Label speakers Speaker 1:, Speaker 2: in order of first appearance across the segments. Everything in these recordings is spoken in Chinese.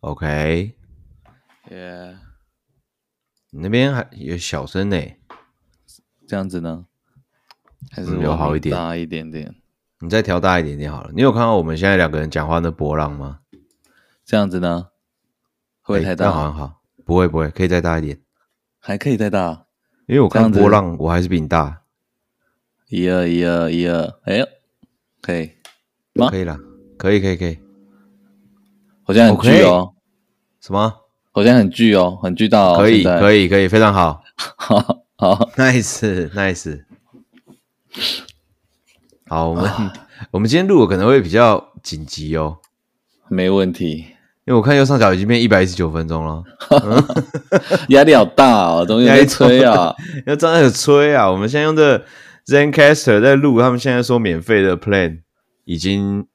Speaker 1: OK，
Speaker 2: 耶，
Speaker 1: 你那边还也小声呢、
Speaker 2: 这样子呢？还是
Speaker 1: 嗯有
Speaker 2: 我
Speaker 1: 好一点
Speaker 2: 大一点点，
Speaker 1: 你再调大一点点好了。你有看到我们现在两个人讲话的波浪吗？
Speaker 2: 这样子呢？会不会
Speaker 1: 诶
Speaker 2: 太
Speaker 1: 哎那好
Speaker 2: 大？
Speaker 1: 像好，不会不会，可以再大一点。
Speaker 2: 还可以再大？
Speaker 1: 因为我看
Speaker 2: 这样子
Speaker 1: 波浪，我还是比你大，
Speaker 2: 一二一二一二，哎呦，可以吗
Speaker 1: 可以啦，可以可以可以。
Speaker 2: 我现在很巨哦，
Speaker 1: 什么？
Speaker 2: 我现在很巨哦，很巨大哦，
Speaker 1: 可以
Speaker 2: 现在
Speaker 1: 可，以可以，非常好
Speaker 2: 好，好，
Speaker 1: ，nice nice。好，我们、
Speaker 2: 啊
Speaker 1: 我们今天录的可能会比较紧急哦，
Speaker 2: 没问题，
Speaker 1: 因为我看右上角已经变一百一十九分钟了。
Speaker 2: 压力好大 哦，东西
Speaker 1: 压力
Speaker 2: 在吹啊，
Speaker 1: 要张开始吹啊！我们现在用的 ZenCaster 在录，他们现在说免费的 Plan 已经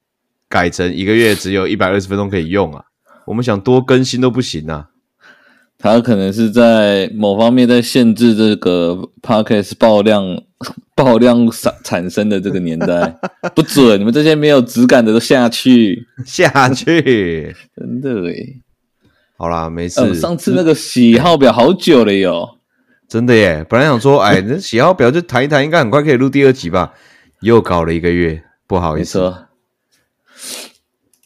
Speaker 1: 改成一个月只有一百二十分钟可以用啊！我们想多更新都不行啊！
Speaker 2: 他可能是在某方面在限制这个 podcast 爆量 爆量产产生的这个 年代，不准你们这些没有质感的都下去，
Speaker 1: 下去，
Speaker 2: 真的诶。
Speaker 1: 好啦，没事。
Speaker 2: 呃，上次那个喜好表好久了哟，
Speaker 1: 真的耶，本来想说，哎，那喜好表就谈一谈，应该很快可以录第二集吧？又搞了一个月，不好
Speaker 2: 没
Speaker 1: 意思。
Speaker 2: 错，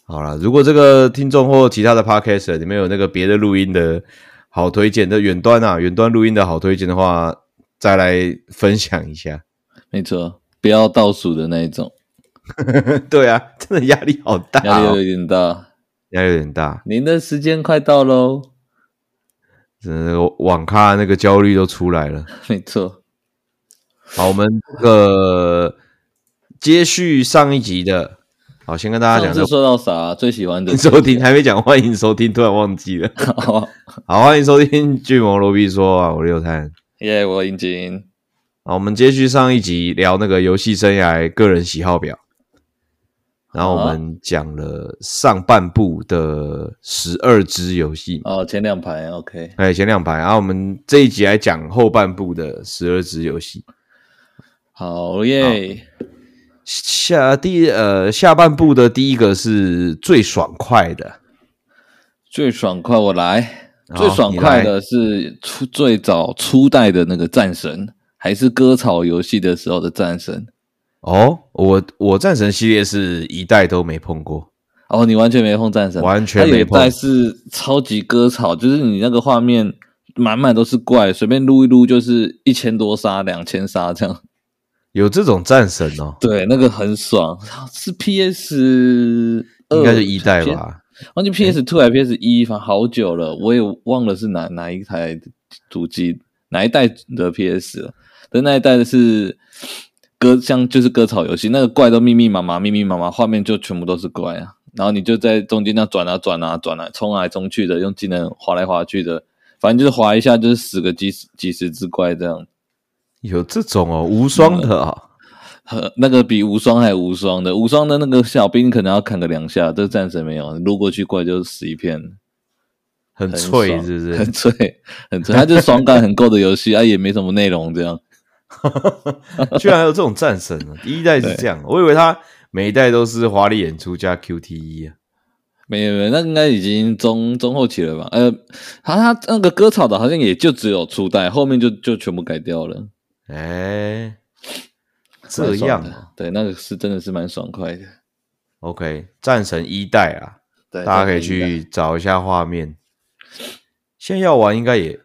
Speaker 1: 好啦，如果这个听众或其他的 Podcast 里面有那个别的录音的好推荐的远端啊，远端录音的好推荐的话，再来分享一下。
Speaker 2: 没错，不要倒数的那一种，
Speaker 1: 对啊，真的压力好大、
Speaker 2: 压力有
Speaker 1: 哦，
Speaker 2: 点大。
Speaker 1: 压力有点大，
Speaker 2: 您的时间快到喽，
Speaker 1: 真的那个网咖那个焦虑都出来了。
Speaker 2: 没错，
Speaker 1: 好，我们这个接续上一集的，好，先跟大家
Speaker 2: 上
Speaker 1: 讲
Speaker 2: 次
Speaker 1: 这
Speaker 2: 说到啥？最喜 欢的
Speaker 1: 收听还没讲，欢迎收听，突然忘记了。
Speaker 2: 好
Speaker 1: 好，欢迎收听巨魔罗比说啊，我是六探。
Speaker 2: 耶，我已经
Speaker 1: 好，我们接续上一集聊那个游戏生涯个人喜好表，然后我们讲了上半部的十二支游戏嘛
Speaker 2: 哦，前两排 OK，
Speaker 1: 哎，前两排，然、后我们这一集来讲后半部的十二支游戏。
Speaker 2: 好耶，
Speaker 1: 下第呃下半部的第一个是最爽快的，
Speaker 2: 最爽快我来，
Speaker 1: 好
Speaker 2: 最爽快的是初最早初代的那个战神，还是割草游戏的时候的战神。
Speaker 1: 哦，我我战神系列是一代都没碰过，
Speaker 2: 哦，你完全没碰战神，
Speaker 1: 完全
Speaker 2: 它有
Speaker 1: 没
Speaker 2: 一
Speaker 1: 碰
Speaker 2: 代是超级割草，就是你那个画面满满都是怪，随便撸一撸就是一千多杀、两千杀这样。
Speaker 1: 有这种战神哦，
Speaker 2: 对，那个很爽，是 PS
Speaker 1: 应该是一代吧。
Speaker 2: 忘记 PS Two 还是 PS 一，反正好久了，我也忘了是哪哪一台主机哪一代的 PS 了。但那一代是割像就是割草游戏，那个怪都密密麻麻，密密麻麻，画面就全部都是怪啊。然后你就在中间那转啊转啊转啊，冲来冲去的，用技能划来划去的，反正就是划一下就是死个几十几十只怪这样。
Speaker 1: 有这种哦，无双的哦，
Speaker 2: 呵，呃那个比无双还无双的，无双的那个小兵可能要砍个两下，这战神没有，撸过去怪就死一片。
Speaker 1: 很
Speaker 2: 很
Speaker 1: 脆
Speaker 2: 爽
Speaker 1: 是不
Speaker 2: 很
Speaker 1: 是？
Speaker 2: 脆，很 脆，它就是爽感很够的游戏，啊，也没什么内容，这样
Speaker 1: 居然还有这种战神呢、第一代是这样，我以为他每一代都是华丽演出加 QTE 啊。
Speaker 2: 没有没有，那应该已经中中后期了吧？呃，好，它那个割草的好像也就只有初代，后面就就全部改掉了，
Speaker 1: 哎，这
Speaker 2: 蛮爽
Speaker 1: 样
Speaker 2: 的
Speaker 1: 啊
Speaker 2: 对，那个是真的是蛮爽快的，
Speaker 1: ，OK，战神一代啊，
Speaker 2: 对，
Speaker 1: 大家可以
Speaker 2: 这个应
Speaker 1: 去找一下画面。现在要玩应该也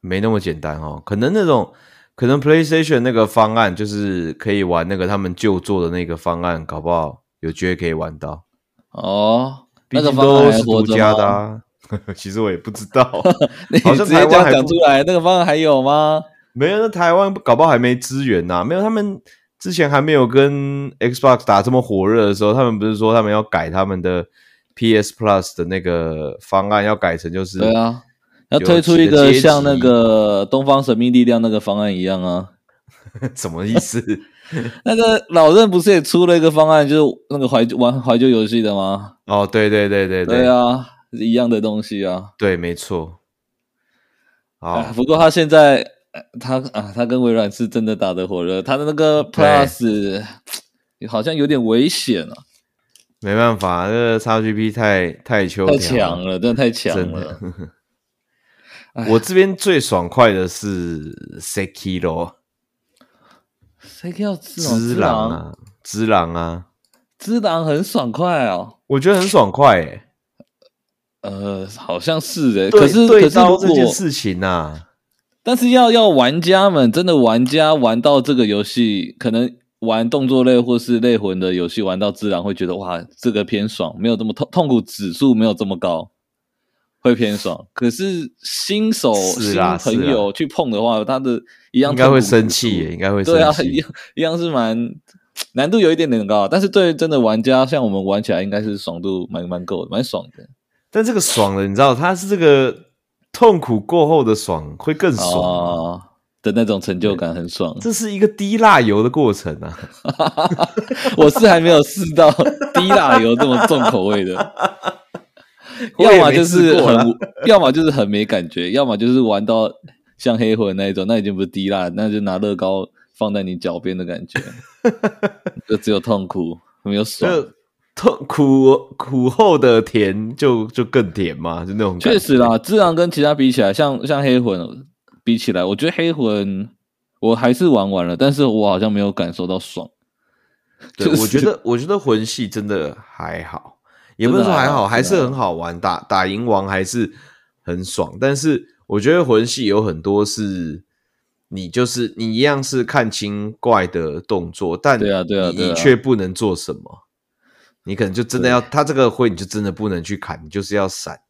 Speaker 1: 没那么简单哦，可能那种可能 PlayStation 那个方案就是可以玩那个他们旧做的那个方案，搞不好有机会可以玩到。
Speaker 2: 该哦，
Speaker 1: 毕
Speaker 2: 那个
Speaker 1: 竟
Speaker 2: 方案
Speaker 1: 都
Speaker 2: 还
Speaker 1: 是
Speaker 2: 活
Speaker 1: 独
Speaker 2: 着
Speaker 1: 家的、
Speaker 2: 吗？
Speaker 1: 啊。 其实我也不知道，
Speaker 2: 你
Speaker 1: 好像
Speaker 2: 直接
Speaker 1: 台
Speaker 2: 这
Speaker 1: 湾
Speaker 2: 样
Speaker 1: 还
Speaker 2: 讲
Speaker 1: 不
Speaker 2: 出来，那个方案还有吗？
Speaker 1: 没有，那台湾搞不好还没支援呐、没有，他们之前还没有跟 Xbox 打这么火热的时候，他们不是说他们要改他们的 PS Plus 的那个方案，要改成就是
Speaker 2: 对啊，要
Speaker 1: 有
Speaker 2: 推出
Speaker 1: 几
Speaker 2: 一
Speaker 1: 个
Speaker 2: 个
Speaker 1: 阶
Speaker 2: 像那
Speaker 1: 级
Speaker 2: 个东方神秘力量那个方案一样啊，
Speaker 1: 什么意思？
Speaker 2: 那个老任不是也出了一个方案，就是那个怀旧玩怀旧游戏的吗？
Speaker 1: 哦，对对对对
Speaker 2: 对啊，是一样的东西啊。
Speaker 1: 对没错。
Speaker 2: 啊
Speaker 1: 好，
Speaker 2: 不过他现在呃他啊，他跟微软是真的打得火热，他的那个
Speaker 1: 嗯对
Speaker 2: Plus 好像有点危险啊。
Speaker 1: 没办法，这个 XGP 太太秋
Speaker 2: 太
Speaker 1: 条
Speaker 2: 强了，哎真的太强
Speaker 1: 啊真
Speaker 2: 了
Speaker 1: 的。我这边最爽快的是 Sekiro
Speaker 2: 谁要知道
Speaker 1: 之狼
Speaker 2: 狼？
Speaker 1: 啊，之狼啊，
Speaker 2: 知狼很爽快哦。
Speaker 1: 我觉得很爽快诶、
Speaker 2: 呃，好像是的，
Speaker 1: 对
Speaker 2: 可是
Speaker 1: 对
Speaker 2: 可是如
Speaker 1: 刀这件
Speaker 2: 果，
Speaker 1: 事情啊，
Speaker 2: 但是要要玩家们真的玩家玩到这个游戏，可能玩动作类或是类魂的游戏，玩到自然会觉得哇，这个偏爽，没有这么痛痛苦指数没有这么高，会偏爽。可是新 手
Speaker 1: 是
Speaker 2: 新
Speaker 1: 啦
Speaker 2: 朋
Speaker 1: 是
Speaker 2: 友去碰的话，他的一样
Speaker 1: 应该会
Speaker 2: 痛苦指
Speaker 1: 生气
Speaker 2: 数
Speaker 1: 耶、应该会生
Speaker 2: 对啊，一
Speaker 1: 气。
Speaker 2: 样一样是蛮难度有一点点高，但是对真的玩家像我们玩起来，应该是爽度蛮蛮够的，蛮爽的。
Speaker 1: 但这个爽的，你知道，它是这个痛苦过后的爽，会更爽。啊
Speaker 2: 哦的那种成就感很爽。
Speaker 1: 这是一个滴蜡油的过程啊，
Speaker 2: 我是还没有试到 低辣油这么重口味的，
Speaker 1: 我
Speaker 2: 要
Speaker 1: 也
Speaker 2: 么
Speaker 1: 没
Speaker 2: 就
Speaker 1: 试
Speaker 2: 是
Speaker 1: 过啦
Speaker 2: 很无，要么就是很没感觉，要么就是玩到像黑魂那一种，那已经不是低辣，那就拿乐高放在你脚边的感 觉，就只有痛苦，没有爽。
Speaker 1: 就痛苦苦后的甜就就更甜嘛，就那种感
Speaker 2: 确
Speaker 1: 觉
Speaker 2: 实啦，自然跟其他比起来，像像黑魂比起来，我觉得黑魂我还是玩完了，但是我好像没有感受到爽。
Speaker 1: 对，
Speaker 2: 就是
Speaker 1: 我觉得我觉得魂系真的还好，也不是说
Speaker 2: 真的
Speaker 1: 还
Speaker 2: 还
Speaker 1: 好，
Speaker 2: 好
Speaker 1: 还是
Speaker 2: 真的啊
Speaker 1: 很好玩，打打赢王还是很爽。但是我觉得魂系有很多是，你就是你一样是看清怪的动作，但
Speaker 2: 对啊对啊
Speaker 1: 你
Speaker 2: 对啊
Speaker 1: 你却不能做什么，你可能就真的要他这个会，你就真的不能去砍，你就是要闪。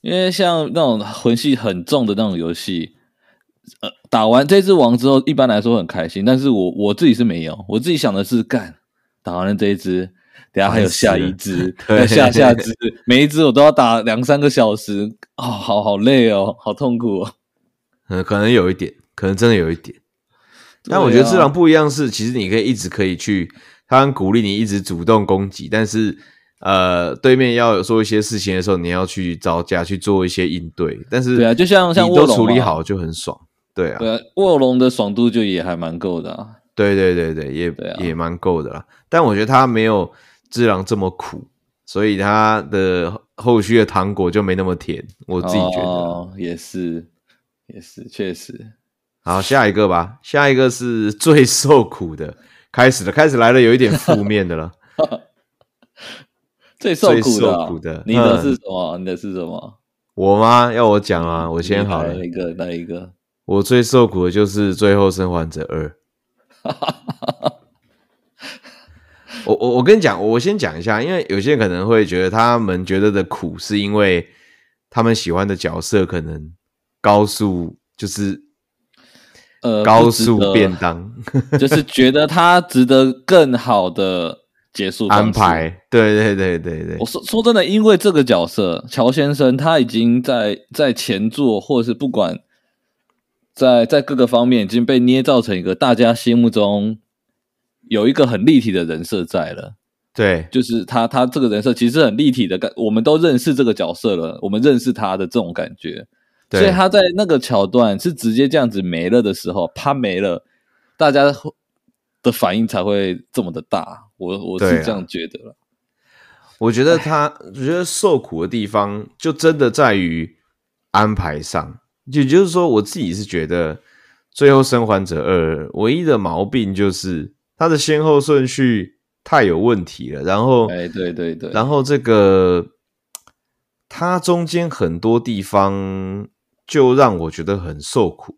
Speaker 2: 因为像那种魂系很重的那种游戏，呃，打完这只王之后，一般来说很开心，但是我我自己是没有，我自己想的是干，打完了这一只，等下还有下一只，
Speaker 1: 对
Speaker 2: 还有下下只，每一只我都要打两三个小时，哦，好好累哦，好痛苦哦。
Speaker 1: 嗯，可能有一点，可能真的有一点。但我觉
Speaker 2: 对啊
Speaker 1: 得智狼不一样是，其实你可以一直可以去，他很鼓励你一直主动攻击，但是呃，对面要有做一些事情的时候，你要去招架去做一些应对。但是
Speaker 2: 对啊就像像
Speaker 1: 你
Speaker 2: 卧
Speaker 1: 都
Speaker 2: 龙
Speaker 1: 处理
Speaker 2: 嘛
Speaker 1: 好就很爽。对啊，
Speaker 2: 对啊，卧龙的爽度就也还蛮够的啊。
Speaker 1: 对对对对，也
Speaker 2: 对啊
Speaker 1: 也蛮够的啦。但我觉得他没有智狼这么苦，所以他的后后续的糖果就没那么甜。我自己觉得啦。
Speaker 2: 哦、也是，也是，确实。
Speaker 1: 好，下一个吧。下一个是最受苦的，开始了，开始来了，有一点负面的 了。
Speaker 2: 最受苦的啊、
Speaker 1: 最受苦的
Speaker 2: 你
Speaker 1: 嗯
Speaker 2: 的是什么？你的是什么？
Speaker 1: 我吗？要我讲
Speaker 2: 嗯
Speaker 1: 啊，我先好了
Speaker 2: 来。一个，来一个。
Speaker 1: 我最受苦的就是《最后生还者 二》我。我我跟你讲，我先讲一下，因为有些人可能会觉得他们觉得的苦，是因为他们喜欢的角色可能高速就是
Speaker 2: 呃，
Speaker 1: 高
Speaker 2: 不值
Speaker 1: 速
Speaker 2: 得
Speaker 1: 便当
Speaker 2: 就是觉得他值得更好的结束方式
Speaker 1: 安。排。对对对对对
Speaker 2: 我，说说真的，因为这个角色乔先生他已经在在前作或是不管在在各个方面已经被捏造成一个大家心目中有一个很立体的人设在了。
Speaker 1: 对
Speaker 2: 就是他他这个人设其实很立体的感，我们都认识这个角色了，我们认识他的这种感觉。
Speaker 1: 对
Speaker 2: 所以他在那个桥段是直接这样子没了的时候，他没了，大家的反应才会这么的大。我我
Speaker 1: 对啊
Speaker 2: 是这样觉得了。
Speaker 1: 我觉
Speaker 2: 哎
Speaker 1: 得他，我觉得受苦的地方就真的在于安排上，也就是说，我自己是觉得《最后生还者二》唯一的毛病就是它的先后顺序太有问题了，然后，
Speaker 2: 哎，对对对，
Speaker 1: 哦然后这个它中间很多地方就让我觉得很受苦。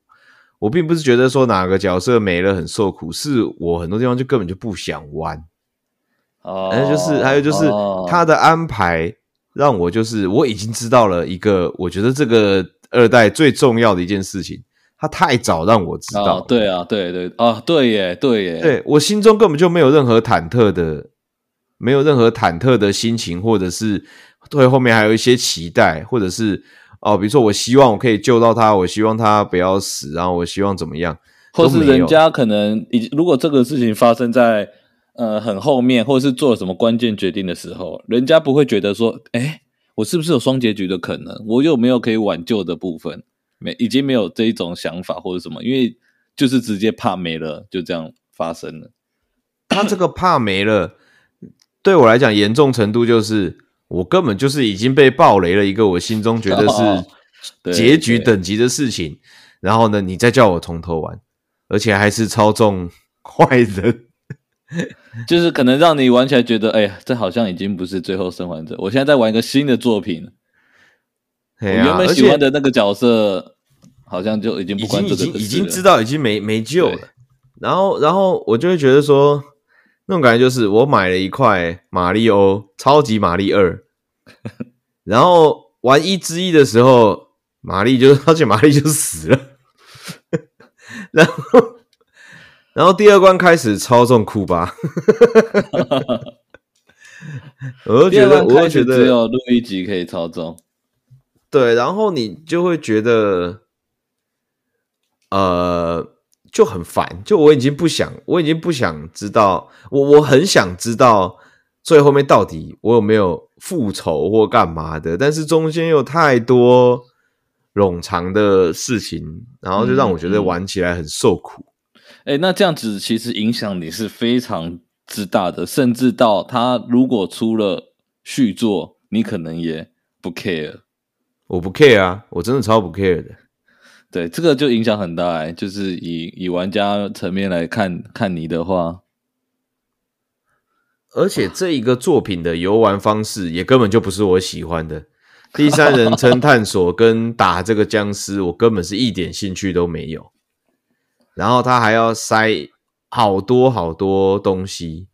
Speaker 1: 我并不是觉得说哪个角色没了很受苦，是我很多地方就根本就不想玩。
Speaker 2: 哦，
Speaker 1: 还有就是，还有就是
Speaker 2: 哦
Speaker 1: 他的安排让我就是我已经知道了一个，我觉得这个二代最重要的一件事情，他太早让我知道，
Speaker 2: 哦，对啊，对对啊，对耶，对耶，
Speaker 1: 对我心中根本就没有任何忐忑的，没有任何忐忑的心情，或者是对后面还有一些期待，或者是哦，比如说我希望我可以救到他，我希望他不要死，然后我希望怎么样，
Speaker 2: 或
Speaker 1: 都
Speaker 2: 是
Speaker 1: 没
Speaker 2: 人
Speaker 1: 有
Speaker 2: 家可能已经，如果这个事情发生在呃很后面，或是做了什么关键决定的时候，人家不会觉得说，哎，我是不是有双结局的可能？我有没有可以挽救的部分？没，已经没有这一种想法或者什么，因为就是 直接怕没了，就这样发生了。
Speaker 1: 他这个怕没了，对我来讲严重程度就是我根本就是已经被暴雷了一个我心中觉得
Speaker 2: 哦对
Speaker 1: 是结局
Speaker 2: 对
Speaker 1: 等级的事情，然后呢，你再叫我从头玩，而且还是操纵坏人，
Speaker 2: 就是可能让你玩起来觉得，哎呀，这好像已经不是最后生还者，我现在在玩一个新的作品，
Speaker 1: 我
Speaker 2: 我原本喜欢的那个角色好像就已经
Speaker 1: 已
Speaker 2: 不
Speaker 1: 经
Speaker 2: 关
Speaker 1: 已
Speaker 2: 这个
Speaker 1: 经
Speaker 2: 事
Speaker 1: 已经
Speaker 2: 了
Speaker 1: 知道已经没没救了
Speaker 2: 对。
Speaker 1: 然后然后我就会觉得说，那种感觉就是我买了一块马里欧超级马里二， 然后玩一之一的时候，玛丽就而且玛丽就死了， 然后然后第二关开始操纵库巴。 我就
Speaker 2: 第
Speaker 1: 觉
Speaker 2: 二
Speaker 1: 得，我
Speaker 2: 关
Speaker 1: 就
Speaker 2: 开
Speaker 1: 觉
Speaker 2: 始
Speaker 1: 得
Speaker 2: 只有录一集可以操纵，
Speaker 1: 对，然后你就会觉得，呃，就很烦。就我已经不想，我已经不想知道，我我很想知道最后面到底我有没有复仇或干嘛的，但是中间有太多冗长的事情，然后就让我觉得
Speaker 2: 嗯嗯
Speaker 1: 玩起来很受苦。
Speaker 2: 哎，那这样子其实影响你是非常之大的，甚至到他如果出了续作，你可能也不 care。
Speaker 1: 我不 care 啊，我真的超不 care 的。
Speaker 2: 对，这个就影响很大、哎，就是以以玩家层面来看看你的话，
Speaker 1: 而且这一个作品的游玩方式也根本就不是我喜欢的。第三人称探索跟打这个僵尸，我根本是一点兴趣都没有。然后他还要塞好多好多东西，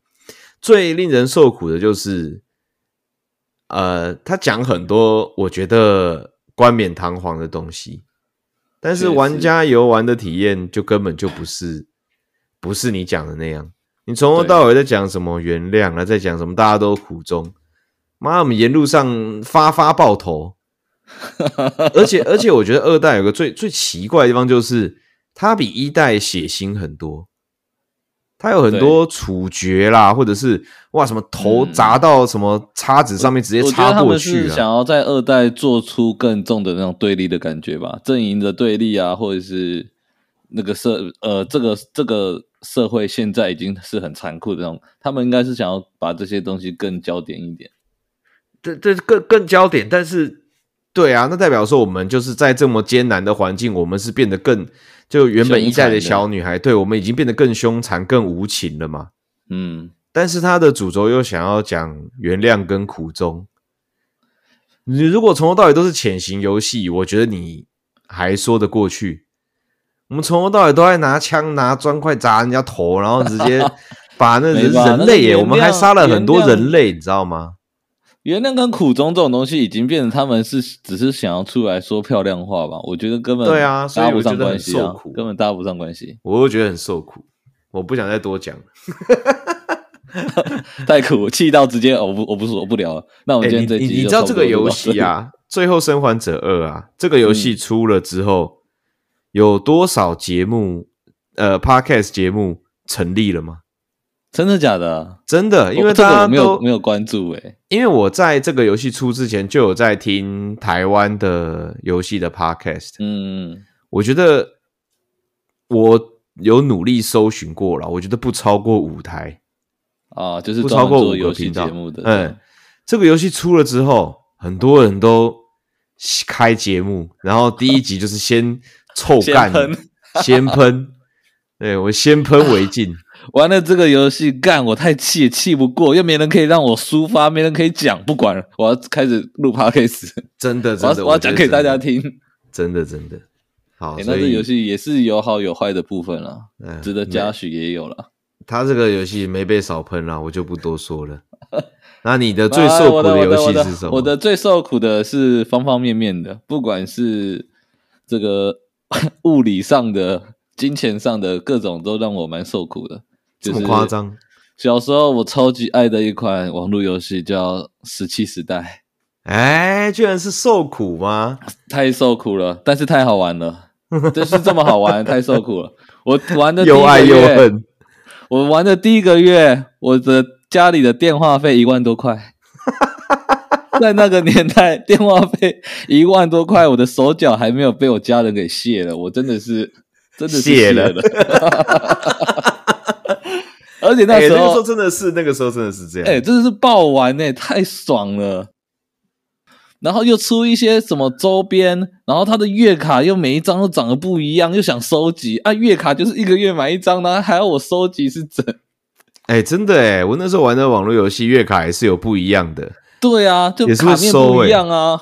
Speaker 1: 最令人受苦的就是，呃，他讲很多我觉得冠冕堂皇的东西，但是
Speaker 2: 确实
Speaker 1: 玩家游玩的体验就根本就不是不是你讲的那样。你从头
Speaker 2: 对
Speaker 1: 到尾在讲什么原谅啊，在讲什么大家都苦衷。妈，我们沿路上发发爆头，而且而且我觉得二代有个最最奇怪的地方就是，它比一代血腥很多，它有很多处决啦，或者是哇什么头
Speaker 2: 嗯
Speaker 1: 砸到什么叉子上面直接
Speaker 2: 我觉得
Speaker 1: 插
Speaker 2: 他
Speaker 1: 过
Speaker 2: 们
Speaker 1: 去
Speaker 2: 是
Speaker 1: 啊
Speaker 2: 想。要在二代做出更重的那种对立的感觉吧，阵营的对立啊，或者是那个社呃，这个这个社会现在已经是很残酷的那种，他们应该是想要把这些东西更焦点一点。
Speaker 1: 这这更更焦点，但是对啊，那代表说我们就是在这么艰难的环境，我们是变得更就原本一代的
Speaker 2: 凶残的
Speaker 1: 小女孩，对我们已经变得更凶残、更无情了嘛。
Speaker 2: 嗯，
Speaker 1: 但是他的主轴又想要讲原谅跟苦衷。你如果从头到尾都是潜行游戏，我觉得你还说得过去。我们从头到尾都在拿枪、拿砖块砸人家头，然后直 接把那
Speaker 2: 没
Speaker 1: 人
Speaker 2: 吧
Speaker 1: 人类耶，
Speaker 2: 那是原谅
Speaker 1: 我们还杀了很多
Speaker 2: 原谅
Speaker 1: 人类，你知道吗？
Speaker 2: 原谅跟苦衷这种东西已经变成他们是只是想要出来说漂亮话吧，我觉得根本
Speaker 1: 对啊所以
Speaker 2: 搭不
Speaker 1: 我觉
Speaker 2: 上
Speaker 1: 得很
Speaker 2: 关系
Speaker 1: 受
Speaker 2: 啊
Speaker 1: 苦，
Speaker 2: 根本搭不上关系，
Speaker 1: 我又觉得很受苦，我不想再多讲了。
Speaker 2: 太苦，气到直接、哦、我不我不说我不聊了。那我
Speaker 1: 哎、
Speaker 2: 哦们今天
Speaker 1: 你
Speaker 2: 这
Speaker 1: 你
Speaker 2: 集
Speaker 1: 你
Speaker 2: 就
Speaker 1: 知道
Speaker 2: 差
Speaker 1: 这
Speaker 2: 不
Speaker 1: 个
Speaker 2: 多就
Speaker 1: 游
Speaker 2: 到
Speaker 1: 戏
Speaker 2: 这里，嗯
Speaker 1: 啊，《最后生还者二》啊，这个游戏出了之后，有多少节目呃 podcast 节目成立了吗？
Speaker 2: 真的假的啊、
Speaker 1: 真的，因
Speaker 2: 我
Speaker 1: 为
Speaker 2: 这个
Speaker 1: 大家
Speaker 2: 我没有
Speaker 1: 都
Speaker 2: 没有关注哎、
Speaker 1: 因为我在这个游戏出之前就有在听台湾的游戏的 podcast，
Speaker 2: 嗯，
Speaker 1: 我觉得我有努力搜寻过了，我觉得不超过五台，
Speaker 2: 啊，就是
Speaker 1: 不
Speaker 2: 专
Speaker 1: 超
Speaker 2: 门
Speaker 1: 过五
Speaker 2: 做
Speaker 1: 个
Speaker 2: 游戏
Speaker 1: 频
Speaker 2: 节
Speaker 1: 道
Speaker 2: 目的，
Speaker 1: 嗯，这个游戏出了之后，很多人都开节目，然后第一集就是先臭
Speaker 2: 先
Speaker 1: 干，
Speaker 2: 喷
Speaker 1: 先 喷，对我先喷为敬。
Speaker 2: 玩了这个游戏，干我太气也气不过，又没人可以让我抒发，没人可以讲，不管了，我要开始录 podcast，
Speaker 1: 真的，
Speaker 2: 我
Speaker 1: 真的，
Speaker 2: 要我要讲
Speaker 1: 觉得
Speaker 2: 给大
Speaker 1: 真的，
Speaker 2: 家听。
Speaker 1: 真的，真的。好，
Speaker 2: 哎、那
Speaker 1: 所
Speaker 2: 这个
Speaker 1: 以
Speaker 2: 游戏也是有好有坏的部分啦，
Speaker 1: 嗯
Speaker 2: 值得
Speaker 1: 没
Speaker 2: 嘉许也有啦。
Speaker 1: 他这个游戏没被少喷啦，我就不多说 了。那你的
Speaker 2: 啊
Speaker 1: 最受苦
Speaker 2: 我的我
Speaker 1: 游
Speaker 2: 我
Speaker 1: 戏
Speaker 2: 的
Speaker 1: 是什么？
Speaker 2: 我的最受苦的是方方面面的，不管是这个物理上的、金钱上的各种，都让我蛮受苦的。
Speaker 1: 这
Speaker 2: 就是
Speaker 1: 么夸张？
Speaker 2: 小时候我超级爱的一款网络游戏叫《石器时代
Speaker 1: 哎，居然是受苦吗？》，
Speaker 2: 太受苦了，但是太好玩了，就是这么好玩，太受苦了。我玩的第一个
Speaker 1: 又爱又
Speaker 2: 月，
Speaker 1: 恨，
Speaker 2: 我玩的第一个月，我的家里的电话费一万 多块，在那个年代，电话费一万多块，我的手脚还没有被我家人给卸了，我真的是真的是
Speaker 1: 谢
Speaker 2: 谢
Speaker 1: 了
Speaker 2: 了。而而且那
Speaker 1: 哎、
Speaker 2: 时
Speaker 1: 那个时
Speaker 2: 候
Speaker 1: 候，真的是，那个时候真的是这样。
Speaker 2: 哎、真的是爆玩哎、太爽了。然后又出一些什么周边，然后它的月卡又每一张都长得不一样，又想收集啊，月卡就是一个月买一张，然后还要我收集是怎？
Speaker 1: 哎、真的哎、我那时候玩的网络游戏月卡也是有不一样的，
Speaker 2: 对啊，就
Speaker 1: 也是会
Speaker 2: 卡面
Speaker 1: 收
Speaker 2: 不
Speaker 1: 欸
Speaker 2: 一样啊。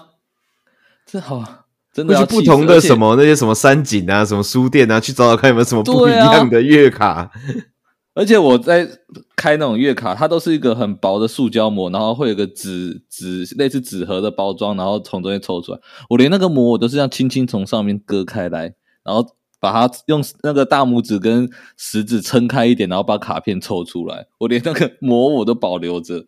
Speaker 2: 这好，真的
Speaker 1: 会
Speaker 2: 要
Speaker 1: 去
Speaker 2: 气
Speaker 1: 不
Speaker 2: 死
Speaker 1: 同的
Speaker 2: 而且
Speaker 1: 什么那些什么山景啊、什么书店啊，去找找看有没有什么不一
Speaker 2: 对啊
Speaker 1: 样的月卡。
Speaker 2: 而且我在开那种月卡，它都是一个很薄的塑胶膜，然后会有个纸纸类似纸盒的包装，然后从中间抽出来。我连那个膜我都是这样轻轻从上面割开来，然后把它用那个大拇指跟食指撑开一点，然后把卡片抽出来。我连那个膜我都保留着，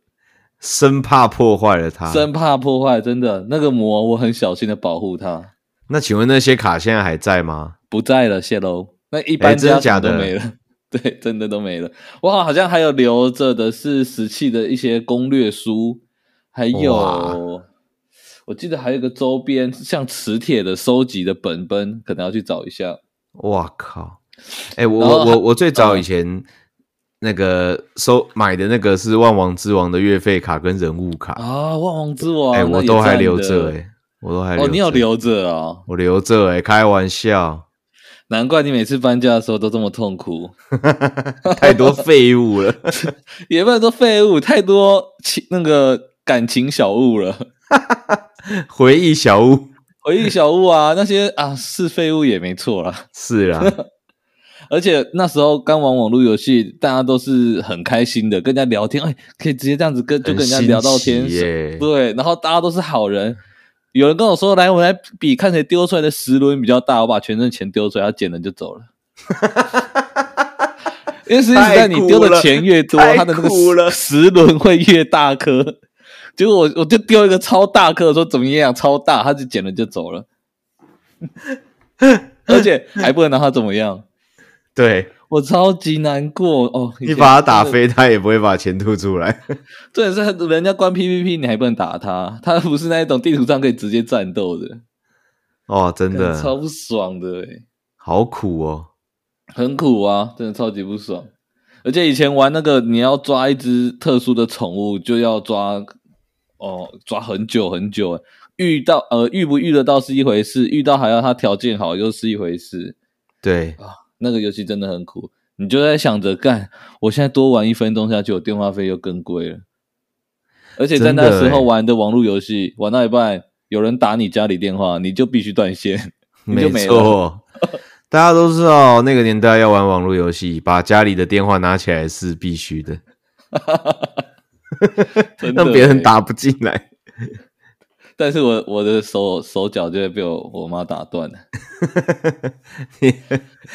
Speaker 1: 生怕破坏了它。
Speaker 2: 生怕破坏。真的，那个膜我很小心的保护它，
Speaker 1: 那请问那些卡现在还在吗？
Speaker 2: 不在了，谢喽。那一
Speaker 1: 哎
Speaker 2: 般
Speaker 1: 真的假
Speaker 2: 家什么
Speaker 1: 的
Speaker 2: 都没了。 对，真的都没了。我好像还有留着的是石器的一些攻略书，还有
Speaker 1: 哇
Speaker 2: 我记得还有一个周边，像磁铁的收集的本本，可能要去找一下。
Speaker 1: 哇靠！哎、我
Speaker 2: 然后
Speaker 1: 我
Speaker 2: 还嗯
Speaker 1: 我我最早以前那个收买的那个是《万王之王》的月费卡跟人物卡，
Speaker 2: 啊，万王之王，
Speaker 1: 哎、
Speaker 2: 那
Speaker 1: 我
Speaker 2: 也
Speaker 1: 都还
Speaker 2: 赞
Speaker 1: 留
Speaker 2: 的
Speaker 1: 着哎、我都还留
Speaker 2: 哦，你有
Speaker 1: 着，
Speaker 2: 留着哦，
Speaker 1: 我留着哎、开玩笑，
Speaker 2: 难怪你每次搬家的时候都这么痛苦。
Speaker 1: 太多 废物了。
Speaker 2: 也不能说废物，太多情那个感情小物了，
Speaker 1: 回忆小屋
Speaker 2: 回忆小物啊，那些啊是废物也没错啦。
Speaker 1: 是啊啦，
Speaker 2: 而且那时候刚玩网络游戏，大家都是很开心的，跟人家聊天，哎，可以直接这样子跟就跟人家聊到天
Speaker 1: 很新奇耶
Speaker 2: 对，然后大家都是好人。有人跟我说：“来，我们来比看谁丢出来的石轮比较大。”我把全身钱丢出来，他捡了就走了。 因为实际上你丢的钱越多，
Speaker 1: 太酷了
Speaker 2: 他的那
Speaker 1: 太
Speaker 2: 个
Speaker 1: 酷了
Speaker 2: 石轮会越大颗。结果我我就丢一个超大颗，说怎么样超大，他就捡了就 走了，而且还不能拿他怎么样。
Speaker 1: 对
Speaker 2: 我超级难过哦！以
Speaker 1: 你
Speaker 2: 前
Speaker 1: 把它打飞，它也不会把钱吐出来。
Speaker 2: 真的，重点是人家关 PVP，你还不能打他，他不是那一种地图上可以直接战斗的，
Speaker 1: 哦，真
Speaker 2: 干超
Speaker 1: 的
Speaker 2: 不爽的欸
Speaker 1: 好苦哦。
Speaker 2: 很苦啊，真的超级不爽。而且以前玩那个，你要抓一只特殊的宠物，就要抓哦，抓很久很久欸。遇到呃遇不遇得到是一回事，遇到还要它条件好又是一回事。
Speaker 1: 对，
Speaker 2: 那个游戏真的很苦，你就在想着干，我现在多玩一分钟下去，我电话费又更贵了。而且在
Speaker 1: 真的
Speaker 2: 那时候
Speaker 1: 欸
Speaker 2: 玩的网络游戏，玩到一半有人打你家里电话，你就必须断 线。 你
Speaker 1: 没
Speaker 2: 就没了
Speaker 1: 错。大家都知道那个年代要玩网络游戏，把家里的电话拿起来是必须的，
Speaker 2: 真的
Speaker 1: 让别人
Speaker 2: 欸，
Speaker 1: 打不进来。
Speaker 2: 但是我我的手手脚就会被我我妈打断 了，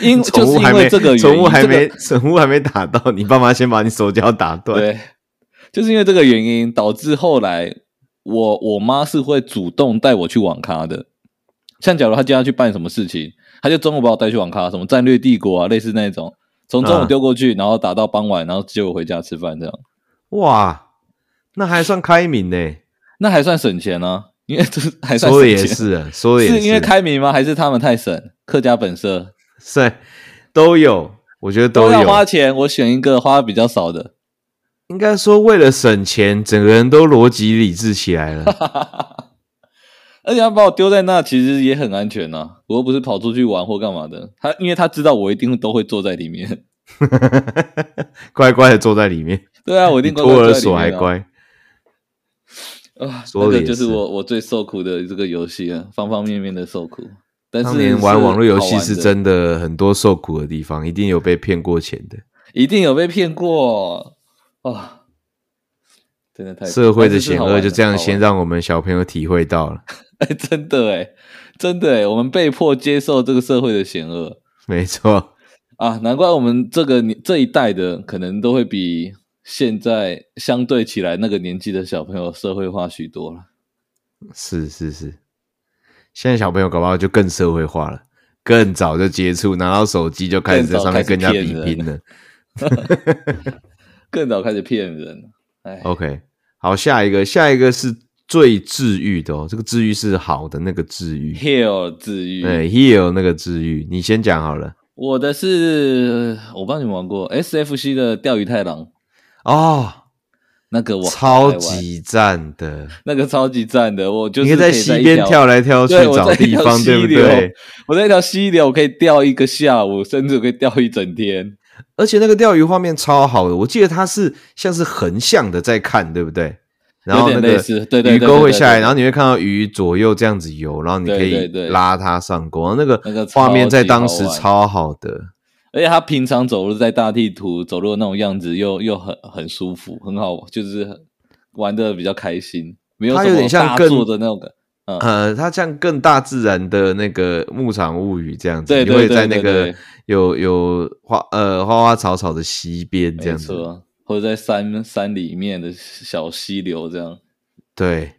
Speaker 2: 因
Speaker 1: 宠
Speaker 2: 就是
Speaker 1: 物还
Speaker 2: 因
Speaker 1: 没
Speaker 2: 为这个原因，
Speaker 1: 宠物还
Speaker 2: 这个
Speaker 1: 没宠物还没打到，你爸妈先把你手脚打断。
Speaker 2: 对， 就是因为这个原因，导致后来我我妈是会主动带我去网咖的。像假如她今天要去办什么事情，她就中午把我带去网咖，什么战略帝国啊，类似那种，从中午
Speaker 1: 啊
Speaker 2: 丢过去，然后打到傍晚，然后接我回家吃饭这样，
Speaker 1: 哇，那还算开明呢。
Speaker 2: 那还算省钱啊，因为这还算
Speaker 1: 说的
Speaker 2: 省
Speaker 1: 也
Speaker 2: 钱。
Speaker 1: 是啊，说的也
Speaker 2: 因为开明吗？还是他们太省？客家本色
Speaker 1: 是都有，我觉得都
Speaker 2: 要
Speaker 1: 有。
Speaker 2: 花钱，我选一个花比较少的。
Speaker 1: 应该说，为了省钱，整个人都逻辑理智起来了。
Speaker 2: 而且他把我丢在那，其实也很安全呐、啊我又不是跑出去玩或干嘛的。他因为他知道我一定都会坐在里面，
Speaker 1: 乖乖的坐在里面，
Speaker 2: 对啊，我一定乖乖
Speaker 1: 托
Speaker 2: 坐
Speaker 1: 儿
Speaker 2: 在里
Speaker 1: 所还
Speaker 2: 面、啊。
Speaker 1: 乖。
Speaker 2: 啊，
Speaker 1: 说
Speaker 2: 那
Speaker 1: 的
Speaker 2: 个
Speaker 1: 也
Speaker 2: 就是
Speaker 1: 是
Speaker 2: 我我最受苦的这个游戏啊，方方面面的受苦。但是
Speaker 1: 当年玩
Speaker 2: 是
Speaker 1: 网络游戏
Speaker 2: 好玩
Speaker 1: 是
Speaker 2: 的，
Speaker 1: 真的很多受苦的地方，一定有被骗过钱的。
Speaker 2: 一定有被骗过啊！真的太
Speaker 1: 社会的险恶就这样，
Speaker 2: 先
Speaker 1: 先
Speaker 2: 让。
Speaker 1: 让我们小朋友体会到了。
Speaker 2: 哎、真的 哎，真的哎，我们被迫接受这个社会的险恶
Speaker 1: 没错，
Speaker 2: 啊，难怪我们这个年这一代的可能都会比现在相对起来那个年纪的小朋友社会化许多了。
Speaker 1: 是是是。现在小朋友搞不好就更社会化了，更早就接触，拿到手机就开始在上面跟人家比
Speaker 2: 更早开始
Speaker 1: 拼
Speaker 2: 骗
Speaker 1: 了。
Speaker 2: 更早开始骗人，哎，
Speaker 1: OK，好，下一个，下一个是最治愈的哦，这个治愈是好的那个治愈，
Speaker 2: heal 治愈。
Speaker 1: 对，heal 那个治愈，你先讲好了。
Speaker 2: 我的是我帮你们玩过 SFC 的钓鱼太郎，
Speaker 1: 哦，
Speaker 2: 那个我
Speaker 1: 超
Speaker 2: 还玩
Speaker 1: 级赞的，
Speaker 2: 那个超级赞的，我就
Speaker 1: 你
Speaker 2: 是
Speaker 1: 可以在
Speaker 2: 可以
Speaker 1: 溪
Speaker 2: 一
Speaker 1: 边
Speaker 2: 条
Speaker 1: 跳来跳去
Speaker 2: 对我
Speaker 1: 找
Speaker 2: 在一
Speaker 1: 地
Speaker 2: 条
Speaker 1: 方，对
Speaker 2: 溪
Speaker 1: 不
Speaker 2: 流
Speaker 1: 对？
Speaker 2: 我在一条溪流，我可以钓一个下午，甚至我可以钓一整天。
Speaker 1: 而且那个钓鱼画面超好的，我记得它是像是横向的在看，对不对？然后那
Speaker 2: 有
Speaker 1: 个
Speaker 2: 点类似对对对
Speaker 1: 鱼钩会下
Speaker 2: 对对
Speaker 1: 来，
Speaker 2: 对
Speaker 1: 然后你会看到鱼左右这样子游，然后你可
Speaker 2: 对
Speaker 1: 以
Speaker 2: 对对
Speaker 1: 拉它上钩，然后那
Speaker 2: 那个
Speaker 1: 个
Speaker 2: 超
Speaker 1: 画面在
Speaker 2: 级
Speaker 1: 当
Speaker 2: 好
Speaker 1: 时
Speaker 2: 玩
Speaker 1: 超好的。
Speaker 2: 而且他平常走路在大地图走路的那种样子又，又很很舒服，很好，就是很玩的比较开心，没有
Speaker 1: 它
Speaker 2: 什
Speaker 1: 有
Speaker 2: 么
Speaker 1: 点像
Speaker 2: 大
Speaker 1: 更
Speaker 2: 作的那种感。嗯
Speaker 1: 呃，它像更大自然的那个牧场物语这样子，
Speaker 2: 对
Speaker 1: 你
Speaker 2: 对
Speaker 1: 会
Speaker 2: 对
Speaker 1: 在
Speaker 2: 对
Speaker 1: 那个
Speaker 2: 对
Speaker 1: 有有花呃花花草草的溪边这
Speaker 2: 没
Speaker 1: 样子，
Speaker 2: 错，或者在山山里面的小溪流这样。
Speaker 1: 对，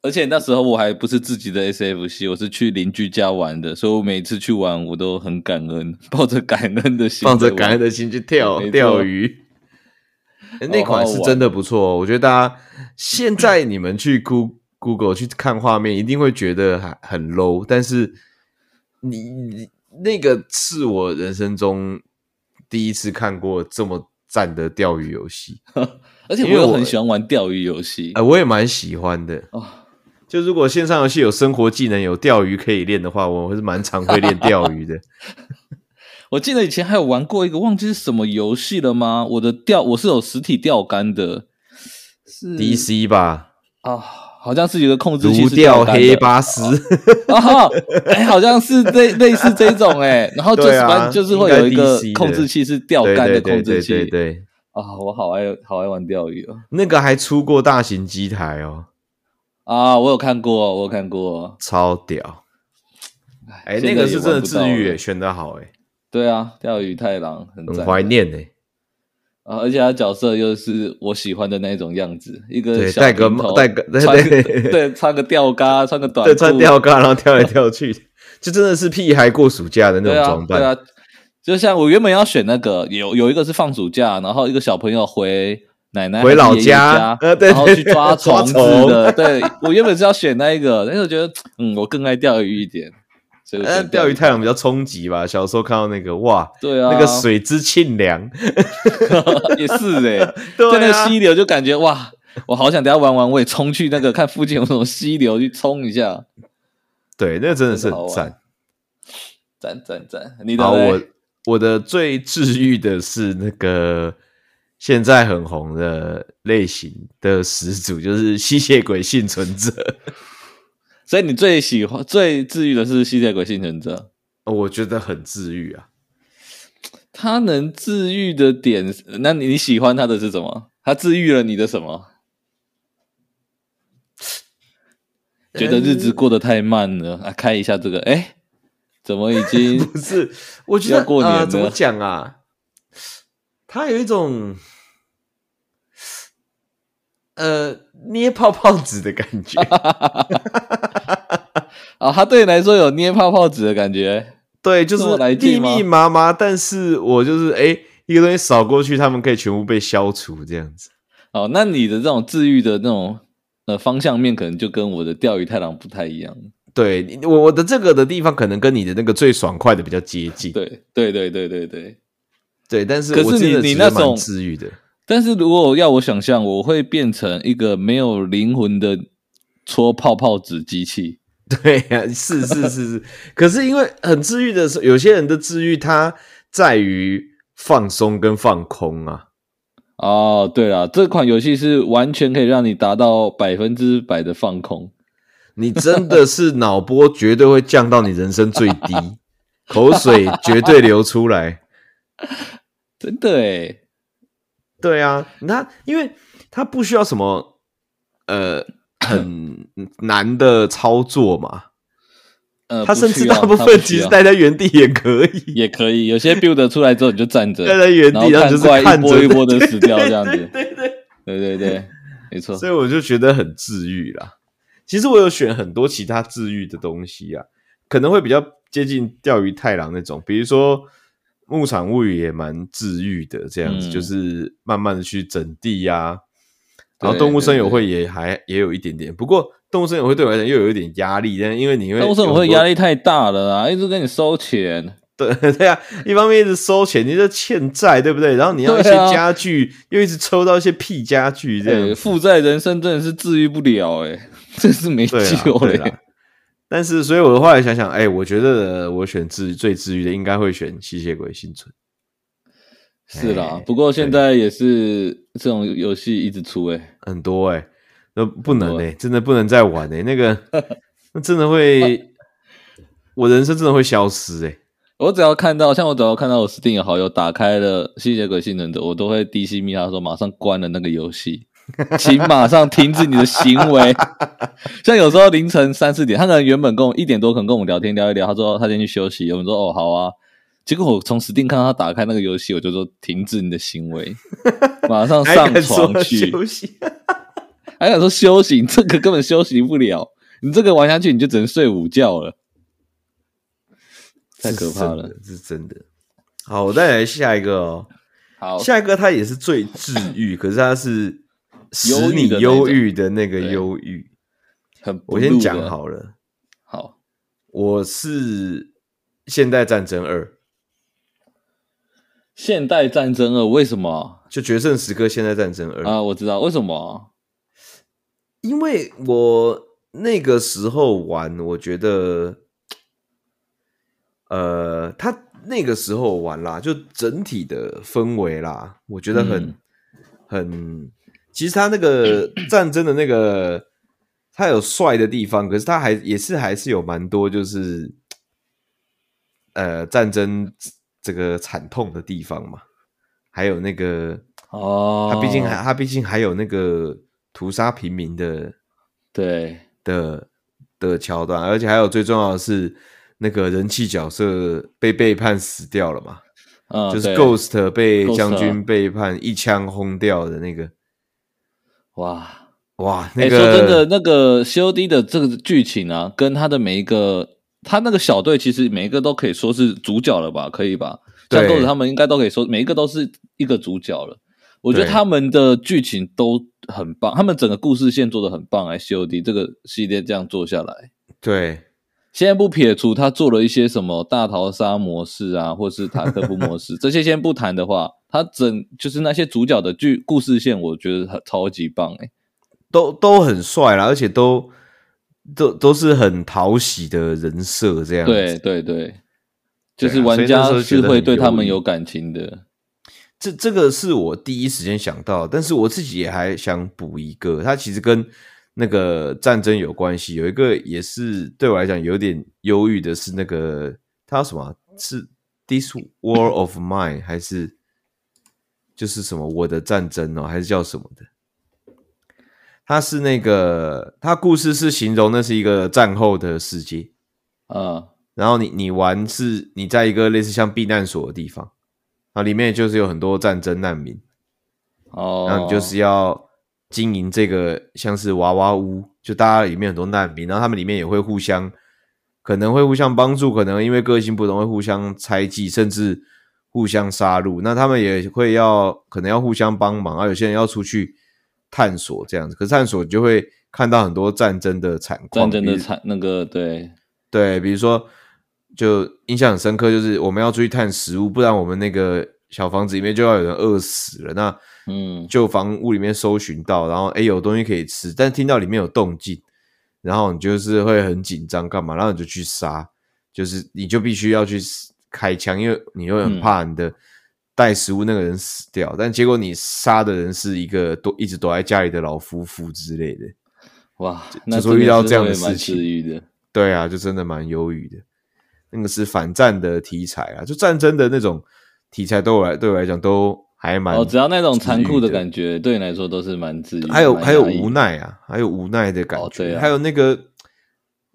Speaker 2: 而且那时候我还不是自己的 SFC，我是去邻居家玩的，所以我每次去玩我都很感恩，抱着感恩的心，
Speaker 1: 放着感恩的心去钓
Speaker 2: 没错哦
Speaker 1: 钓 鱼。欸那
Speaker 2: 好好
Speaker 1: 款是
Speaker 2: 玩
Speaker 1: 真的不错哦、我觉得大家现在你们去 Goo- Google 去看画面，一定会觉得很很 low，但是你你那个是我人生中第一次看过这么赞的钓鱼游戏，
Speaker 2: 而且我
Speaker 1: 因为
Speaker 2: 又
Speaker 1: 我
Speaker 2: 很喜欢玩钓鱼游戏
Speaker 1: 哎、我也蛮喜欢的。
Speaker 2: 啊，
Speaker 1: 就如果线上游戏有生活技能、有钓鱼可以练的话，我会是蛮常会练钓鱼的。
Speaker 2: 我记得以前还有玩过一个忘记是什么游戏了吗？我的钓我是有实体钓竿的，是
Speaker 1: DC 吧，
Speaker 2: 啊，好像是有个控制器
Speaker 1: 如
Speaker 2: 是钓
Speaker 1: 钓
Speaker 2: 竿的
Speaker 1: 黑巴斯。
Speaker 2: 啊，哎、好像是类类似这种哎、 然后就是、
Speaker 1: 对啊
Speaker 2: 反正就是会有一个
Speaker 1: 应该 DC 的
Speaker 2: 控制器是钓竿的控制器
Speaker 1: 对对对对对对，
Speaker 2: 啊，我好爱好爱玩钓鱼哦
Speaker 1: 那个还出过大型机台哦，
Speaker 2: 啊，我有看过，我有看过，
Speaker 1: 超屌！哎，那
Speaker 2: 现在
Speaker 1: 个
Speaker 2: 也
Speaker 1: 是
Speaker 2: 玩
Speaker 1: 真的
Speaker 2: 不
Speaker 1: 治
Speaker 2: 到
Speaker 1: 愈
Speaker 2: 了
Speaker 1: 耶，选的好哎，
Speaker 2: 对啊，钓鱼太郎很
Speaker 1: 很
Speaker 2: 赞
Speaker 1: 怀念哎。
Speaker 2: 啊，而且他角色又是我喜欢的那种样子，一个
Speaker 1: 对
Speaker 2: 小
Speaker 1: 戴个
Speaker 2: 平头
Speaker 1: 帽戴个 对
Speaker 2: 穿 个
Speaker 1: 对
Speaker 2: 对穿个吊嘎，穿个短
Speaker 1: 对，
Speaker 2: 裤
Speaker 1: 穿吊杆然后跳来跳去，就真的是屁孩过暑假的那
Speaker 2: 对
Speaker 1: 种
Speaker 2: 啊
Speaker 1: 装
Speaker 2: 对
Speaker 1: 扮。
Speaker 2: 啊，就像我原本要选那个，有有一个是放暑假，然后一个小朋友回奶奶
Speaker 1: 回
Speaker 2: 啊还是
Speaker 1: 老
Speaker 2: 爷爷
Speaker 1: 家
Speaker 2: 家，
Speaker 1: 呃 对
Speaker 2: 然后
Speaker 1: 对
Speaker 2: 去
Speaker 1: 对
Speaker 2: 抓
Speaker 1: 抓
Speaker 2: 子
Speaker 1: 虫
Speaker 2: 的。对我原本是要选那一个，但是我觉得嗯，我更爱钓鱼一点，所以我选
Speaker 1: 呃，钓鱼太郎比较冲击吧，小时候看到那个哇，
Speaker 2: 对啊，
Speaker 1: 那个水之沁凉，
Speaker 2: 也是哎、
Speaker 1: 对
Speaker 2: 在那个
Speaker 1: 啊
Speaker 2: 溪流就感觉哇，我好想等一下玩玩，我也冲去那个看附近有什么溪流去冲一下，
Speaker 1: 对，那个真的是
Speaker 2: 真的好
Speaker 1: 很
Speaker 2: 玩
Speaker 1: 赞。
Speaker 2: 赞赞赞！你的
Speaker 1: 好，
Speaker 2: 嘞
Speaker 1: 我我的最治愈的是那个现在很红的类型的始祖，就是吸血鬼幸存者。
Speaker 2: 所以你最喜欢、最治愈的是《吸血鬼幸存者
Speaker 1: 我觉得很治愈啊，》，
Speaker 2: 它能治愈的点，那你你喜欢它的是什么？它治愈了你的什么？觉得日子过得太慢了啊！开一下这个，哎，怎么已经
Speaker 1: 不是？我觉得
Speaker 2: 要过年
Speaker 1: 呃、
Speaker 2: 了
Speaker 1: 怎么讲啊？它有一种呃捏泡泡纸的感 觉，
Speaker 2: 啊？它对你来说有捏泡泡纸的感觉，
Speaker 1: 对，就
Speaker 2: 这么来
Speaker 1: 是密
Speaker 2: 劲吗
Speaker 1: 密麻麻，但是我就是哎、一个东西扫过去，他们可以全部被消除这样子。
Speaker 2: 哦，那你的这种治愈的那种呃方向面，可能就跟我的钓鱼太郎不太一样。
Speaker 1: 对你我我的这个的地方，可能跟你的那个最爽快的比较接近。
Speaker 2: 对对对对对对。
Speaker 1: 对，但是
Speaker 2: 可是
Speaker 1: 我真的
Speaker 2: 你
Speaker 1: 觉
Speaker 2: 你
Speaker 1: 得
Speaker 2: 那种
Speaker 1: 蛮治愈的。
Speaker 2: 但是如果要我想象，我会变成一个没有灵魂的搓泡泡纸机器。
Speaker 1: 对呀、是是是是。可是因为很治愈的时候，有些人的治愈它在于放松跟放空啊。
Speaker 2: 哦，对了，这款游戏是完全可以让你达到百分之百的放空。
Speaker 1: 你真的是脑波绝对会降到你人生最低，口水绝对流出来。
Speaker 2: 真的欸诶，
Speaker 1: 对啊，那因为它不需要什么呃很难的操作嘛，
Speaker 2: 呃，
Speaker 1: 他
Speaker 2: 不
Speaker 1: 甚至
Speaker 2: 需要
Speaker 1: 大部
Speaker 2: 它
Speaker 1: 分
Speaker 2: 不需
Speaker 1: 其实
Speaker 2: 要
Speaker 1: 待在原地也可以，
Speaker 2: 也可以，有些 build 出来之后你就站着，
Speaker 1: 待在原地，然
Speaker 2: 然
Speaker 1: 后
Speaker 2: 后
Speaker 1: 就是
Speaker 2: 怪
Speaker 1: 看
Speaker 2: 一波
Speaker 1: 着
Speaker 2: 一波的死掉这样子。
Speaker 1: 对对对 对
Speaker 2: 对对对，没错
Speaker 1: 对，。所以我就觉得很治愈啦。其实我有选很多其他治愈的东西啊，可能会比较接近钓鱼太郎那种，比如说《牧场物语》也蛮治愈的，这样子、
Speaker 2: 嗯
Speaker 1: 就是慢慢的去整地呀、
Speaker 2: 对
Speaker 1: 然后动物声友会也还也有一点点，不过动物声友会对我来讲又有一点压力，但因为你会
Speaker 2: 但为什么
Speaker 1: 有
Speaker 2: 会
Speaker 1: 很多
Speaker 2: 压力太大了啊？一直跟你收钱，
Speaker 1: 对 对啊，一方面一直收钱，你这欠债，对不对？然后你要一些
Speaker 2: 对啊
Speaker 1: 家具，又一直抽到一些屁家具，这样
Speaker 2: 对，哎负债人生真的是治愈不了哎、真是没
Speaker 1: 对啦
Speaker 2: 救欸
Speaker 1: 对
Speaker 2: 了、
Speaker 1: 啦但是，所以我后来想想，哎、我觉得我选治最治愈的，应该会选吸血鬼幸存。
Speaker 2: 是啦
Speaker 1: 哎，
Speaker 2: 不过现在也是这种游戏一直出哎、
Speaker 1: 很多哎、那不能哎、
Speaker 2: 很多啊
Speaker 1: 真的不能再玩哎、那 个那真的会，我人生真的会消失哎、
Speaker 2: 我只要看到，像我只要看到我 Steam 的好友打开了《吸血鬼幸存者》，我都会低吸密他说马上关了那个游戏， 请马上停止你的行为。像有时候凌晨三四点，他可能原本跟我一点多，可能跟我们聊天聊一聊，他说他先去休息，我们说哦好啊。结果我从 Steam 看到他打开那个游戏，我就说停止你的 行为，马上
Speaker 1: 还
Speaker 2: 上
Speaker 1: 敢
Speaker 2: 床
Speaker 1: 说
Speaker 2: 去。
Speaker 1: 休息？
Speaker 2: 还想说休息，你这个根本休息不了，你这个玩下去你就只能睡午觉了，太可怕
Speaker 1: 这是真
Speaker 2: 了。
Speaker 1: 的，这是真的。好，我再来下一个哦。
Speaker 2: 好，
Speaker 1: 下一个它也是最治 愈，可是它是使
Speaker 2: 忧
Speaker 1: 你
Speaker 2: 郁的那
Speaker 1: 忧
Speaker 2: 种
Speaker 1: 郁的那个
Speaker 2: 对
Speaker 1: 忧郁。
Speaker 2: 很
Speaker 1: 我先讲
Speaker 2: blue 的，
Speaker 1: 好了，
Speaker 2: 好，
Speaker 1: 我是《现代战争二》，
Speaker 2: 现代战争二为什么
Speaker 1: 就《决胜时刻》《现代战争二》
Speaker 2: 啊？我知道为什么
Speaker 1: 因为我那个时候玩，我觉得，呃，他那个时候玩啦，就整体的氛围啦，我觉得很、
Speaker 2: 嗯
Speaker 1: 很，其实他那 个战争的那个，他有帅的地方，可是他还也是还是有蛮多就是，呃，战争这个惨痛的地方嘛，还有那个。
Speaker 2: 哦，
Speaker 1: 他毕竟还他毕竟还有那个屠杀平民的
Speaker 2: 对
Speaker 1: 的的桥段，而且还有最重要的是，那个人气角色被背叛死掉了嘛，
Speaker 2: 嗯，
Speaker 1: 就是
Speaker 2: 对
Speaker 1: Ghost 被
Speaker 2: Ghost 啊
Speaker 1: 将军背叛一枪轰掉的那个，
Speaker 2: 哇。
Speaker 1: 哇，
Speaker 2: 哎、
Speaker 1: 那个
Speaker 2: 说真的，那个 COD 的这个剧情啊，跟他的每一个，他那个小队其实每一个都可以说是主角了吧，可以吧？
Speaker 1: 对
Speaker 2: 战斗者他们应该都可以说每一个都是一个主角了。我觉得
Speaker 1: 对
Speaker 2: 他们的剧情都很棒，他们整个故事线做的很棒、哎，COD 这个系列这样做下来，
Speaker 1: 对
Speaker 2: 现在不撇除他做了一些什么大逃杀模式啊， 或是塔科夫 模式这些先不谈的话，他整就是那些主角的剧故事线，我觉得很超级棒、哎。
Speaker 1: 都都很帅啦，而且都都都是很讨喜的人设这样子，
Speaker 2: 对对对，就
Speaker 1: 对
Speaker 2: 是
Speaker 1: 啊所
Speaker 2: 玩
Speaker 1: 以那时
Speaker 2: 家
Speaker 1: 候觉
Speaker 2: 是
Speaker 1: 得
Speaker 2: 会
Speaker 1: 很
Speaker 2: 对他
Speaker 1: 忧
Speaker 2: 们
Speaker 1: 郁
Speaker 2: 有感情的。
Speaker 1: 这这个是我第一时间想到，但是我自己也还想补一个，它其实跟那个战争有关系，有一个也是对我来讲有点忧郁的是那个它叫什么啊是 This War of Mine 还是就是什么我的战争哦，还是叫什么的？它是那个，它故事是形容那是一个战后的世界，
Speaker 2: 啊，
Speaker 1: 然后你你玩是你在一个类似像避难所的地方，啊，里面就是有很多战争难民，
Speaker 2: 哦，
Speaker 1: 然后你就是要经营这个像是娃娃屋，就大家里面很多难民，然后他们里面也会互相，可能会互相帮助，可能因为个性不同会互相猜忌，甚至互相杀戮。那他们也会要可能要互相帮忙，啊，有些人要出去探索这样子，可是探索你就会看到很多战争的惨况，
Speaker 2: 战争
Speaker 1: 比
Speaker 2: 的
Speaker 1: 如
Speaker 2: 惨那个对，
Speaker 1: 对，比如说，就印象很深刻，就是我们要出去探食物，不然我们那个小房子里面就要有人饿死了。那
Speaker 2: 嗯，
Speaker 1: 就房屋里面搜寻到，然后诶有东西可以吃，但听到里面有动静，然后你就是会很紧张，干嘛？然后你就去杀，就是你就必须要去死开枪，因为你会很
Speaker 2: 嗯
Speaker 1: 怕你的带食物那个人死掉。但结果你杀的人是一个躲一直躲在家里的老夫妇之类的。
Speaker 2: 哇，那
Speaker 1: 就说
Speaker 2: 真
Speaker 1: 遇到
Speaker 2: 是
Speaker 1: 这样的
Speaker 2: 会蛮
Speaker 1: 事情
Speaker 2: 治愈的。
Speaker 1: 对啊，就真的蛮忧郁的。那个是反战的题材啊，就战争的那种题材，对我来对我来讲都还蛮
Speaker 2: 哦，只要那种残酷
Speaker 1: 治
Speaker 2: 的
Speaker 1: 愈的
Speaker 2: 感觉，对你来说都是蛮治愈的。
Speaker 1: 还有
Speaker 2: 蛮
Speaker 1: 还有
Speaker 2: 压抑
Speaker 1: 无奈啊，还有无奈的感
Speaker 2: 哦
Speaker 1: 觉，
Speaker 2: 对啊
Speaker 1: 还有那个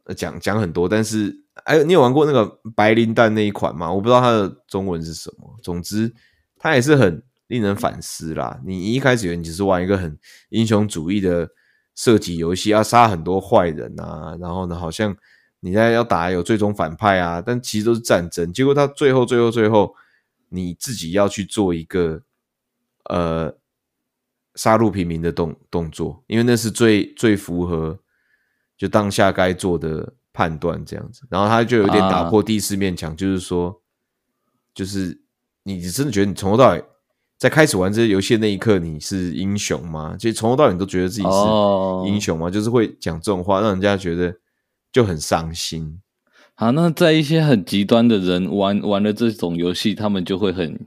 Speaker 1: 呃讲讲很多，但是还有你有玩过那个白磷弹那一款吗？我不知道它的中文是什么，总之它也是很令人反思啦。你一开始以为你只是玩一个很英雄主义的射击游戏，要啊杀很多坏人啊，然后呢，好像你在要打有最终反派啊，但其实都是战争，结果到最后最后最后你自己要去做一个呃杀戮平民的动动作，因为那是最最符合就当下该做的判断这样子。然后他就有点打
Speaker 2: 啊
Speaker 1: 破第四面墙，就是说就是你真的觉得你从头到尾在开始玩这些游戏的那一刻你是英雄吗？其实从头到尾你都觉得自己
Speaker 2: 哦
Speaker 1: 是英雄吗？就是会讲这种话，让人家觉得就很伤心。
Speaker 2: 啊，那在一些很极端的人玩玩了这种游戏，他们就会很，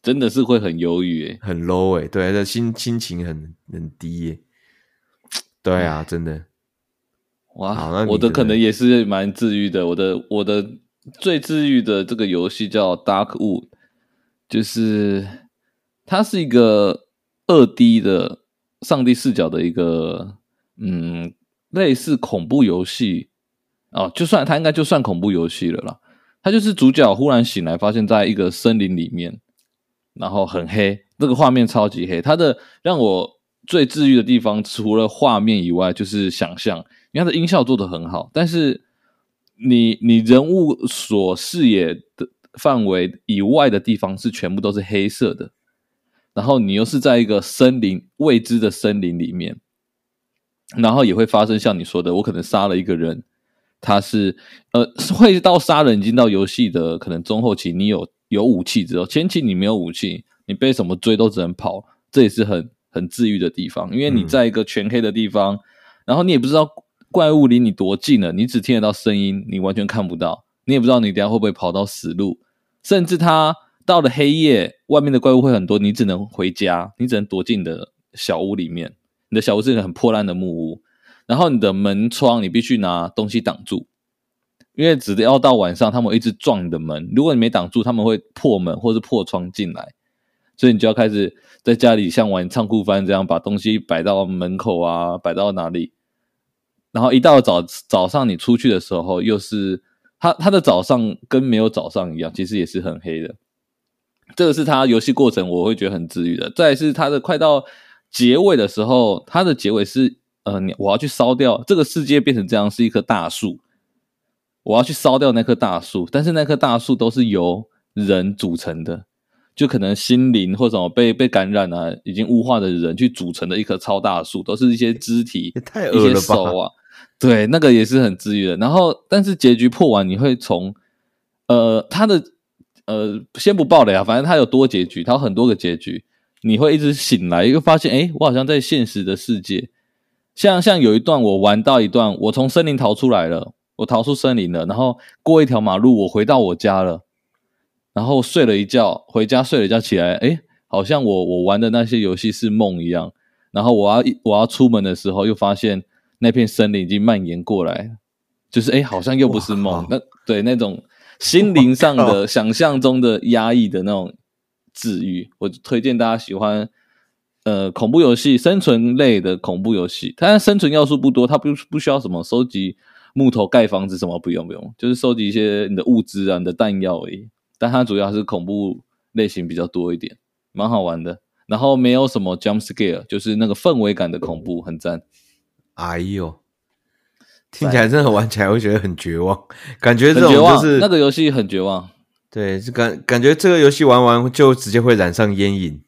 Speaker 2: 真的是会很忧郁欸诶。
Speaker 1: 很 low 哎、对，这心心情很很低耶、对啊，真的，好那
Speaker 2: 哇，
Speaker 1: 你
Speaker 2: 我的
Speaker 1: 觉
Speaker 2: 可
Speaker 1: 得
Speaker 2: 能也是蛮治愈的。我的我的最治愈的这个游戏叫 Dark Wood，就是它是一个二 D 的上帝视角的一个嗯类似恐怖游戏哦，就算它应该就算恐怖游戏了啦。它就是主角忽然醒来，发现在一个森林里面，然后很黑，那个画面超级黑。它的让我最治愈的地方，除了画面以外，就是想象，因为它的音效做得很好，但是你你人物所视野的范围以外的地方是全部都是黑色的，然后你又是在一个森林未知的森林里面，然后也会发生像你说的，我可能杀了一个人，他是呃是会到杀人已经到游戏的可能中后期，你有有武器之后，前期你没有武器，你被什么追都只能跑，这也是很很治愈的地方，因为你
Speaker 1: 嗯
Speaker 2: 在一个全黑的地方，然后你也不知道怪物离你多近了，你只听得到声音，你完全看不到，你也不知道你等一下会不会跑到死路，甚至它到了黑夜，外面的怪物会很多，你只能回家，你只能躲进你的小屋里面。你的小屋是一个很破烂的木屋，然后你的门窗你必须拿东西挡住，因为只要到晚上，他们会一直撞你的门，如果你没挡住，他们会破门或是破窗进来，所以你就要开始在家里像玩仓库番这样，把东西摆到门口啊，摆到哪里。然后一到早早上你出去的时候，又是他他的早上跟没有早上一样，其实也是很黑的。这个是他游戏过程，我会觉得很治愈的。再来是他的快到结尾的时候，他的结尾是呃，你我要去烧掉这个世界变成这样是一棵大树，我要去烧掉那棵大树，但是那棵大树都是由人组成的，就可能心灵或什么被被感染啊，已经物化的人去组成的一棵超大树，都是一些肢体
Speaker 1: 也太
Speaker 2: 一
Speaker 1: 恶
Speaker 2: 些
Speaker 1: 了
Speaker 2: 手
Speaker 1: 吧！
Speaker 2: 啊，对，那个也是很治愈的。然后，但是结局破完，你会从呃他的呃先不爆雷啊，反正他有多结局，他有很多个结局，你会一直醒来，又发现诶，我好像在现实的世界。像像有一段我玩到一段，我从森林逃出来了，我逃出森林了，然后过一条马路，我回到我家了，然后睡了一觉，回家睡了一觉起来，诶，好像我我玩的那些游戏是梦一样。然后我要一我要出门的时候，又发现那片森林已经蔓延过来，就是诶，好像又不是
Speaker 1: 哇
Speaker 2: 梦
Speaker 1: 靠，
Speaker 2: 那对那种心灵上
Speaker 1: 我
Speaker 2: 的
Speaker 1: 靠
Speaker 2: 想象中的压抑的那种治愈，我推荐大家喜欢。呃，恐怖游戏、生存类的恐怖游戏，它生存要素不多，它不不需要什么收集木头盖房子什么，不用不用，就是收集一些你的物资啊、你的弹药而已。但它主要还是恐怖类型比较多一点，蛮好玩的。然后没有什么 jump scare，就是那个氛围感的恐怖，很赞。
Speaker 1: 哎呦，听起来真的玩起来会觉得很绝望，感觉这
Speaker 2: 很
Speaker 1: 种
Speaker 2: 绝望
Speaker 1: 就，是
Speaker 2: 那个游戏很绝望。
Speaker 1: 对，是感感觉这个游戏玩完就直接会染上烟瘾，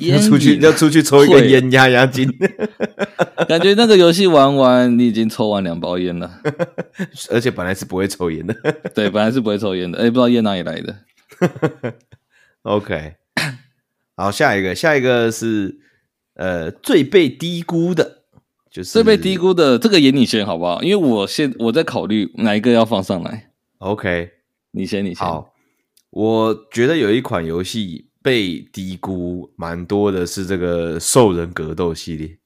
Speaker 1: 要 出去
Speaker 2: 烟瘾
Speaker 1: 要出去抽一根
Speaker 2: 会
Speaker 1: 烟压压惊，
Speaker 2: 感觉那个游戏玩完，你已经抽完两包 烟了。
Speaker 1: 而且本来是不会抽烟的。
Speaker 2: 对，本来是不会抽烟的，哎，不知道烟哪里来的。
Speaker 1: OK，好，下一个，下一个是呃最被低估的，就是
Speaker 2: 最被低。估的这个也你先好不好？因为我现我在考虑哪一个要放上来。
Speaker 1: OK，
Speaker 2: 你先，你先。
Speaker 1: 好，我觉得有一款游戏被低估蛮多的，是这个兽人格斗系列。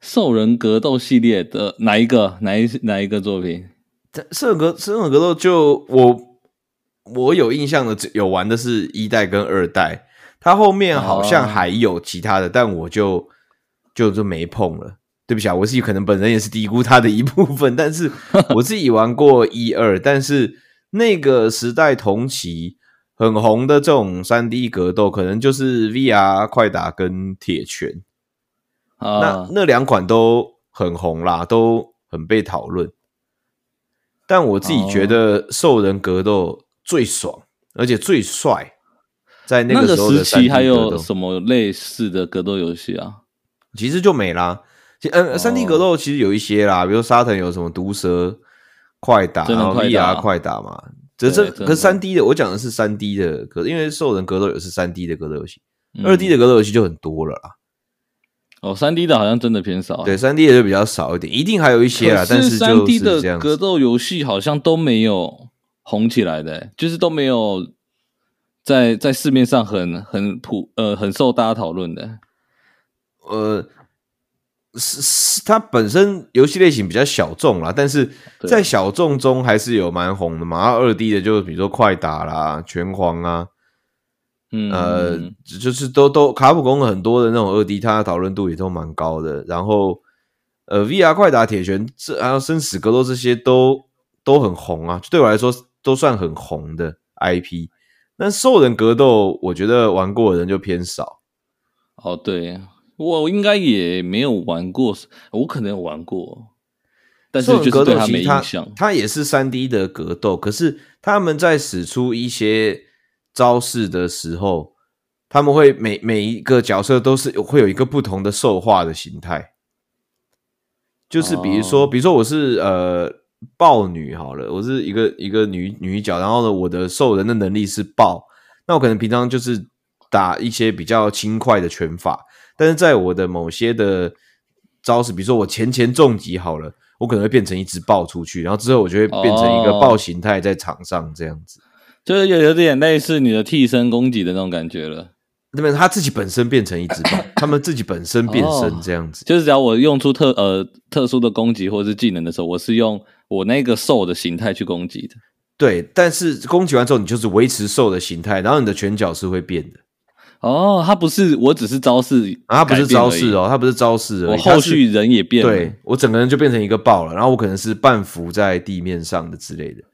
Speaker 2: 兽人格斗系列的哪一个？哪一哪一个作品？
Speaker 1: 这兽人格兽人格斗就我我有印象的，只有玩的是一代跟二代，它后面好像
Speaker 2: 哦
Speaker 1: 还有其他的，但我就就就没碰了。对不起啊，我自己可能本人也是低估它的一部分，但是我自己玩过一二，但是那个时代同期很红的这种三 D 格斗，可能就是 VR 快打跟铁拳。那
Speaker 2: 啊，
Speaker 1: 那两款都很红啦，都很被讨论。但我自己觉
Speaker 2: 哦
Speaker 1: 得兽人格斗最爽，而且最帅，在
Speaker 2: 那
Speaker 1: 个时候的
Speaker 2: 时
Speaker 1: 三
Speaker 2: 期
Speaker 1: D
Speaker 2: 还
Speaker 1: 格斗
Speaker 2: 有什么类似的格斗游戏啊？
Speaker 1: 其实就没啦。其嗯，
Speaker 2: 哦
Speaker 1: 三 D 格斗其实有一些啦，比如沙腾有什么毒蛇快打，
Speaker 2: 真
Speaker 1: 然
Speaker 2: 人
Speaker 1: 后
Speaker 2: 快打
Speaker 1: VR 快打嘛，只是
Speaker 2: 对真的
Speaker 1: 可是三 D 的，我讲的是三 D 的格，因为兽人格斗也是三 D 的格斗游戏，二 D
Speaker 2: 的
Speaker 1: 的格斗游戏就很多了啦。
Speaker 2: 嗯哦，三 D 的好像真的偏少。啊
Speaker 1: 对，，三 D 的就比较少一点，一定还有一些啦，
Speaker 2: 哦可
Speaker 1: 啊但
Speaker 2: 是
Speaker 1: 就
Speaker 2: 三 D
Speaker 1: 是这
Speaker 2: 的
Speaker 1: 样
Speaker 2: 格
Speaker 1: 子。
Speaker 2: 斗游戏好像都没有红起来的、就是都没有在在市面上很很普呃很受大家讨论的。
Speaker 1: 呃，是是，它本身游戏类型比较小众啦，但是
Speaker 2: 对啊
Speaker 1: 在小众中还是有蛮红的嘛。然后二 D 的就比如说快打啦、拳皇啊，
Speaker 2: 嗯，
Speaker 1: 呃，就就是都都卡普空很多的那种二 D，它的讨论度也都蛮高的。然后，呃，VR 快打、铁拳这还有生死格斗这些都都很红啊，对我来说都算很红的 IP。但兽人格斗，我觉得玩过的人就偏少。
Speaker 2: 哦，对我应该也没有玩过，我可能有玩过，但是
Speaker 1: 兽人
Speaker 2: 就是
Speaker 1: 格
Speaker 2: 对
Speaker 1: 斗
Speaker 2: 它
Speaker 1: 其
Speaker 2: 没
Speaker 1: 实
Speaker 2: 印
Speaker 1: 它
Speaker 2: 象。
Speaker 1: 它也是三 D 的格斗，可是他们在使出一些招式的时候，他们会每每一个角色都是有会有一个不同的兽化的形态，就是比如说，
Speaker 2: 哦
Speaker 1: 比如说我是呃豹女好了，我是一个一个女女角，然后呢，我的兽人的能力是豹，那我可能平常就是打一些比较轻快的拳法，但是在我的某些的招式，比如说我前前重击好了，我可能会变成一只豹出去，然后之后我就会变成一个
Speaker 2: 哦
Speaker 1: 豹形态在场上这样子。
Speaker 2: 就是有有点类似你的替身攻击的那种感觉了，
Speaker 1: 那么他自己本身变成一只豹，他们自己本身变
Speaker 2: 哦
Speaker 1: 身这样子。
Speaker 2: 就是只要我用出特呃特殊的攻击或者是技能的时候，我是用我那个兽的形态去攻击的。
Speaker 1: 对，但是攻击完之后，你就是维持兽的形态，然后你的拳脚是会变的。
Speaker 2: 哦，它不是，我只是招式，
Speaker 1: 啊，它不是招式，哦，它不是招式而
Speaker 2: 我
Speaker 1: 已，它
Speaker 2: 后
Speaker 1: 是
Speaker 2: 续人也变了。
Speaker 1: 对我整个人就变成一个豹了，然后我可能是半浮在地面上的之类的，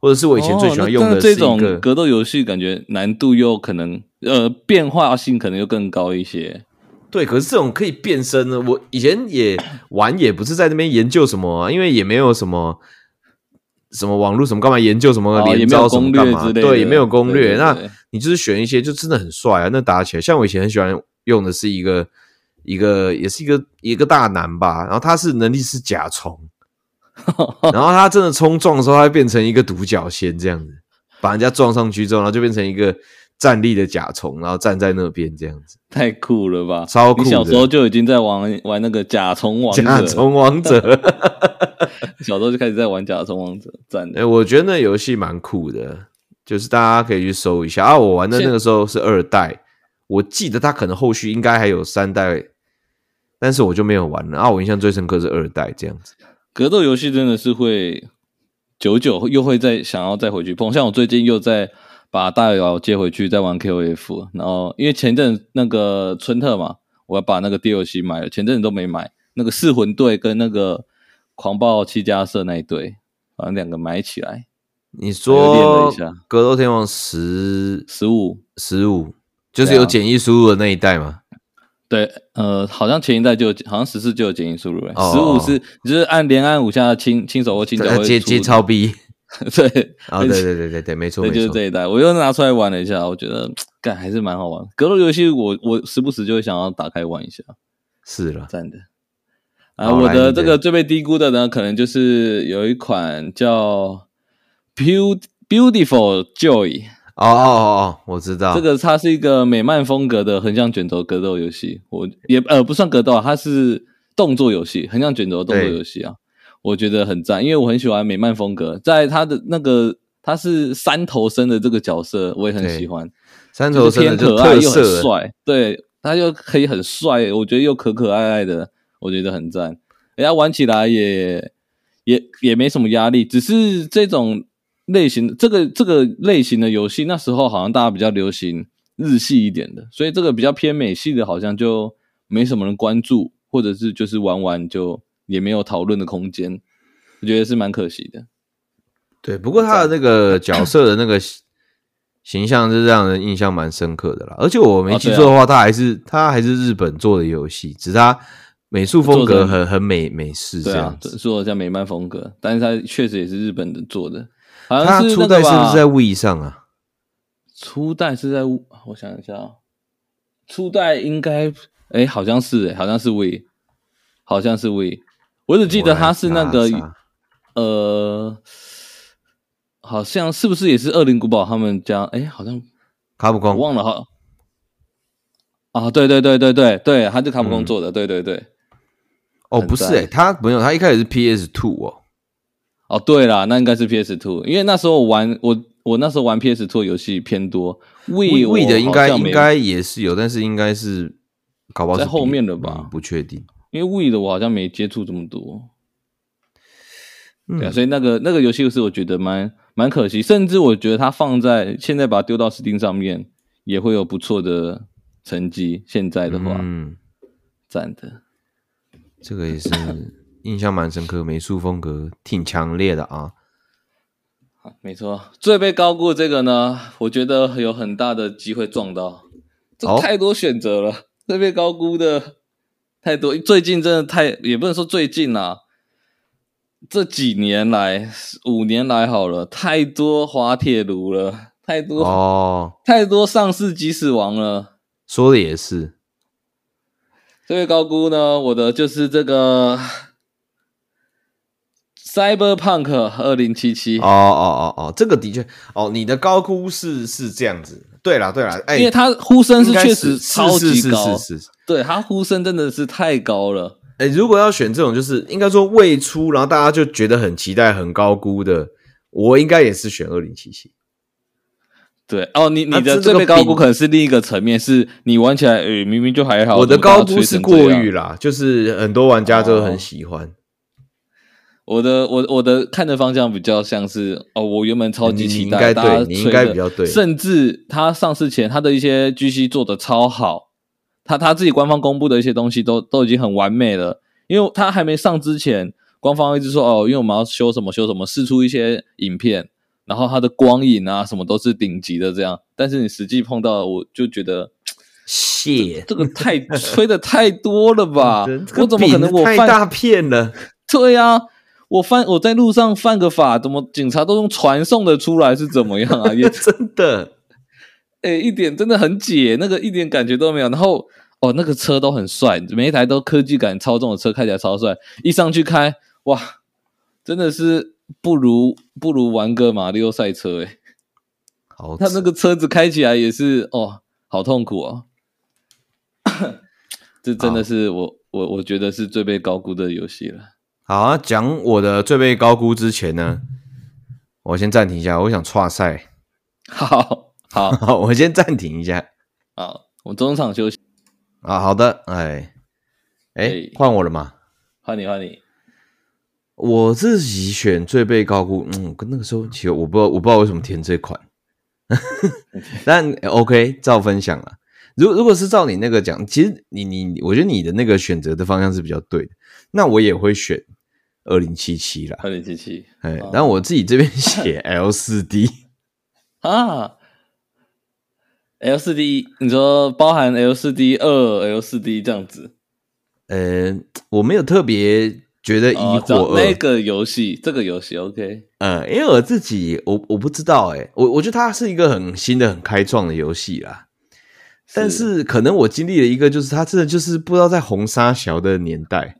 Speaker 1: 或者是我
Speaker 2: 哦，
Speaker 1: 以前最喜欢
Speaker 2: 那
Speaker 1: 用
Speaker 2: 那
Speaker 1: 的是一
Speaker 2: 这
Speaker 1: 个
Speaker 2: 种格斗游戏，感觉难度又可能呃变化性可能又更高一些。
Speaker 1: 对，可是这种可以变身呢，我以前也玩，也不是在那边研究什么啊、因为也没有什么什么网络什么干嘛研究什么
Speaker 2: 哦也
Speaker 1: 连
Speaker 2: 没有
Speaker 1: 呃招什么
Speaker 2: 攻略
Speaker 1: 干嘛，
Speaker 2: 之类的
Speaker 1: 对，也没有攻略。
Speaker 2: 对对对
Speaker 1: 那你就是选一些就真的很帅啊，那打起来，像我以前很喜欢用的是一个一个也是一个一个大男吧，然后他是能力是甲 虫，然后他真的冲撞的时候，他会变成一个独角仙这样子，把人家撞上去之后，然后就变成一个站立的甲虫，然后站在那边这样子。
Speaker 2: 太酷了吧！
Speaker 1: 超酷的
Speaker 2: 你小时候就已经在玩玩那个甲虫王者，
Speaker 1: 甲虫王者。
Speaker 2: 小时候就开始在玩甲虫王者，赞
Speaker 1: 哎、
Speaker 2: 的。
Speaker 1: 我觉得那游戏蛮酷的，就是大家可以去搜一下啊。我玩的那个时候是二代，我记得它可能后续应该还有三代，但是我就没有玩了啊。我印象最深刻是二代这样子。
Speaker 2: 格斗游戏真的是会久久又会再想要再回去碰，像我最近又在把大姚接回去再玩 KOF，然后因为前阵那个春特嘛，我把那个 DLC 买了，前阵子都没买那个噬魂队跟那个狂暴七加社那一对，反正两个买起来
Speaker 1: 你
Speaker 2: 还有练了
Speaker 1: 说
Speaker 2: 一下
Speaker 1: 《格斗天王》十
Speaker 2: 十五。
Speaker 1: 十五，就是
Speaker 2: 对啊
Speaker 1: 有简易输入的那一代嘛？
Speaker 2: 对，呃，好像前一代就有，好像十四就有剪映输入了，
Speaker 1: 哦
Speaker 2: 十五是你就是按连按五下轻轻手或轻脚
Speaker 1: 它
Speaker 2: 会
Speaker 1: 呃接
Speaker 2: 出
Speaker 1: 接超 B
Speaker 2: 对，
Speaker 1: 啊、对对对对对，没错
Speaker 2: 对，
Speaker 1: 没
Speaker 2: 就是
Speaker 1: 错
Speaker 2: 这。一代，我又拿出来玩了一下，我觉得干还是蛮好玩。格斗游戏我，我时不时就会想要打开玩一下，
Speaker 1: 是了，
Speaker 2: 赞的。啊，
Speaker 1: 好
Speaker 2: 我
Speaker 1: 来
Speaker 2: 的
Speaker 1: 你
Speaker 2: 这
Speaker 1: 的
Speaker 2: 个最被低估的呢，可能就是有一款叫 Beau- Beautiful Joy，、
Speaker 1: 哦哦哦哦，我知道
Speaker 2: 这个它是一个美漫风格的横向卷轴格斗游戏，我也呃不算格斗啊，它是动作游戏，横向卷轴动作
Speaker 1: 对
Speaker 2: 游戏啊，我觉得很赞，因为我很喜欢美漫风格，在它的那个它是三头身的这个角色，我也很喜
Speaker 1: 对
Speaker 2: 欢。
Speaker 1: 三头
Speaker 2: 就是
Speaker 1: 身的
Speaker 2: 偏
Speaker 1: 就
Speaker 2: 可爱
Speaker 1: 特
Speaker 2: 又很
Speaker 1: 色了，
Speaker 2: 帅，对，他又可以很帅，我觉得又可可爱爱的，我觉得很赞。人家玩起来也也也没什么压力，只是这种类型，这个这个类型的游戏，那时候好像大家比较流行日系一点的，所以这个比较偏美系的，好像就没什么人关注，或者是就是玩玩就也没有讨论的空间，我觉得是蛮可惜的。
Speaker 1: 对，不过他的那个角色的那个形形象是让人印象蛮深刻的啦。而且我没
Speaker 2: 哦
Speaker 1: 记
Speaker 2: 对啊
Speaker 1: 错的话，他还是他还是日本做的游戏，只是他美术风
Speaker 2: 做
Speaker 1: 格
Speaker 2: 得
Speaker 1: 很很美美式
Speaker 2: 对
Speaker 1: 这
Speaker 2: 啊
Speaker 1: 样，
Speaker 2: 这
Speaker 1: 子。
Speaker 2: 说的像美漫风格，但是它确实也是日本的做的，好
Speaker 1: 他
Speaker 2: 像是
Speaker 1: 初
Speaker 2: 那
Speaker 1: 代
Speaker 2: 个
Speaker 1: 是不
Speaker 2: 吧
Speaker 1: 是在 We 上啊？
Speaker 2: 初代是在，我想一下、啊，初代应该，哎，好像是，诶好像是 We，好像
Speaker 1: 啊
Speaker 2: 是 We，我只记得他是那个
Speaker 1: 果然是阿萨
Speaker 2: 呃，好像是不是也是恶灵古堡他们家？哎，好像
Speaker 1: 卡普
Speaker 2: 我
Speaker 1: 空
Speaker 2: 忘了哈。啊，对对对对对对，他是卡普空
Speaker 1: 嗯
Speaker 2: 做的，对对对。
Speaker 1: 哦，
Speaker 2: 很
Speaker 1: 不是
Speaker 2: 赞
Speaker 1: 诶、他没有，他一开始是 PS Two 哦，
Speaker 2: 哦，对啦，那应该是 PS Two，因为那时候我玩我我那时候玩 PS Two 游戏偏多，We
Speaker 1: w 的应该应，
Speaker 2: 我好像没
Speaker 1: 该也是有，但是应该是搞不好是
Speaker 2: 在后
Speaker 1: 比
Speaker 2: 面的吧
Speaker 1: 嗯不确定。
Speaker 2: 因为 We 的我好像没接触这么多，
Speaker 1: 嗯
Speaker 2: 对啊，所以那个那个游戏是我觉得蛮蛮可惜，甚至我觉得它放在现在把它丢到 Steam 上面也会有不错的成绩，现在的话，
Speaker 1: 嗯，
Speaker 2: 赞的，
Speaker 1: 这个也是印象蛮深刻，美术风格挺强烈的啊。
Speaker 2: 好没错，最被高估的这个呢，我觉得有很大的机会撞到，这
Speaker 1: 哦
Speaker 2: 太多选择了， 最被高估的太多，最近真的太也不能说最近啦、这几年来五年来好了，太多滑铁卢了，太多、
Speaker 1: 哦，
Speaker 2: 太多上市即死亡了。
Speaker 1: 说的也是，
Speaker 2: 这位高估呢，我的就是这个 Cyberpunk 二零七七
Speaker 1: 哦哦哦哦，这个的确，哦，你的高估是是这样子。对啦对啦，哎、
Speaker 2: 因为它呼声是
Speaker 1: 应该
Speaker 2: 确实超
Speaker 1: 是
Speaker 2: 级
Speaker 1: 是
Speaker 2: 高，
Speaker 1: 是是是是
Speaker 2: 对它呼声真的是太高了。
Speaker 1: 哎、如果要选这种，就是应该说未出，然后大家就觉得很期待、很高估的，我应该也是选二零七七。
Speaker 2: 对哦，你
Speaker 1: 它
Speaker 2: 你的
Speaker 1: 这
Speaker 2: 最
Speaker 1: 个
Speaker 2: 被高估
Speaker 1: 饼
Speaker 2: 可能是另一个层面，是你玩起来，诶、明明就还好。
Speaker 1: 我的
Speaker 2: 怎么把
Speaker 1: 高
Speaker 2: 它
Speaker 1: 估
Speaker 2: 吹
Speaker 1: 是
Speaker 2: 成
Speaker 1: 过
Speaker 2: 这样哦
Speaker 1: 誉啦，就是很多玩家都很喜欢。
Speaker 2: 我的我我的看的方向比较像是哦，我原本超
Speaker 1: 你
Speaker 2: 级
Speaker 1: 你
Speaker 2: 期
Speaker 1: 应
Speaker 2: 待，
Speaker 1: 该
Speaker 2: 大家
Speaker 1: 对你应
Speaker 2: 吹
Speaker 1: 该
Speaker 2: 的
Speaker 1: 比较对
Speaker 2: 甚至他上市前他的一些 GC 做的超好，他他自己官方公布的一些东西都都已经很完美了，因为他还没上之前，官方一直说哦，因为我们要修什么修什么，试出一些影片，然后它的光影啊什么都是顶级的这样，但是你实际碰到我就觉得
Speaker 1: 谢，
Speaker 2: 这个 太吹的太多了吧，
Speaker 1: 这
Speaker 2: 我怎么可能
Speaker 1: 饼
Speaker 2: 我
Speaker 1: 太
Speaker 2: 犯
Speaker 1: 大片了？
Speaker 2: 对呀、我犯我在路上犯个法，怎么警察都用传送的出来是怎么样啊？也
Speaker 1: 真的，
Speaker 2: 诶、一点真的很解，那个一点感觉都没有。然后哦，那个车都很帅，每一台都科技感超重的车，开起来超帅。一上去开，哇，真的是不如不如玩个马里奥赛车诶、
Speaker 1: 好扯，
Speaker 2: 他那个车子开起来也是哦，好痛苦哦。 这真的是我、我我觉得是最被高估的游戏了。
Speaker 1: 好啊！讲我的最被高估之前呢，我先暂停一下，我想岔赛，
Speaker 2: 好好
Speaker 1: 我先暂停一下
Speaker 2: 好，我中场休息。
Speaker 1: 啊。好的，哎哎
Speaker 2: 哎，
Speaker 1: 换我了嘛？
Speaker 2: 换你，换你。
Speaker 1: 我自己选最被高估，嗯，跟那个时候其实我不知道，我不知道为什么填这款， 但呃 OK，照分享了。如如果是照你那个讲，其实你你，我觉得你的那个选择的方向是比较对的。那我也会选二零七七啦，
Speaker 2: 二零七七
Speaker 1: 哎
Speaker 2: 哦，
Speaker 1: 然后我自己这边写 L 四 D，
Speaker 2: 啊，L 四 D，你说包含 L 四 D 二、L 四 D 这样子，
Speaker 1: 呃，我没有特别觉得一
Speaker 2: 哦
Speaker 1: 或
Speaker 2: 找
Speaker 1: 二、
Speaker 2: 那个游戏，这个游戏 OK，
Speaker 1: 呃，因为我自己我我不知道哎、我我觉得它是一个很新的、很开创的游戏啦。但是可能我经历了一个，就是它真的就是不知道在红沙小的年 代，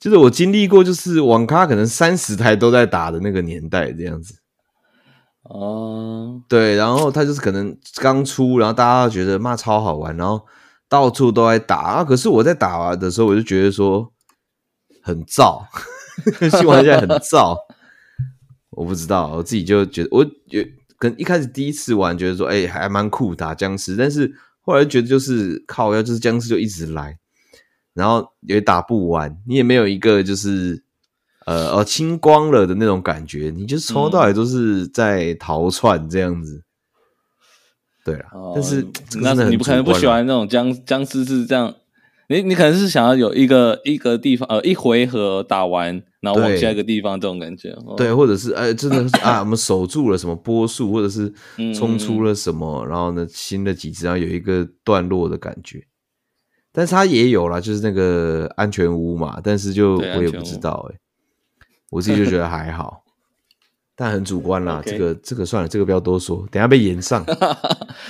Speaker 1: 就是我经历过，就是网咖可能三十台都在打的那个年代这样子。
Speaker 2: 哦，
Speaker 1: 对，然后它就是可能刚出，然后大家觉得骂超好玩，然后到处都在打啊。可是我在打的时候，我就觉得说很燥， 新玩家很燥。我不知道，我自己就觉得，我有跟一开始第一次玩，觉得说，哎、还蛮酷打僵尸，但是后来觉得就是靠，要就是僵尸就一直来，然后也打不完，你也没有一个就是呃哦清光了的那种感觉，你就是从头到尾都是在逃窜这样子。对啦，
Speaker 2: 哦
Speaker 1: 但是
Speaker 2: 你
Speaker 1: 这个
Speaker 2: 那
Speaker 1: 真的很
Speaker 2: 你不可能
Speaker 1: 主
Speaker 2: 不
Speaker 1: 观啊
Speaker 2: 喜
Speaker 1: 啦
Speaker 2: 欢那种僵僵尸是这样，你你可能是想要有一个一个地方呃一回合打完，然后往
Speaker 1: 对
Speaker 2: 下一个地方这种感觉，哦
Speaker 1: 对，或者是哎，真的 是啊，我们守住了什么波数，或者是
Speaker 2: 嗯
Speaker 1: 冲出了什么，然后呢，新的几只，然后有一个段落的感觉。但是它也有啦，就是那个安全屋嘛，但是就
Speaker 2: 对
Speaker 1: 我也
Speaker 2: 安全
Speaker 1: 不知
Speaker 2: 屋
Speaker 1: 道哎、我自己就觉得还好，但很主观啦。
Speaker 2: OK
Speaker 1: 这个这个算了，这个不要多说，等一下被延 上。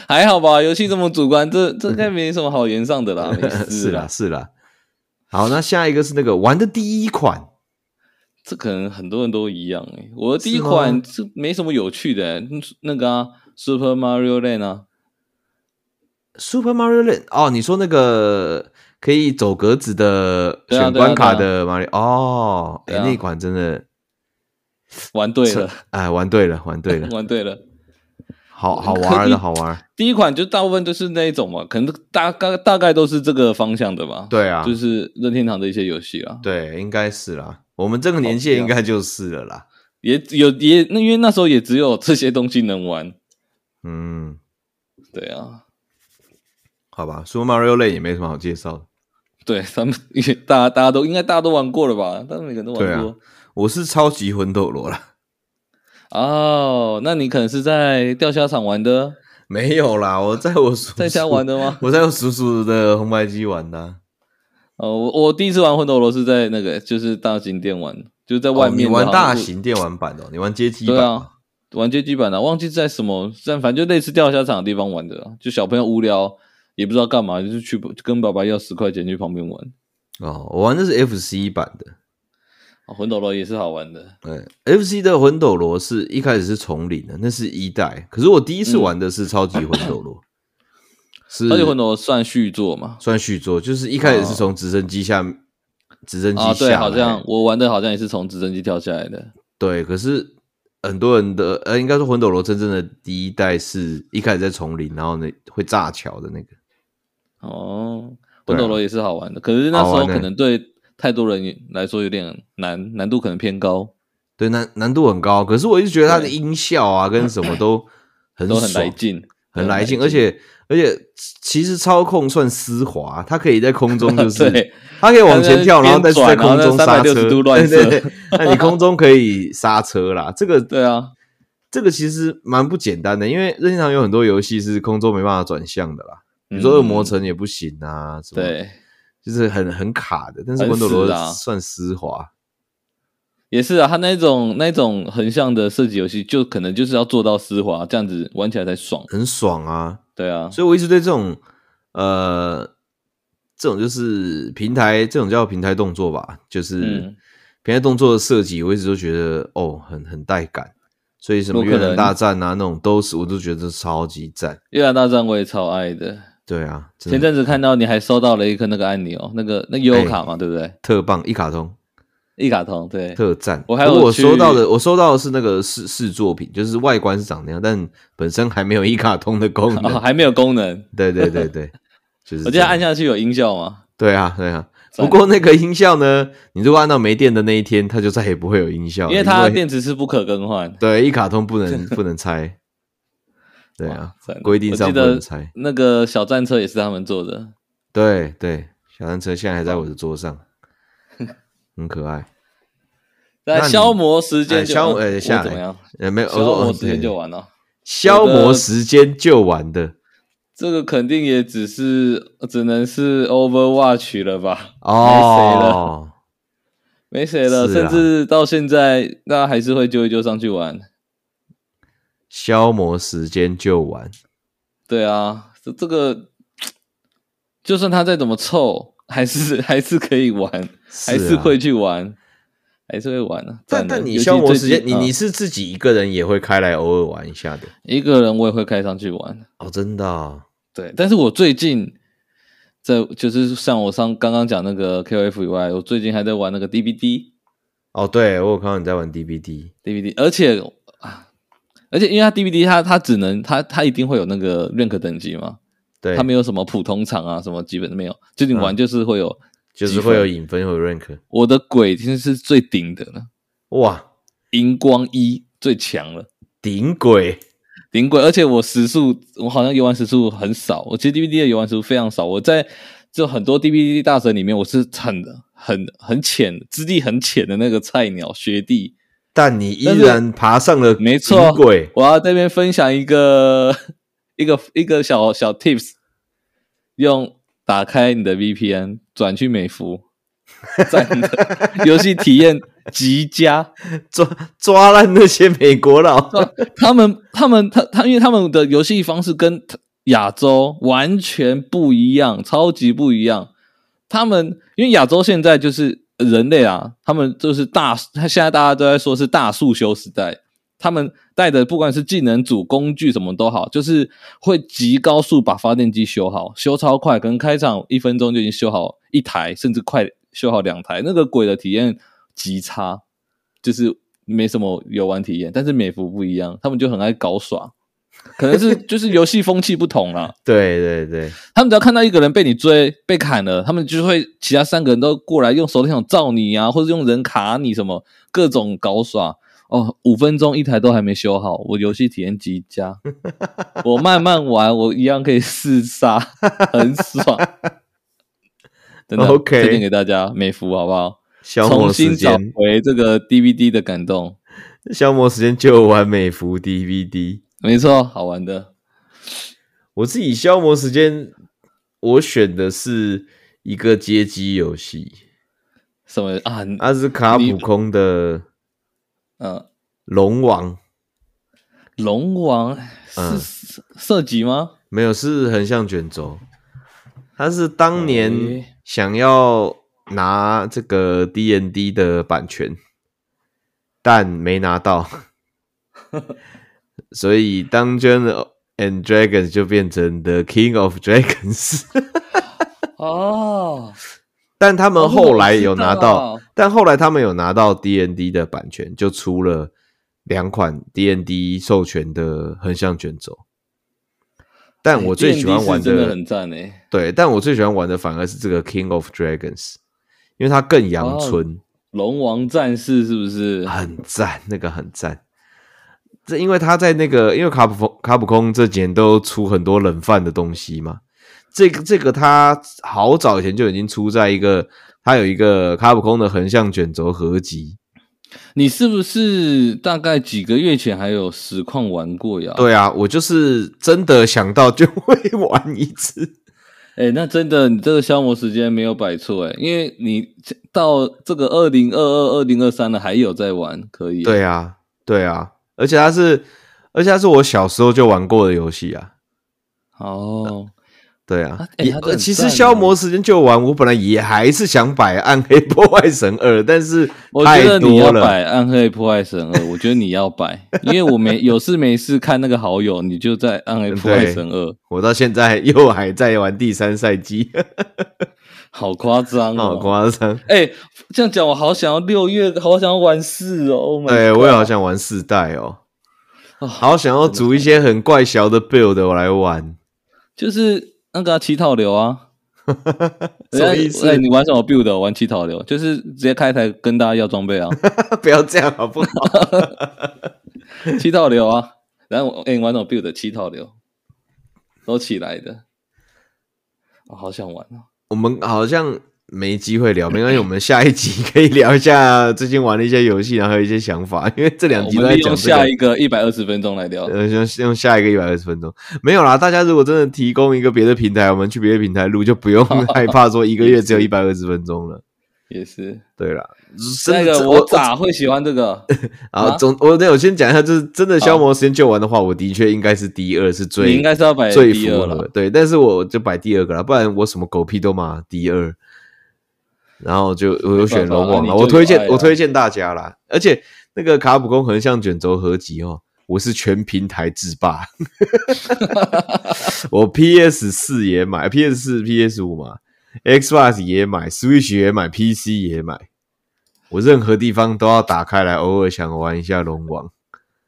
Speaker 2: 还好吧？游戏这么主观，这这应该没什么好言上 的啦，没事
Speaker 1: 是啦，是啦。好，那下一个是那个玩的第一款，
Speaker 2: 这可能很多人都一样哎、我的第一
Speaker 1: 是吗
Speaker 2: 款这没什么有趣的、欸，那个啊，Super Mario Land 啊，
Speaker 1: Super Mario Land 哦，你说那个可以走格子的
Speaker 2: 对啊
Speaker 1: 选
Speaker 2: 对啊
Speaker 1: 关卡
Speaker 2: 对
Speaker 1: 的马里、哦，哎、
Speaker 2: 对啊
Speaker 1: 那一款真的，
Speaker 2: 玩对了，，
Speaker 1: 哎，玩对了，玩对了
Speaker 2: 玩对了。
Speaker 1: 好好
Speaker 2: 可
Speaker 1: 玩
Speaker 2: 以
Speaker 1: 的好玩儿，
Speaker 2: 第一款就大部分都是那一种嘛，可能大概大概都是这个方向的吧。、
Speaker 1: 对啊，
Speaker 2: 就是任天堂的一些游戏啊，
Speaker 1: 对，应该是啦，我们这个年纪
Speaker 2: 好
Speaker 1: 应该就是了啦，
Speaker 2: 也有也那因为那时候也只有这些东西能玩。
Speaker 1: 嗯，
Speaker 2: 对啊，
Speaker 1: 好吧，Super Mario Land 也没什么好介绍的，
Speaker 2: 对他们也大家大家都应该大家都玩过了吧？他们每个人都
Speaker 1: 对
Speaker 2: 玩
Speaker 1: 啊
Speaker 2: 过。
Speaker 1: 我是超级魂斗罗啦，
Speaker 2: 哦，那你可能是在钓虾场玩的，
Speaker 1: 没有啦，我在我叔叔
Speaker 2: 在家玩，的吗？
Speaker 1: 我在我叔叔的红白机玩的啊、
Speaker 2: 哦，我我第一次玩魂斗罗是在那个就是大型店玩，就是在外
Speaker 1: 哦，你
Speaker 2: 面、
Speaker 1: 玩大。型电玩版的哦、你玩街机版
Speaker 2: 对
Speaker 1: 吗、
Speaker 2: 啊，玩街机版的、忘记在什么，但反正就类似钓虾场的地方玩的啊、就小朋友无聊也不知道干嘛，就是去跟爸爸要十块钱去旁边玩。
Speaker 1: 哦，我玩的是 FC 版的。
Speaker 2: 啊魂斗罗也是好玩的，
Speaker 1: 对，FC 哎的魂斗罗是一开始是丛林的，那是一代。可是我第一次玩的是超级魂斗 罗，是
Speaker 2: 而且嗯魂斗罗算续作嘛？
Speaker 1: 算续作，就是一开始是从直升机下，直升机下来、
Speaker 2: 啊，哦对，好像我玩的好像也是从直升机跳下来的。
Speaker 1: 对。可是很多人的呃，应该说魂斗罗真正的第一代是一开始在丛林，然后呢会炸桥的那个。
Speaker 2: 哦，
Speaker 1: 对啊
Speaker 2: 魂斗罗也是好玩的，可是那时
Speaker 1: 好
Speaker 2: 候
Speaker 1: 玩欸
Speaker 2: 可能对太多人来说有点难，难度可能偏高，
Speaker 1: 对，难难度很高，啊可是我一直觉得它的
Speaker 2: 对
Speaker 1: 音效啊跟 什么都很
Speaker 2: 都很
Speaker 1: 爽
Speaker 2: 来劲，
Speaker 1: 很来劲，而且而且其实操控算丝滑，它可以在空中就是
Speaker 2: 对，
Speaker 1: 它可以往前跳，
Speaker 2: 它
Speaker 1: 然后
Speaker 2: 在那
Speaker 1: 但是在
Speaker 2: 边转
Speaker 1: 空中
Speaker 2: 然
Speaker 1: 刹
Speaker 2: 后在
Speaker 1: 车，
Speaker 2: 360度
Speaker 1: 对
Speaker 2: 乱射
Speaker 1: 对对，那你空中可以刹车啦。这个
Speaker 2: 对啊，
Speaker 1: 这个其实蛮不简单的，因为任天堂有很多游戏是空中没办法转向的啦，比如说
Speaker 2: 嗯
Speaker 1: 恶魔城也不行啊，什么，
Speaker 2: 对，
Speaker 1: 就是很很卡的，但是
Speaker 2: 很
Speaker 1: 魂斗罗
Speaker 2: 死啊
Speaker 1: 算丝滑，
Speaker 2: 也是啊，它那种那种横向的射击游戏，就可能就是要做到丝滑，这样子玩起来才爽。
Speaker 1: 很爽啊。
Speaker 2: 对啊，
Speaker 1: 所以我一直对这种呃，这种就是平台，这种叫平台动作吧，就是
Speaker 2: 嗯
Speaker 1: 平台动作的设计，我一直都觉得哦，很很带感。所以什么
Speaker 2: 洛克
Speaker 1: 越
Speaker 2: 人
Speaker 1: 南大战啊，那种都是我都觉得超级赞。
Speaker 2: 越南大战我也超爱的。
Speaker 1: 对啊，真
Speaker 2: 前
Speaker 1: 的
Speaker 2: 阵子看到你还收到了一颗那个按钮，那个那
Speaker 1: 哎
Speaker 2: 悠游卡嘛，对不对？
Speaker 1: 特棒，一卡通
Speaker 2: 一卡通，对，
Speaker 1: 特赞。
Speaker 2: 我还
Speaker 1: 不
Speaker 2: 有
Speaker 1: 过我
Speaker 2: 去
Speaker 1: 收到的，我收到的是那个试试作品，就是外观是长那样，但本身还没有一卡通的功能。
Speaker 2: 哦，还没有功能。
Speaker 1: 对对对对，就是 这
Speaker 2: 我记得
Speaker 1: 样
Speaker 2: 按下去有音效吗？
Speaker 1: 对啊，对啊。
Speaker 2: 赞
Speaker 1: 不过那个音效呢，你如果按到没电的那一天，它就再也不会有音效了，
Speaker 2: 因为它的电池是不可更换。
Speaker 1: 对一卡通不 能不能拆。对啊
Speaker 2: 哇赞，
Speaker 1: 规定上
Speaker 2: 我记
Speaker 1: 不
Speaker 2: 得
Speaker 1: 能拆。
Speaker 2: 那个小战车也是他们做的，
Speaker 1: 对对，小单车现在还在我的桌 上，很可爱。那
Speaker 2: 那
Speaker 1: 你
Speaker 2: 消磨时间
Speaker 1: 哎
Speaker 2: 就
Speaker 1: 消
Speaker 2: 我
Speaker 1: 呃下来
Speaker 2: 怎么样？
Speaker 1: 呃，没有，
Speaker 2: 消
Speaker 1: 我说
Speaker 2: 磨
Speaker 1: 哦
Speaker 2: 时间
Speaker 1: 对
Speaker 2: 就完了。
Speaker 1: 消
Speaker 2: 我的
Speaker 1: 磨时间就完的
Speaker 2: 这个肯定也只是呃只能是 Overwatch 了吧？
Speaker 1: 哦。
Speaker 2: 没谁了，
Speaker 1: 是啊
Speaker 2: 甚至到现在，大家还是会揪一揪上去玩。
Speaker 1: 消磨时间就完，
Speaker 2: 对啊，这这个就算他再怎么臭， 还是还是可以玩，
Speaker 1: 是
Speaker 2: 还是
Speaker 1: 啊
Speaker 2: 会去玩，还是会玩啊。
Speaker 1: 但
Speaker 2: 赞的
Speaker 1: 但你
Speaker 2: 尤其
Speaker 1: 消磨
Speaker 2: 最
Speaker 1: 时间，
Speaker 2: 近
Speaker 1: 你
Speaker 2: 啊
Speaker 1: 你是自己一个人也会开来偶尔玩一下的
Speaker 2: 一个人我也会开上去玩。
Speaker 1: 哦，真的啊。
Speaker 2: 对，但是我最近在就是像我上刚刚讲那个 KOF 以外，我最近还在玩那个 DVD
Speaker 1: 哦，对，我有看到你在玩 DVD，
Speaker 2: DVD，而且啊，而且因为它 DVD 它它只能它它一定会有那个认可等级嘛，
Speaker 1: 对，
Speaker 2: 它没有什么普通场啊什么基本都没有，就你玩就是会有。
Speaker 1: 就是会有影分，会有认可。
Speaker 2: 我的鬼已经是最顶的了，
Speaker 1: 哇，
Speaker 2: 荧光一最强了，
Speaker 1: 顶鬼
Speaker 2: 顶鬼，而且我时速我好像游玩时速很少，我其实 DVD 的游玩时速非常少，我在就很多 DVD 大神里面我是很很很浅，资历很浅的那个菜鸟学弟。
Speaker 1: 但你依
Speaker 2: 但是
Speaker 1: 然爬上了
Speaker 2: 没错
Speaker 1: 顶轨，
Speaker 2: 我要这边分享一个 一个一个小小 tips，用打开你的 VPN 转去美服，赞的游戏体验极佳。
Speaker 1: 抓抓烂那些美国佬。
Speaker 2: 他们他们他他，因为他们的游戏方式跟亚洲完全不一样，超级不一样。他们因为亚洲现在就是人类啊，他们就是大，他现在大家都在说是大速修时代，他们带的不管是技能组、工具什么都好，就是会极高速把发电机修好，修超快，可能开场一分钟就已经修好一台，甚至快修好两台，那个鬼的体验极差，就是没什么游玩体验，但是美服不一样，他们就很爱搞耍。可能是 就是游戏风气不同啦，
Speaker 1: 对对对，
Speaker 2: 他们只要看到一个人被你追、被砍了，他们就会其他三个人都过来用手电筒照你啊，或者用人卡你什么，各种搞耍。哦，五分钟一台都还没修好，我游戏体验极 佳。我慢慢玩，我一样可以试杀，很 爽。真的
Speaker 1: OK
Speaker 2: 推荐给大家美服好不好？
Speaker 1: 消磨
Speaker 2: 重
Speaker 1: 时
Speaker 2: 新找
Speaker 1: 间，
Speaker 2: 回这个 DVD 的感动，
Speaker 1: 消磨时间就玩美服 DVD。
Speaker 2: 没错，好玩的。
Speaker 1: 我自己消磨时间，我选的是一个街机游戏，
Speaker 2: 什么啊？嗯、
Speaker 1: 它是卡普空的《龙王》，
Speaker 2: 呃龙王
Speaker 1: 嗯
Speaker 2: 是射射击吗？
Speaker 1: 没有，是横向卷轴。它是当
Speaker 2: 哎
Speaker 1: 年
Speaker 2: 诶
Speaker 1: 想要拿这个 D N D 的版权，但没拿 到，所以当 Dungeon and Dragons 就变成 The King of Dragons。
Speaker 2: 哦，
Speaker 1: 但他们后来有拿到，
Speaker 2: 哦那我知道
Speaker 1: 但后来他们有拿到 D N D 的版权，就出了两款 D N D 授权的横向卷轴。
Speaker 2: 哎
Speaker 1: 但我最喜欢玩
Speaker 2: D&D 是真的很赞欸诶，
Speaker 1: 对，但我最喜欢玩的反而是这个 King of Dragons，因为它更阳春，
Speaker 2: 龙王战士是不是？
Speaker 1: 很赞，那个很赞。这因为它在那个，因为卡普空卡普空这几年都出很多冷饭的东西嘛，这个这个它好早以前就已经出在一个，它有一个卡普空的横向卷轴合集，
Speaker 2: 你是不是大概几个月前还有实况玩过呀？，
Speaker 1: 对啊，我就是真的想到就 会玩一次，
Speaker 2: 哎，那真的你这个消磨时间没有摆错诶，欸因为你到这个二零二二、二零二三了还有在玩，可以。
Speaker 1: 对啊，对啊，而且它是，而且它是我小时候就玩过的游戏啊，
Speaker 2: 哦，
Speaker 1: 对啊
Speaker 2: 啊，欸
Speaker 1: 也
Speaker 2: 他真的
Speaker 1: 呃
Speaker 2: 很
Speaker 1: 其实
Speaker 2: 赞
Speaker 1: 消
Speaker 2: 欸
Speaker 1: 磨时间就玩，我本来也还是想摆《暗黑破坏神二》， 但是
Speaker 2: 我
Speaker 1: 太
Speaker 2: 觉得你
Speaker 1: 多
Speaker 2: 要
Speaker 1: 了。
Speaker 2: 摆《暗黑破坏神二》，我觉得你要摆，因为我没有事没事看那个好友，你就在《暗黑破坏神二》，
Speaker 1: 我到现在又还在玩第三赛季，
Speaker 2: 哦好夸 张
Speaker 1: 好
Speaker 2: 哦！
Speaker 1: 夸张。
Speaker 2: 哎、这样讲我好想要六月，好想要玩四哦。Oh my
Speaker 1: 对，
Speaker 2: God
Speaker 1: 我也好想玩四代哦，
Speaker 2: 啊
Speaker 1: 好想要组一些很怪小的 build 我来玩。
Speaker 2: 就是那个啊乞讨流啊。
Speaker 1: 什么意思
Speaker 2: 哎、你玩什么 build？的玩乞讨流，就是直接开台跟大家要装备啊。
Speaker 1: 不要这样好 不好？
Speaker 2: 乞讨流啊，然后我哎、你玩什么 build？乞讨流，都起来的。我、好想玩哦。
Speaker 1: 我们好像没机会聊，没关系，我们下一集 可以聊一下最近玩的一些游戏，然后还有一些想法，因为这两
Speaker 2: 哦我
Speaker 1: 集都
Speaker 2: 们
Speaker 1: 在
Speaker 2: 利
Speaker 1: 讲
Speaker 2: 用
Speaker 1: 这个
Speaker 2: 下。一个一百二十分钟来聊。
Speaker 1: 呃，用用下一个一百二十分钟没有啦。大家如果真的提供一个别的平台，我们去别的平台录，就不用 害怕说一个月只有一百二十分钟了。
Speaker 2: 也是
Speaker 1: 对啦，
Speaker 2: 那
Speaker 1: 真的
Speaker 2: 个我咋会喜欢这个？
Speaker 1: 啊？
Speaker 2: 啊
Speaker 1: 总我那我先讲一下，就是真的消磨时间就玩的话，我的确应该是第二，是
Speaker 2: 你
Speaker 1: 最
Speaker 2: 应该是要摆
Speaker 1: 最
Speaker 2: 第
Speaker 1: 符
Speaker 2: 二
Speaker 1: 合
Speaker 2: 了。
Speaker 1: 对。但是我就摆第二个了，不然我什么狗屁都骂第二。然后就我就选龙王
Speaker 2: 没办
Speaker 1: 了，
Speaker 2: 法啊你就
Speaker 1: 我推
Speaker 2: 有
Speaker 1: 荐
Speaker 2: 爱啊
Speaker 1: 我推荐大家啦。而且那个卡普空横向卷轴合集哦，我是全平台制霸。 我 PS 四也买，PS 四、PS 五嘛，Xbox 也买，Switch 也买，PC 也买。我任何地方都要打开来，偶尔想玩一下龙王。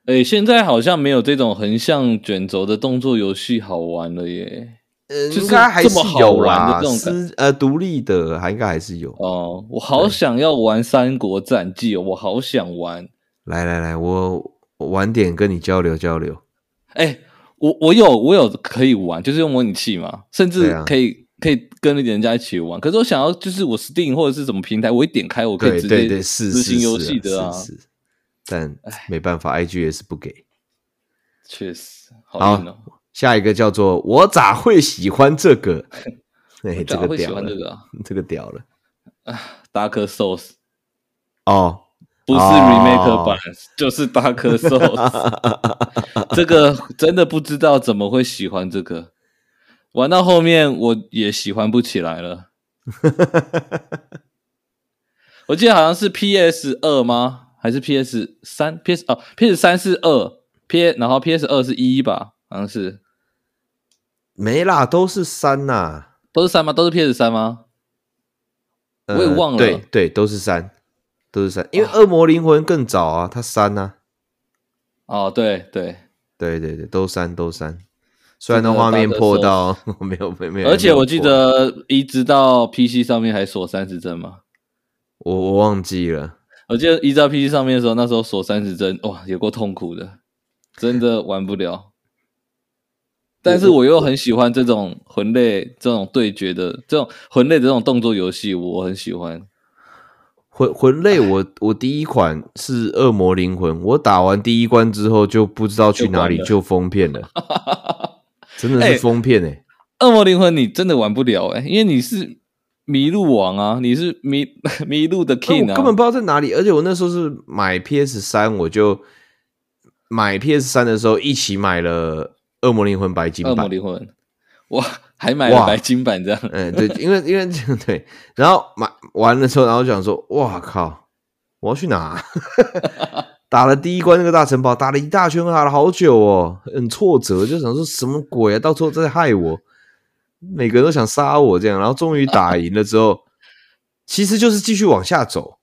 Speaker 2: 哎、现在好像没有这种横向卷轴的动作游戏好玩了耶。
Speaker 1: 呃，
Speaker 2: 就是
Speaker 1: 应该还
Speaker 2: 这
Speaker 1: 是
Speaker 2: 么好
Speaker 1: 有
Speaker 2: 玩的
Speaker 1: 啦，
Speaker 2: 这种感
Speaker 1: 是呃独立的，还应该还是有。
Speaker 2: 哦，我好想要玩《三国战记》哦，我好想玩。
Speaker 1: 来来来，我我晚点跟你交流交流。
Speaker 2: 哎、我我有我有可以玩，就是用模拟器嘛，甚
Speaker 1: 对
Speaker 2: 至
Speaker 1: 啊
Speaker 2: 可以、可以跟人家一起玩。可是我想要就是我 Steam 或者是什么平台，我一点开我可以
Speaker 1: 对
Speaker 2: 直
Speaker 1: 对
Speaker 2: 接
Speaker 1: 对，是是
Speaker 2: 执行
Speaker 1: 是
Speaker 2: 游戏的啊
Speaker 1: 啊，是是但没办法，IGS 不给。
Speaker 2: 确实
Speaker 1: 好
Speaker 2: 好硬哦。
Speaker 1: 下一个叫做我咋会喜欢这 个？哎，这
Speaker 2: 咋
Speaker 1: 个
Speaker 2: 会喜
Speaker 1: 屌
Speaker 2: 欢
Speaker 1: 了
Speaker 2: 这，个、啊、
Speaker 1: 这个屌了。
Speaker 2: Dark Souls？
Speaker 1: 哦，
Speaker 2: 不是
Speaker 1: 哦
Speaker 2: remake 版，就是 Dark Souls。这 个真的不知道怎么会喜欢这个，玩到后面我也喜欢不起来了。我记得好像是 PS 二吗？还是 PS 三？PS 哦，PS 三是二，P 然后 PS 二是一吧？好像是
Speaker 1: 没啦，都是三呐、
Speaker 2: 都是三吗？都是 PS 三吗？
Speaker 1: 呃
Speaker 2: 我也忘了
Speaker 1: 对对，都是三，都是三，因为《恶魔灵魂》更早啊，它三呐、
Speaker 2: 哦，对对，
Speaker 1: 对对对，都三都三。虽然那
Speaker 2: 这个
Speaker 1: 画面
Speaker 2: 大家
Speaker 1: 破
Speaker 2: 说
Speaker 1: 到 没有没有没有，
Speaker 2: 而且我记
Speaker 1: 没有破
Speaker 2: 得移植到 PC 上面还锁三十帧嘛。
Speaker 1: 我我忘记了。
Speaker 2: 我记得移植到 PC 上面的时候，那时候锁三十帧，哇，有够痛苦的，真的玩不了。但是我又很喜欢这种魂类、这种对决的、这种魂类的这种动作游戏，我很喜欢。
Speaker 1: 魂魂类我，我第一款是《恶魔灵魂》，我打完第一关之后就不知道去哪里
Speaker 2: 就关了
Speaker 1: 就封片 了，真的
Speaker 2: 哎
Speaker 1: 是封片哎、
Speaker 2: 恶魔灵魂你真的玩不了哎、因为你是迷路王啊，你是迷 迷路的
Speaker 1: 那
Speaker 2: king
Speaker 1: 我
Speaker 2: 啊，
Speaker 1: 根本不知道在哪里，而且我那时候是买 PS 三，我就买 PS 三的时候一起买了《恶魔灵魂》白金
Speaker 2: 恶魔
Speaker 1: 版。
Speaker 2: 灵魂，我还买了
Speaker 1: 哇
Speaker 2: 白金版这样，
Speaker 1: 嗯，对，因为因为对，然后买完了之后，然后就想说，哇靠，我要去哪、 打了第一关那个大城堡，打了一大圈，打了好久哦，很挫折，就想说什么鬼啊，到时候在害我，每个人都想杀我这样，然后终于打赢了之后，其实就是继续往下走，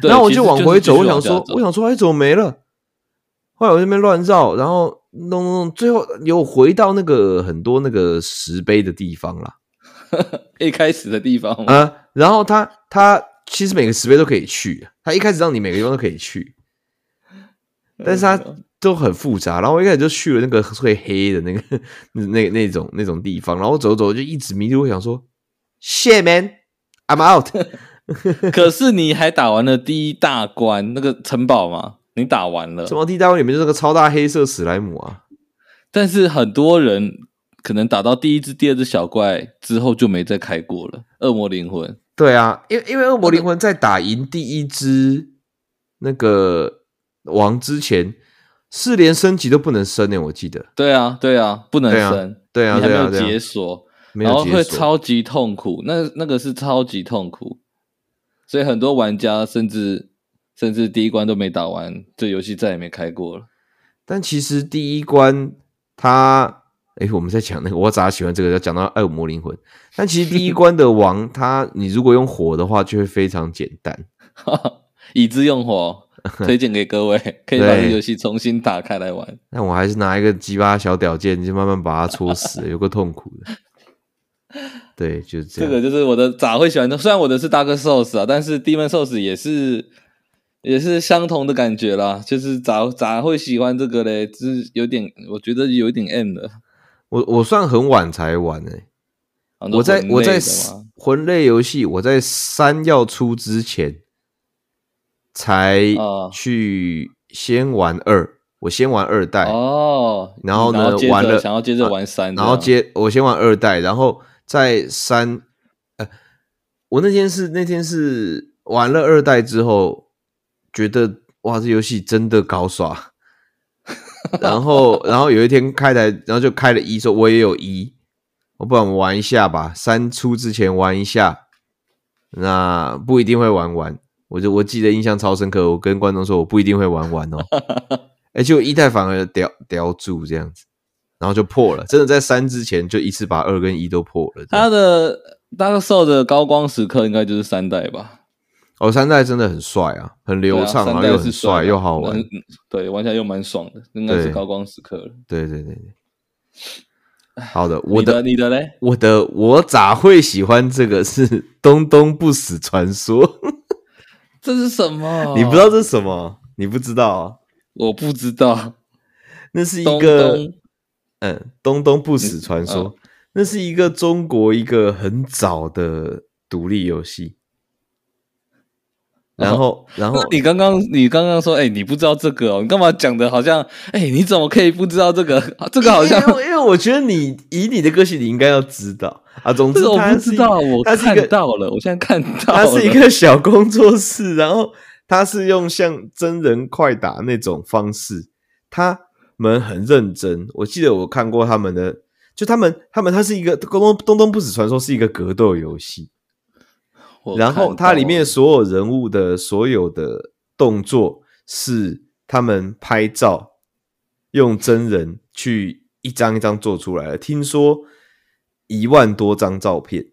Speaker 2: 对
Speaker 1: 然后我
Speaker 2: 其实
Speaker 1: 就
Speaker 2: 就
Speaker 1: 往回走，我
Speaker 2: 是继续
Speaker 1: 想
Speaker 2: 往下
Speaker 1: 说，
Speaker 2: 走
Speaker 1: 我想说，哎，怎么没了？后来我这边乱绕，然后弄弄弄，最后有回到那个很多那个石碑的地方啦。
Speaker 2: 一开始的地方嘛，
Speaker 1: 啊、然后他他其实每个石碑都可以去，他一开始让你每个地方都可以去，嗯
Speaker 2: 嗯
Speaker 1: 但是他都很复杂。然后我一开始就去了那个会黑的那个 那那那种那种地方，然后走走就一直迷路，我想说，shit man，I'm out 。
Speaker 2: 可是你还打完了第一大关那个城堡嘛，你打完了
Speaker 1: 什，么地带里面就是那个超大黑色史莱姆啊，
Speaker 2: 但是很多人可能打到第一只、第二只小怪之后就没再开过了。恶魔灵魂，
Speaker 1: 对啊，因为因为恶魔灵魂在打赢第一只那个王之前，是连升级都不能升呢、我记得。
Speaker 2: 对啊，对啊，不能
Speaker 1: 对啊
Speaker 2: 升，
Speaker 1: 对啊，
Speaker 2: 你还
Speaker 1: 对
Speaker 2: 没
Speaker 1: 啊，
Speaker 2: 有
Speaker 1: 对
Speaker 2: 解
Speaker 1: 啊，
Speaker 2: 锁，
Speaker 1: 没
Speaker 2: 然
Speaker 1: 有
Speaker 2: 后
Speaker 1: 解
Speaker 2: 会
Speaker 1: 锁
Speaker 2: 超级痛苦，那那个是超级痛苦，所以很多玩家甚至甚至第一关都没打完，这游戏再也没开过了。
Speaker 1: 但其实第一关他，诶，我们在讲那个，我咋喜欢这个？要讲到恶魔灵魂。但其实第一关的王，他你如果用火的话，就会非常简单。
Speaker 2: 以之用 火，推荐给各位，可以把
Speaker 1: 对
Speaker 2: 这游戏重新打开来玩。
Speaker 1: 但我还是拿一个鸡巴小屌剑，就慢慢把它戳死，有个痛苦的。对，就是这
Speaker 2: 这
Speaker 1: 样。
Speaker 2: 个就是我的咋会喜欢的，虽然我的是 Dark Souls 啊，但是 Demon Souls 也是也是相同的感觉啦，就是咋咋会喜欢这个嘞，就是有点我觉得有点 M 的。
Speaker 1: 我我算很晚才玩欸诶、
Speaker 2: 很多
Speaker 1: 我在
Speaker 2: 魂
Speaker 1: 我
Speaker 2: 类
Speaker 1: 在
Speaker 2: 的嘛
Speaker 1: 魂类游戏，我在三要出之前才
Speaker 2: 啊
Speaker 1: 去先玩二，我先玩二代。
Speaker 2: 哦，
Speaker 1: 然后呢
Speaker 2: 接着
Speaker 1: 玩了啊
Speaker 2: 想要接着玩三这
Speaker 1: 然
Speaker 2: 样，
Speaker 1: 后接我先玩二代，然后在三，呃，我那天是那天是玩了二代之后，觉得哇，这游戏真的搞耍。然 后，然后有一天开台，然后就开了一，说我也有一，我不然我们玩一下吧，三出之前玩一下，那不一定会玩完。我就我记得印象超深刻，我跟观众说我不一定会玩 完哦，而且我一代反而叼叼住这样子，然后就破了，真的在三之前就一次把二跟一都破了。这样
Speaker 2: 他的 Dark Souls 的高光时刻应该就是三代吧，
Speaker 1: 哦，三代真的很帅啊，很流畅，
Speaker 2: 对
Speaker 1: 然
Speaker 2: 啊三
Speaker 1: 后
Speaker 2: 代
Speaker 1: 又
Speaker 2: 是
Speaker 1: 很帅
Speaker 2: 的
Speaker 1: 又好玩
Speaker 2: 嗯。嗯对，玩起来又蛮爽的，应该是
Speaker 1: 对
Speaker 2: 高光时刻了。
Speaker 1: 对对对对，好的，我
Speaker 2: 你
Speaker 1: 的
Speaker 2: 的你的嘞，
Speaker 1: 我的我咋会喜欢这个是 《东东不死传说》
Speaker 2: 这是什么？
Speaker 1: 你不知道？这是什么？你不知道、啊？
Speaker 2: 我不知道。
Speaker 1: 那是一
Speaker 2: 东
Speaker 1: 个
Speaker 2: 东
Speaker 1: 嗯，东东不死传说，
Speaker 2: 嗯
Speaker 1: 那是一个中国一个很早的独立游戏。然后，然后
Speaker 2: 那 你刚刚你刚刚说，哎、你不知道这个哦，你干嘛讲的好像，哎、你怎么可以不知道这个？ 啊这个好像
Speaker 1: 因为因为我觉得你以你的个性，你应该要知道啊。总
Speaker 2: 这
Speaker 1: 之，
Speaker 2: 个我
Speaker 1: 它
Speaker 2: 不
Speaker 1: 是
Speaker 2: 知
Speaker 1: 一个
Speaker 2: 道，我
Speaker 1: 它是一个
Speaker 2: 看到了，我现在看到了，
Speaker 1: 它是一个小工作室，然后它是用像真人快打那种方式，他们很认真。我记得我看过他们的，就他们他们它是一个东东东东不死传说是一个格斗游戏，
Speaker 2: 我
Speaker 1: 然后
Speaker 2: 看
Speaker 1: 它里
Speaker 2: 到
Speaker 1: 面所有人物的所有的动作是他们拍照用真人去一张一张做出来的，听说一万多张照片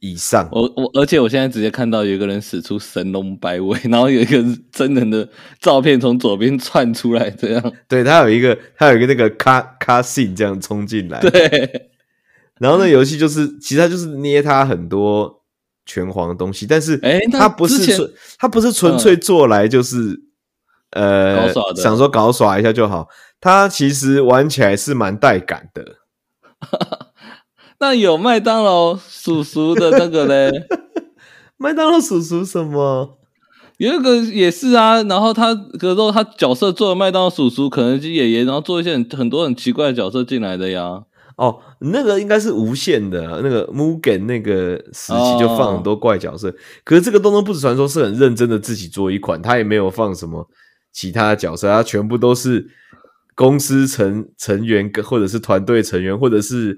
Speaker 1: 以上。
Speaker 2: 我我，而且我现在直接看到有一个人使出神龙摆尾，然后有一个真人的照片从左边窜出来，这样
Speaker 1: 对，它有一个，它有一个那个咔咔 scene 这样冲进来。
Speaker 2: 对，
Speaker 1: 然后那游戏就是，其实它就是捏它很多拳皇的东西，但是
Speaker 2: 诶 哎那
Speaker 1: 它不
Speaker 2: 之
Speaker 1: 是
Speaker 2: 前嗯
Speaker 1: 纯，它不是纯粹做来就是、
Speaker 2: 搞
Speaker 1: 呃
Speaker 2: 耍的
Speaker 1: 想说搞耍一下就好，它其实玩起来是蛮带感的。
Speaker 2: 那有麦当劳叔叔的那个嘞，
Speaker 1: 麦当劳叔叔什么？
Speaker 2: 有一个也是啊，然后他可是他角色做了麦当劳叔叔、肯德基爷爷，然后做一些很很多很奇怪的角色进来的呀。
Speaker 1: 哦，那个应该是无限的啊那个 Mugen 那个时期就放很多怪角色，可是这个《东东不死传说》是很认真的自己做一款，它也没有放什么其他的角色，它全部都是公司成成员跟或者是团队成员或者是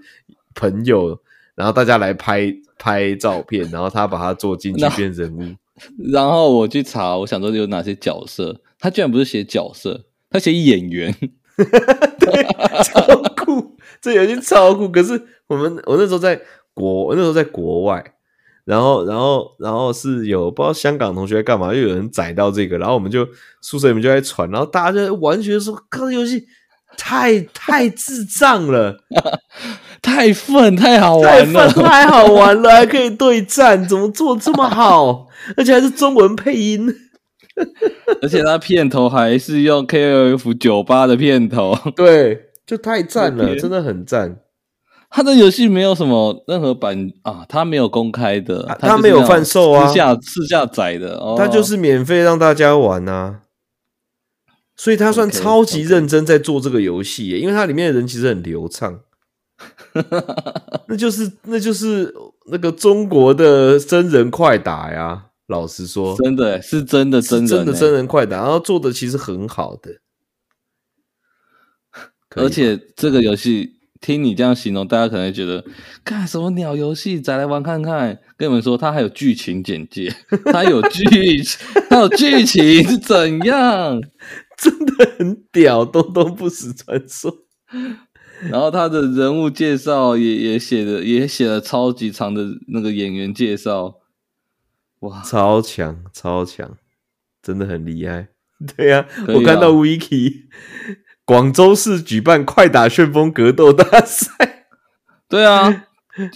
Speaker 1: 朋友，然后大家来拍拍照片，然后他把它做进去
Speaker 2: 那
Speaker 1: 变人物。
Speaker 2: 然后我去查，我想说有哪些角色，他居然不是写角色，他写演员。
Speaker 1: 超酷，这游戏超酷。可是我们我那时候在国，我那时候在国外，然后然后然后是有不知道香港同学在干嘛，就有人载到这个，然后我们就宿舍里面就在传，然后大家就完全说，看这游戏太太智障 了，
Speaker 2: 太愤，太好
Speaker 1: 太
Speaker 2: 玩
Speaker 1: 犯
Speaker 2: 了！
Speaker 1: 太好玩了，还可以对战，怎么做这么好，而且还是中文配音。
Speaker 2: 而且他片头还是用 KOF 酒吧的片头，
Speaker 1: 对。就太赞
Speaker 2: 我
Speaker 1: 了，
Speaker 2: 天
Speaker 1: 真的很赞。
Speaker 2: 他的游戏没有什么任何版啊，他没有公开的
Speaker 1: 啊，
Speaker 2: 就是
Speaker 1: 他没有贩售啊
Speaker 2: 那种私下私下载的，哦、
Speaker 1: 它就是免费让大家玩啊，所以他算
Speaker 2: OK，
Speaker 1: 超级
Speaker 2: OK
Speaker 1: 认真在做这个游戏耶，因为它里面的人其实很流畅。 那就是那就是那个中国的真人快打呀，老实说，
Speaker 2: 真的是真的真
Speaker 1: 是
Speaker 2: 人、
Speaker 1: 真的真
Speaker 2: 的，
Speaker 1: 人快打，然后做的其实很好的，可以
Speaker 2: 而且这个游戏听你这样形容，大家可能会觉得干什么鸟游戏，再来玩看看。跟你们说，它还有剧情简介， 它有剧， 它有剧情是怎样？
Speaker 1: 真的很屌，东东不死传说。
Speaker 2: 然后他的人物介绍也也写的也写了超级长的那个演员介绍，哇，
Speaker 1: 超强，超强，真的很厉害。对呀、
Speaker 2: 可以啊
Speaker 1: 我看到 Wiki 广州市举办快打旋风格斗大赛，
Speaker 2: 对啊，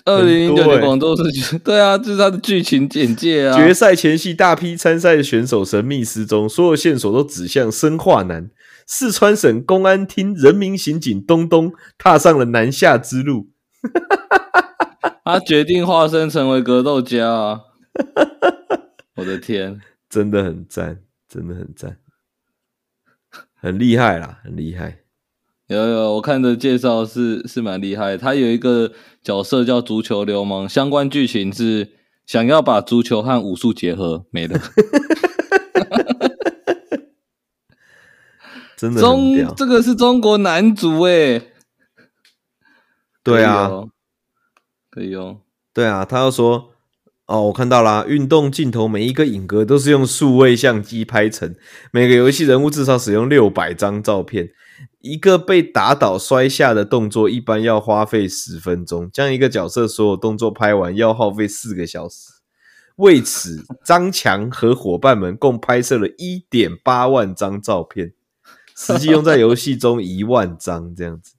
Speaker 2: 二零零
Speaker 1: 很
Speaker 2: 九
Speaker 1: 多欸
Speaker 2: 年广州市， 对啊，这是他的剧情简 介啊，
Speaker 1: 决赛前夕，大批参赛选手神秘失踪，所有线索都指向生化男。四川省公安厅人民刑警东东踏上了南下之路。
Speaker 2: 他决定化身成为格斗家 啊，我的天，
Speaker 1: 真的很赞，真的很赞，很厉害啦，很厉害。
Speaker 2: 有有，我看的介绍是是蛮厉害的，他有一个角色叫足球流氓，相关剧情是想要把足球和武术结合，没了。
Speaker 1: 真的很屌
Speaker 2: 中，这个是中国男足哎、
Speaker 1: 对啊，
Speaker 2: 可以哦，可以哦。
Speaker 1: 对啊，他又说，哦，我看到啦，运动镜头每一个影格都是用数位相机拍成，每个游戏人物至少使用六百张照片。一个被打倒摔下的动作一般要花费十分钟，将一个角色所有动作拍完要耗费四个小时。为此，张强和伙伴们共拍摄了一点八万张照片，实际用在游戏中一万张，这样子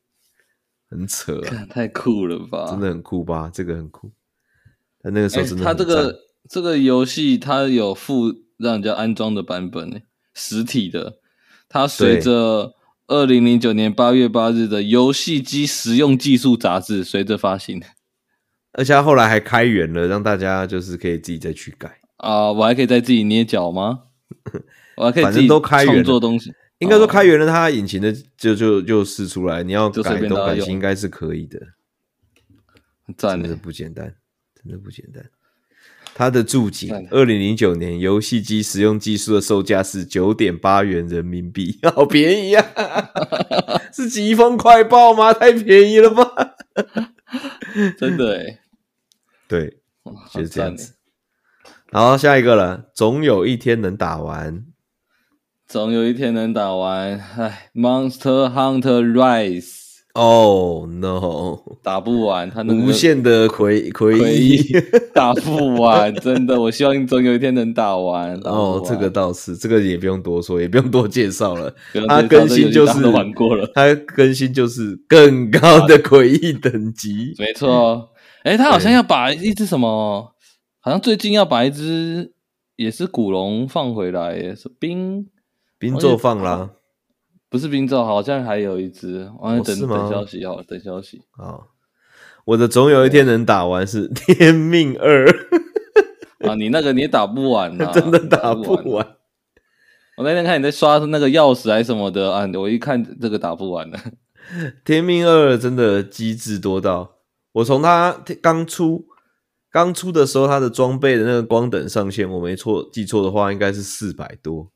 Speaker 1: 很扯、啊。
Speaker 2: 看太酷了吧！
Speaker 1: 真的很酷吧？这个很酷。他那个时
Speaker 2: 啊哎，
Speaker 1: 候真的
Speaker 2: 他
Speaker 1: 很
Speaker 2: 这
Speaker 1: 赞、
Speaker 2: 个这个游戏它有附让人家安装的版本、欸，实体的。它随
Speaker 1: 对
Speaker 2: 着二零零九年八月八日的《游戏机实用技术杂志》随着发行
Speaker 1: 而且他后来还开源了，让大家就是可以自己再去改。
Speaker 2: 啊、我还可以再自己捏脚吗？ 我还可以
Speaker 1: 反
Speaker 2: 自
Speaker 1: 正
Speaker 2: 己
Speaker 1: 都开源
Speaker 2: 创
Speaker 1: 了
Speaker 2: 作东西，
Speaker 1: 应该说
Speaker 2: 哦
Speaker 1: 开源了，它引擎的就就就试出来，你要
Speaker 2: 就随
Speaker 1: 改
Speaker 2: 便
Speaker 1: 都
Speaker 2: 大家
Speaker 1: 改
Speaker 2: 用哎
Speaker 1: 新，应该是可以的。
Speaker 2: 很赞
Speaker 1: 真的
Speaker 2: 的。
Speaker 1: 不简单，真的不简单。它的注解
Speaker 2: 赞：
Speaker 1: 二零零九年游戏机实用技术的售价是九点八元人民币，好便宜啊！ 是疾风快报吗？太便宜了吧？
Speaker 2: 欸真的哎、
Speaker 1: 对，就是这样子。
Speaker 2: 欸
Speaker 1: 然后欸下一个了，总有一天能打完。
Speaker 2: 总有一天能打完。唉，Monster Hunter Rise
Speaker 1: Oh no！
Speaker 2: 打不完，它能
Speaker 1: 无限的回回
Speaker 2: 回忆
Speaker 1: 忆。
Speaker 2: 打不完，真的。我希望你总有一天能打完。打 不
Speaker 1: 哦，这个
Speaker 2: 完
Speaker 1: 倒是，这个也不用多说，也不用多介绍了。
Speaker 2: 不用
Speaker 1: 它
Speaker 2: 介绍
Speaker 1: 更
Speaker 2: 这
Speaker 1: 新
Speaker 2: 游戏
Speaker 1: 就
Speaker 2: 大家
Speaker 1: 是
Speaker 2: 都玩 过了，
Speaker 1: 它更新就是更高的诡异等 级。
Speaker 2: 没错。哎，他好像要把一只什么，好像最近要把一只也是古龙放回来耶，是冰
Speaker 1: 冰咒放啦，
Speaker 2: 不是冰咒，好像还有一只。完了
Speaker 1: 哦
Speaker 2: 等
Speaker 1: 是吗
Speaker 2: 等消息，好了，等消息。
Speaker 1: 哦，我的总有一天能打完是天命二，
Speaker 2: 啊，你那个你也打不完 呐、
Speaker 1: 真的啊打
Speaker 2: 不
Speaker 1: 不完。
Speaker 2: 我那天看你在刷那个钥匙还是什么的啊，我一看这个打不完了。
Speaker 1: 天命二真的机智多到，我从它刚出刚出的时候，它的装备的那个光等上限，我没错记错的话，应该是四百多。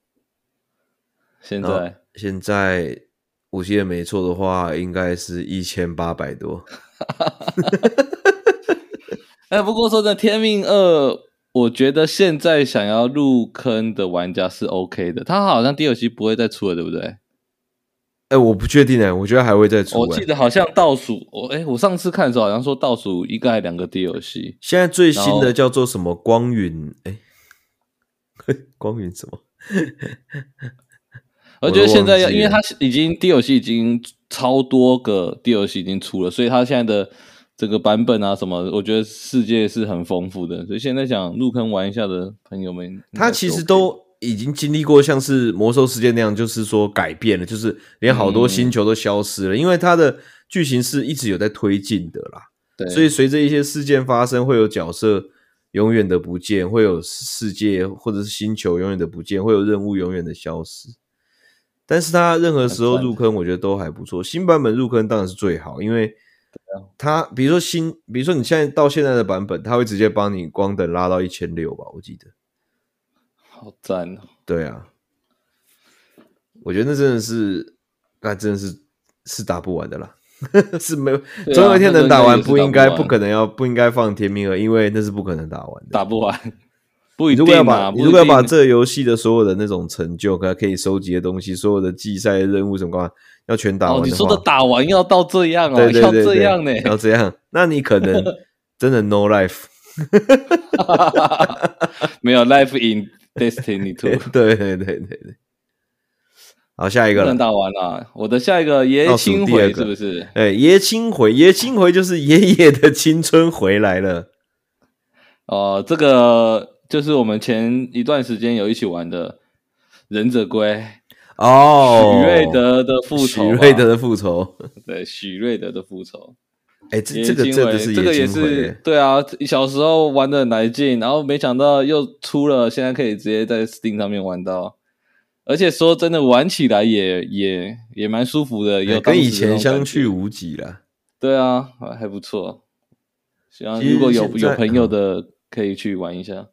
Speaker 2: 现
Speaker 1: 然后
Speaker 2: 在
Speaker 1: 现在我记得没错的话，应该是一千八百多。
Speaker 2: 哎，不过说真的，《天命二》，我觉得现在想要入坑的玩家是 OK 的。他好像第二期不会再出了，对不对？
Speaker 1: 哎、我不确定哎、我觉得还会再出、
Speaker 2: 我
Speaker 1: 哎
Speaker 2: 记得好像倒数，我哎，我上次看的时候好像说倒数一个还两个 DLC，
Speaker 1: 现在最新
Speaker 2: 然后
Speaker 1: 的叫做什么光云？哎、 光云什么？我
Speaker 2: 我
Speaker 1: 都
Speaker 2: 觉得现在要，
Speaker 1: 忘记
Speaker 2: 因为
Speaker 1: 了
Speaker 2: 它已经 DLC 已经超多个 DLC 已经出了，所以它现在的这个版本啊什么，我觉得世界是很丰富的。所以现在想入坑玩一下的朋友们应该是 OK，
Speaker 1: 他其实都已经经历过像是魔兽世界那样，就是说改变了，就是连好多星球都消失了，因为它的剧情是一直有在推进的啦。
Speaker 2: 对，
Speaker 1: 所以随着一些事件发生，会有角色永远的不见，会有世界或者是星球永远的不见，会有任务永远的消失。但是它任何时候
Speaker 2: 很赞
Speaker 1: 入坑，我觉得都还不错。新版本入坑当然是最好，因为它比如说新，比如说你现在到现在的版本，它会直接帮你光等拉到一千六吧，我记得。
Speaker 2: 好赞哦！
Speaker 1: 对啊，我觉得那真的是，那真的是是打不完的啦， 是没有，
Speaker 2: 对啊
Speaker 1: 总有一天能打完，
Speaker 2: 那真的也是打不
Speaker 1: 不应该，
Speaker 2: 完
Speaker 1: 不可能要，不应该放天命二，因为那是不可能打完的。
Speaker 2: 打不完，不一
Speaker 1: 如
Speaker 2: 定
Speaker 1: 果要把
Speaker 2: 啊，不一
Speaker 1: 如果要把
Speaker 2: 定
Speaker 1: 这个游戏的所有的那种成就，可可以收集的东西，所有的季赛任务什么干嘛，要全打
Speaker 2: 哦，
Speaker 1: 完
Speaker 2: 你
Speaker 1: 的
Speaker 2: 说
Speaker 1: 话，
Speaker 2: 的打完要到这样哦，
Speaker 1: 对对对对
Speaker 2: 要这样呢，
Speaker 1: 要这样，那你可能真的 no life，
Speaker 2: 没有 Life in Destiny
Speaker 1: 对
Speaker 2: Two。
Speaker 1: 对对对对对。好，下一
Speaker 2: 不
Speaker 1: 个
Speaker 2: 能
Speaker 1: 了。
Speaker 2: 打完了，我的下一个爷
Speaker 1: 倒数
Speaker 2: 青
Speaker 1: 第二
Speaker 2: 回
Speaker 1: 个
Speaker 2: 是不是？
Speaker 1: 哎，爷青回，爷青回就是爷爷的青春回来了。
Speaker 2: 哦，这个就是我们前一段时间有一起玩的《忍者龟》
Speaker 1: 哦，
Speaker 2: 许瑞德的复
Speaker 1: 许
Speaker 2: 仇吧，
Speaker 1: 瑞德的复仇，
Speaker 2: 对许瑞德的复仇，
Speaker 1: 哎，这
Speaker 2: 野
Speaker 1: 这个
Speaker 2: 金
Speaker 1: 真
Speaker 2: 尾
Speaker 1: 的是
Speaker 2: 这个也
Speaker 1: 野青回哎
Speaker 2: 是
Speaker 1: 耶，
Speaker 2: 对啊，小时候玩的很来劲，然后没想到又出了，现在可以直接在 Steam 上面玩到，而且说真的，玩起来也也也蛮舒服的，有
Speaker 1: 哎
Speaker 2: 当
Speaker 1: 跟以
Speaker 2: 时那
Speaker 1: 前
Speaker 2: 种感
Speaker 1: 相
Speaker 2: 觉
Speaker 1: 去无几了。
Speaker 2: 对啊，还还不错。希望
Speaker 1: 其实
Speaker 2: 如果有
Speaker 1: 现
Speaker 2: 有
Speaker 1: 在
Speaker 2: 朋友的，可以去玩一下。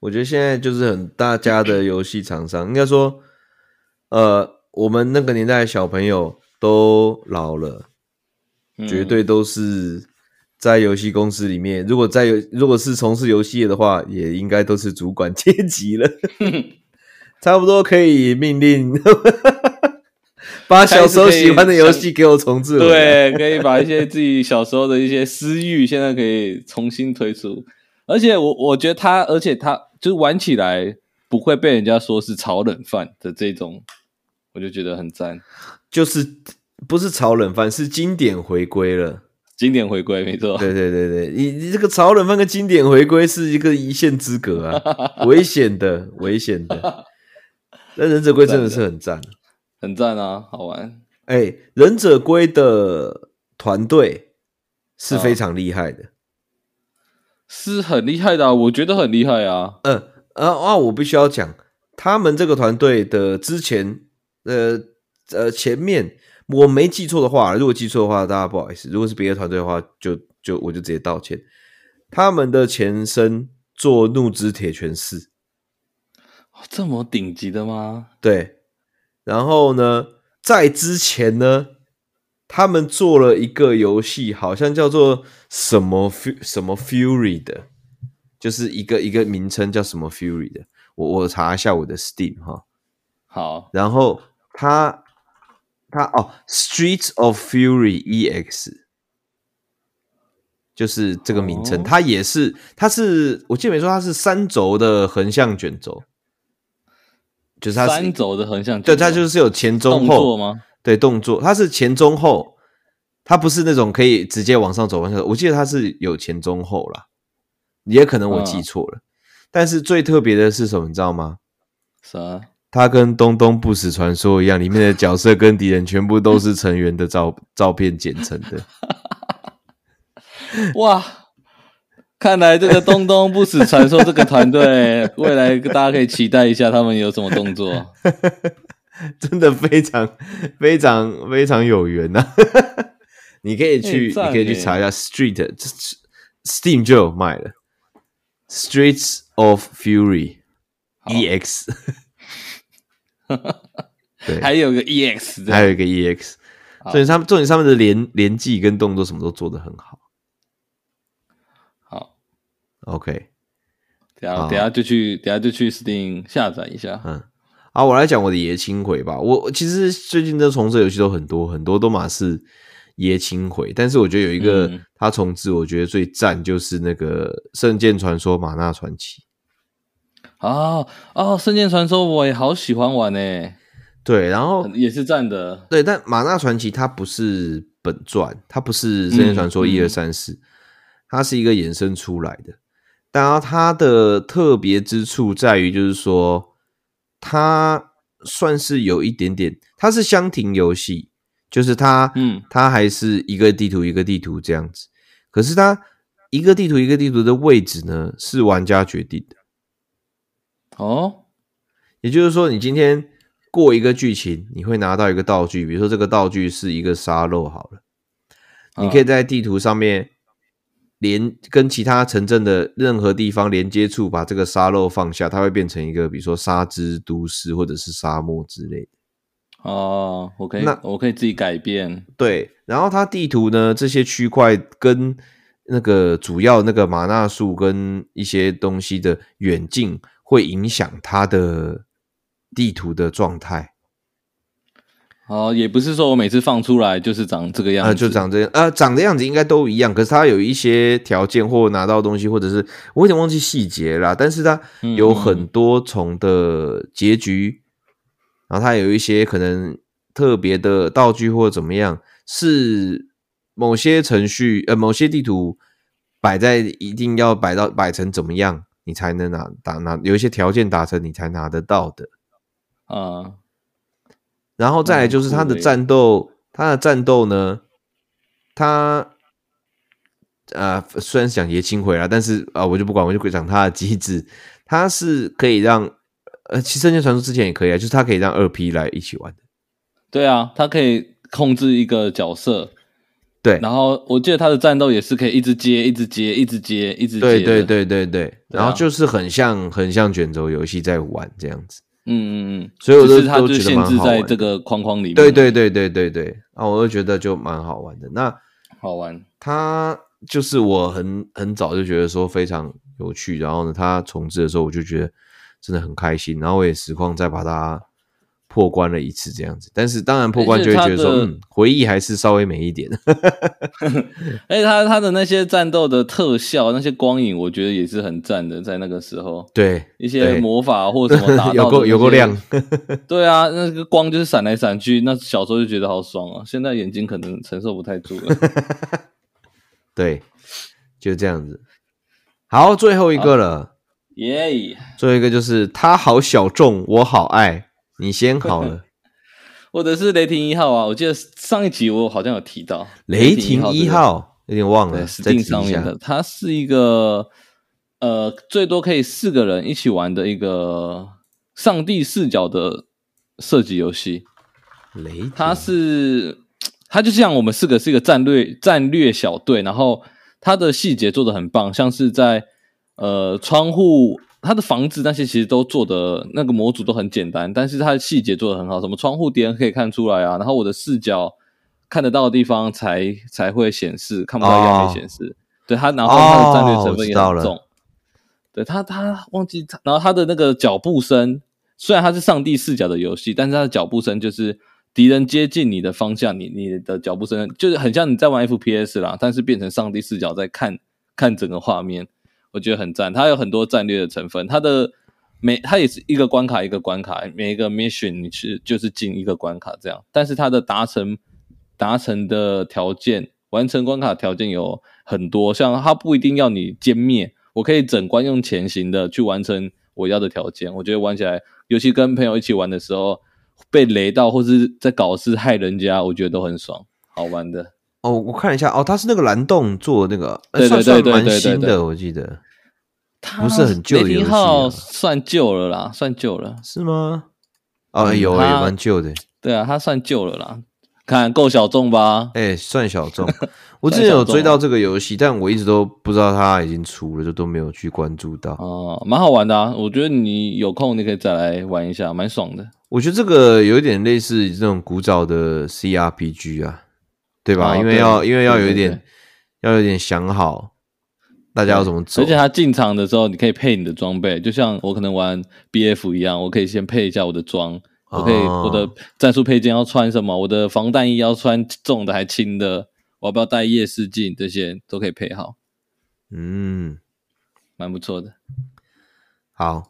Speaker 1: 我觉得现在就是很大家的游戏厂商，应该说，呃，我们那个年代的小朋友都老了，
Speaker 2: 嗯
Speaker 1: 绝对都是在游戏公司里面，如果在游如果是从事游戏业的话，也应该都是主管阶级 了，差不多可以命令 把小时候喜欢的游戏给我重置回来。
Speaker 2: 对，可以把一些自己小时候的一些私欲，现在可以重新推出。而且我我觉得他，而且他就是玩起来不会被人家说是炒冷饭的这种，我就觉得很赞，
Speaker 1: 就是不是炒冷饭，是经典回归了。
Speaker 2: 经典回归，没错。
Speaker 1: 对对对对，你你这个炒冷饭跟经典回归是一个一线之隔 啊，危险的，危险的。那忍者龟真的是很赞，
Speaker 2: 很赞啊，好玩。
Speaker 1: 哎、忍者龟的团队是非常厉害的。
Speaker 2: 是很厉害的啊、我觉得很厉害啊。
Speaker 1: 嗯、啊啊，我必须要讲，他们这个团队的之前，呃呃，前面我没记错的话，如果记错的话，大家不好意思；如果是别的团队的话，就就我就直接道歉。他们的前身做怒之铁拳四，
Speaker 2: 哦这么顶级的吗？
Speaker 1: 对，然后呢，在之前呢，他们做了一个游戏，好像叫做什么 Fu 什么 Fury 的，就是一个一个名称叫什么 Fury 的，我我查一下我的 Steam 哈，
Speaker 2: 好，
Speaker 1: 然后它它哦，Streets of Fury EX 就是这个名称，
Speaker 2: 哦
Speaker 1: 它也是它是我记得没错，它是三轴的横向卷轴，就是它是
Speaker 2: 三轴的横向
Speaker 1: 对
Speaker 2: 卷轴
Speaker 1: 它就是有前中
Speaker 2: 动作
Speaker 1: 后
Speaker 2: 吗？
Speaker 1: 对动作，它是前中后，它不是那种可以直接往上走往下走。我记得它是有前中后啦，也可能我记
Speaker 2: 嗯
Speaker 1: 错了。但是最特别的是什么，你知道吗？
Speaker 2: 啥？
Speaker 1: 它跟《东东不死传说》一样，里面的角色跟敌人全部都是成员的照照片剪成的。
Speaker 2: 哇！看来这个东东不死传说这个 团队，未来大家可以期待一下他们有什么动作。
Speaker 1: 真的非常非常非常有缘呐、 你可以去，
Speaker 2: 欸赞
Speaker 1: 你可以去
Speaker 2: 欸
Speaker 1: 查一下 Street，这这 Steam 就有卖了，Streets of Fury E
Speaker 2: 好
Speaker 1: EX，对，
Speaker 2: 还有个 E EX，的
Speaker 1: 还有一个 EX，
Speaker 2: 好
Speaker 1: 重点他们重点他们的连连技跟动作什么都做得很好。
Speaker 2: 好，
Speaker 1: OK，
Speaker 2: 等
Speaker 1: 好
Speaker 2: 下等下就去等下就去 Steam 下载一下。
Speaker 1: 嗯，啊，我来讲我的爷青回吧。我我其实最近这重置游戏都很多，很多都嘛是爷青回，但是我觉得有一个
Speaker 2: 嗯
Speaker 1: 它重置，我觉得最赞就是那个《圣剑传说：玛纳传奇》。
Speaker 2: 啊哦，《圣剑传说》我也好喜欢玩诶，
Speaker 1: 对，然后
Speaker 2: 也是站的。
Speaker 1: 对，但《玛纳传奇》它不是本传，它不是《圣剑传说》
Speaker 2: 嗯
Speaker 1: 一二三四，它是一个衍生出来的。当然，它的特别之处在于，就是说，它算是有一点点，它是箱庭游戏，就是它，
Speaker 2: 嗯
Speaker 1: 它还是一个地图一个地图这样子。可是它一个地图一个地图的位置呢，是玩家决定的。
Speaker 2: 哦，
Speaker 1: 也就是说，你今天过一个剧情，你会拿到一个道具，比如说这个道具是一个沙漏好了，你可以
Speaker 2: 啊
Speaker 1: 在地图上面连跟其他城镇的任何地方连接处，把这个沙漏放下，它会变成一个比如说沙之都市或者是沙漠之类的。
Speaker 2: 哦，我可以
Speaker 1: 那
Speaker 2: 我可以自己改变。
Speaker 1: 对，然后它地图呢，这些区块跟那个主要那个玛纳树跟一些东西的远近会影响它的地图的状态。
Speaker 2: 哦，也不是说我每次放出来就是长这个样
Speaker 1: 呃，
Speaker 2: 子，
Speaker 1: 就长这样，呃，长的样子应该都一样，可是它有一些条件或拿到东西，或者是我有点忘记细节啦，但是它
Speaker 2: 嗯
Speaker 1: 有很多重的结局，然后它有一些可能特别的道具或怎么样，是某些程序呃某些地图摆在一定要摆到摆成怎么样，你才能拿打拿有一些条件达成你才拿得到的。
Speaker 2: 啊。
Speaker 1: 然后再来就是他的战斗，他的战斗呢，他呃虽然是讲爷青回啦，但是啊、呃我就不管，我就讲他的机制，它是可以让呃其实《圣剑传说》之前也可以啊，就是它可以让二 P 来一起玩的，
Speaker 2: 对啊，他可以控制一个角色，
Speaker 1: 对
Speaker 2: 然后我记得他的战斗也是可以一直接、一直接、一直接、一直接。
Speaker 1: 对对，对对对，
Speaker 2: 对啊
Speaker 1: 然后就是很像很像卷轴游戏在玩这样子，
Speaker 2: 嗯嗯嗯，
Speaker 1: 所以我都
Speaker 2: 只是他就
Speaker 1: 都觉得
Speaker 2: 限
Speaker 1: 蛮
Speaker 2: 制
Speaker 1: 好玩
Speaker 2: 在
Speaker 1: 的
Speaker 2: 这个框框里面，
Speaker 1: 对对，对对对对，啊，我就觉得就蛮好玩的。那
Speaker 2: 好玩。
Speaker 1: 它就是我很很早就觉得说非常有趣，然后呢，它重置的时候我就觉得真的很开心，然后我也实况再把它破关了一次这样子。但是当然破关就会觉得说，
Speaker 2: 而且它的
Speaker 1: 嗯，回忆还是稍微美一点。
Speaker 2: 而且哎他他的那些战斗的特效、那些光影，我觉得也是很赞的，在那个时候。
Speaker 1: 对，
Speaker 2: 一些
Speaker 1: 对
Speaker 2: 魔法或什么 打到
Speaker 1: 有够
Speaker 2: 的那些
Speaker 1: 有够亮，
Speaker 2: 对啊，那个光就是闪来闪去，那小时候就觉得好爽啊，现在眼睛可能承受不太住了。
Speaker 1: 对，就这样子。好，最后一个了，
Speaker 2: 耶、
Speaker 1: 最后一个就是他好小众，我好爱你先好 了。
Speaker 2: 或者是雷霆一号啊，我记得上一集我好像有提到
Speaker 1: 雷霆
Speaker 2: 一
Speaker 1: 一
Speaker 2: 这个
Speaker 1: 号有点忘了，
Speaker 2: 对
Speaker 1: 再提
Speaker 2: ，Steam 上
Speaker 1: 一下
Speaker 2: 面。的，它是一个呃，最多可以四个人一起玩的一个上帝视角的射击游戏。
Speaker 1: 雷霆
Speaker 2: 它是它就像我们四个是一个战略战略小队，然后它的细节做的很棒，像是在呃窗户。它的房子那些其实都做的那个模组都很简单，但是它的细节做的很好，什么窗户点可以看出来啊，然后我的视角看得到的地方才才会显示，看不到一样没显示。对它，然后它的战略成分也
Speaker 1: 哦我知道
Speaker 2: 很
Speaker 1: 了
Speaker 2: 重。对他，他忘记他，然后他的那个脚步声，虽然它是上帝视角的游戏，但是它的脚步声就是敌人接近你的方向，你你的脚步声就是很像你在玩 FPS 啦，但是变成上帝视角在看看整个画面，我觉得很赞。它有很多战略的成分，它的每它也是一个关卡一个关卡，每一个 mission 你是就是进一个关卡这样，但是它的达成达成的条件，完成关卡条件有很多，像它不一定要你歼灭。我可以整关用前行的去完成我要的条件，我觉得玩起来，尤其跟朋友一起玩的时候，被雷到或是在搞事害人家，我觉得都很爽，好玩的。
Speaker 1: 哦，我看了一下，哦，它是那个蓝洞做的那个，呃
Speaker 2: 对对
Speaker 1: 算算
Speaker 2: 对对
Speaker 1: 蛮
Speaker 2: 对对
Speaker 1: 新
Speaker 2: 对
Speaker 1: 的，我记得
Speaker 2: 它
Speaker 1: 不是很旧的
Speaker 2: 雷霆
Speaker 1: 游戏
Speaker 2: 号
Speaker 1: 啊
Speaker 2: 算旧了啦，算旧了。
Speaker 1: 是吗？哦，
Speaker 2: 嗯
Speaker 1: 有欸，
Speaker 2: 它
Speaker 1: 也蛮旧的，
Speaker 2: 对啊，它算旧了啦，看够小众吧？
Speaker 1: 哎，算小 众。我之前有追到
Speaker 2: 哦
Speaker 1: 这个游戏，但我一直都不知道它已经出了，就都没有去关注到。
Speaker 2: 哦、蛮好玩的啊，我觉得你有空你可以再来玩一下，蛮爽的。
Speaker 1: 我觉得这个有一点类似这种古早的 CRPG 啊，对吧？
Speaker 2: 哦
Speaker 1: 因为
Speaker 2: 对
Speaker 1: 要因为要
Speaker 2: 对
Speaker 1: 有一
Speaker 2: 对
Speaker 1: 点要有点想好大家要怎么走
Speaker 2: 而，且它进场的时候，你可以配你的装备，就像我可能玩 BF 一样，我可以先配一下我的装，我可以
Speaker 1: 哦
Speaker 2: 我的战术配件要穿什么，我的防弹衣要穿重的还轻的，我要不要带夜视镜，这些都可以配好，
Speaker 1: 嗯。
Speaker 2: 蛮不错的。
Speaker 1: 好，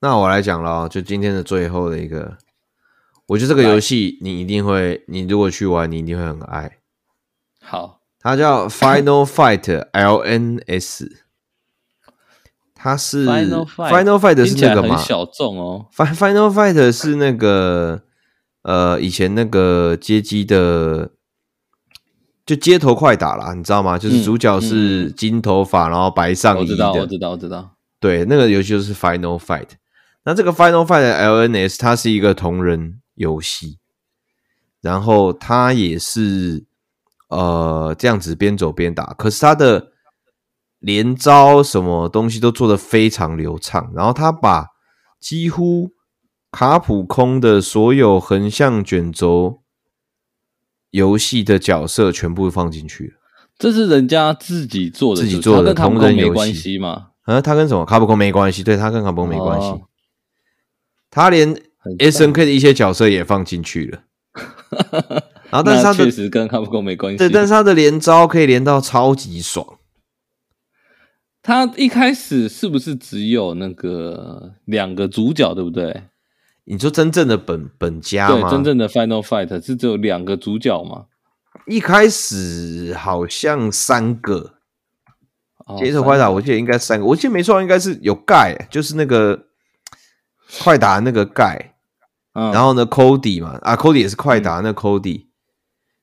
Speaker 1: 那我来讲了哦，就今天的最后的一个，我觉得这个游戏你一定会，你如果去玩，你一定会很爱。
Speaker 2: 好，
Speaker 1: 它叫 Final Fight LNS，它是
Speaker 2: Final Fight
Speaker 1: Final Fight 是
Speaker 2: 听起来
Speaker 1: 那个
Speaker 2: 很
Speaker 1: 嘛
Speaker 2: 小众哦。
Speaker 1: ？Fi-？Final Fight 是那个呃，以前那个街机的。就街头快打啦，你知道吗？就是
Speaker 2: 嗯
Speaker 1: 主角是金头发，然后白上
Speaker 2: 我
Speaker 1: 衣
Speaker 2: 知
Speaker 1: 的，
Speaker 2: 道，我知道，我知道。
Speaker 1: 对，那个游戏就是 Final Fight。那这个 Final Fight 的 LNS 它是一个同人游戏，然后它也是呃这样子边走边打，可是它的连招什么东西都做得非常流畅，然后它把几乎卡普空的所有横向卷轴游戏的角色全部放进去了。
Speaker 2: 这是人家自己做的，
Speaker 1: 自己
Speaker 2: 是不是
Speaker 1: 做的
Speaker 2: 它跟卡普
Speaker 1: 同
Speaker 2: 空
Speaker 1: 人游
Speaker 2: 没
Speaker 1: 戏
Speaker 2: 关系嘛？
Speaker 1: 啊，他跟什么卡普空没关系，对他跟卡普空没关系，
Speaker 2: 哦
Speaker 1: 他连
Speaker 2: 很赞
Speaker 1: S N K 的一些角色也放进去 了，然后啊但是他
Speaker 2: 那确
Speaker 1: 的
Speaker 2: 实跟卡普空没关系。
Speaker 1: 对，但是他的连招可以连到超级爽，
Speaker 2: 他一开始是不是只有那个两个主角，对不对？
Speaker 1: 你说真正的本本家
Speaker 2: 对，
Speaker 1: 吗？
Speaker 2: 真正的 Final Fight 是只有两个主角嘛？
Speaker 1: 一开始好像三个
Speaker 2: 哦
Speaker 1: 街头快打，我记得应该三个，我记得没错，应该是有盖，欸就是那个快打那个盖，
Speaker 2: 嗯，
Speaker 1: 然后呢，Cody 嘛，啊，Cody 也是快打、那 Cody，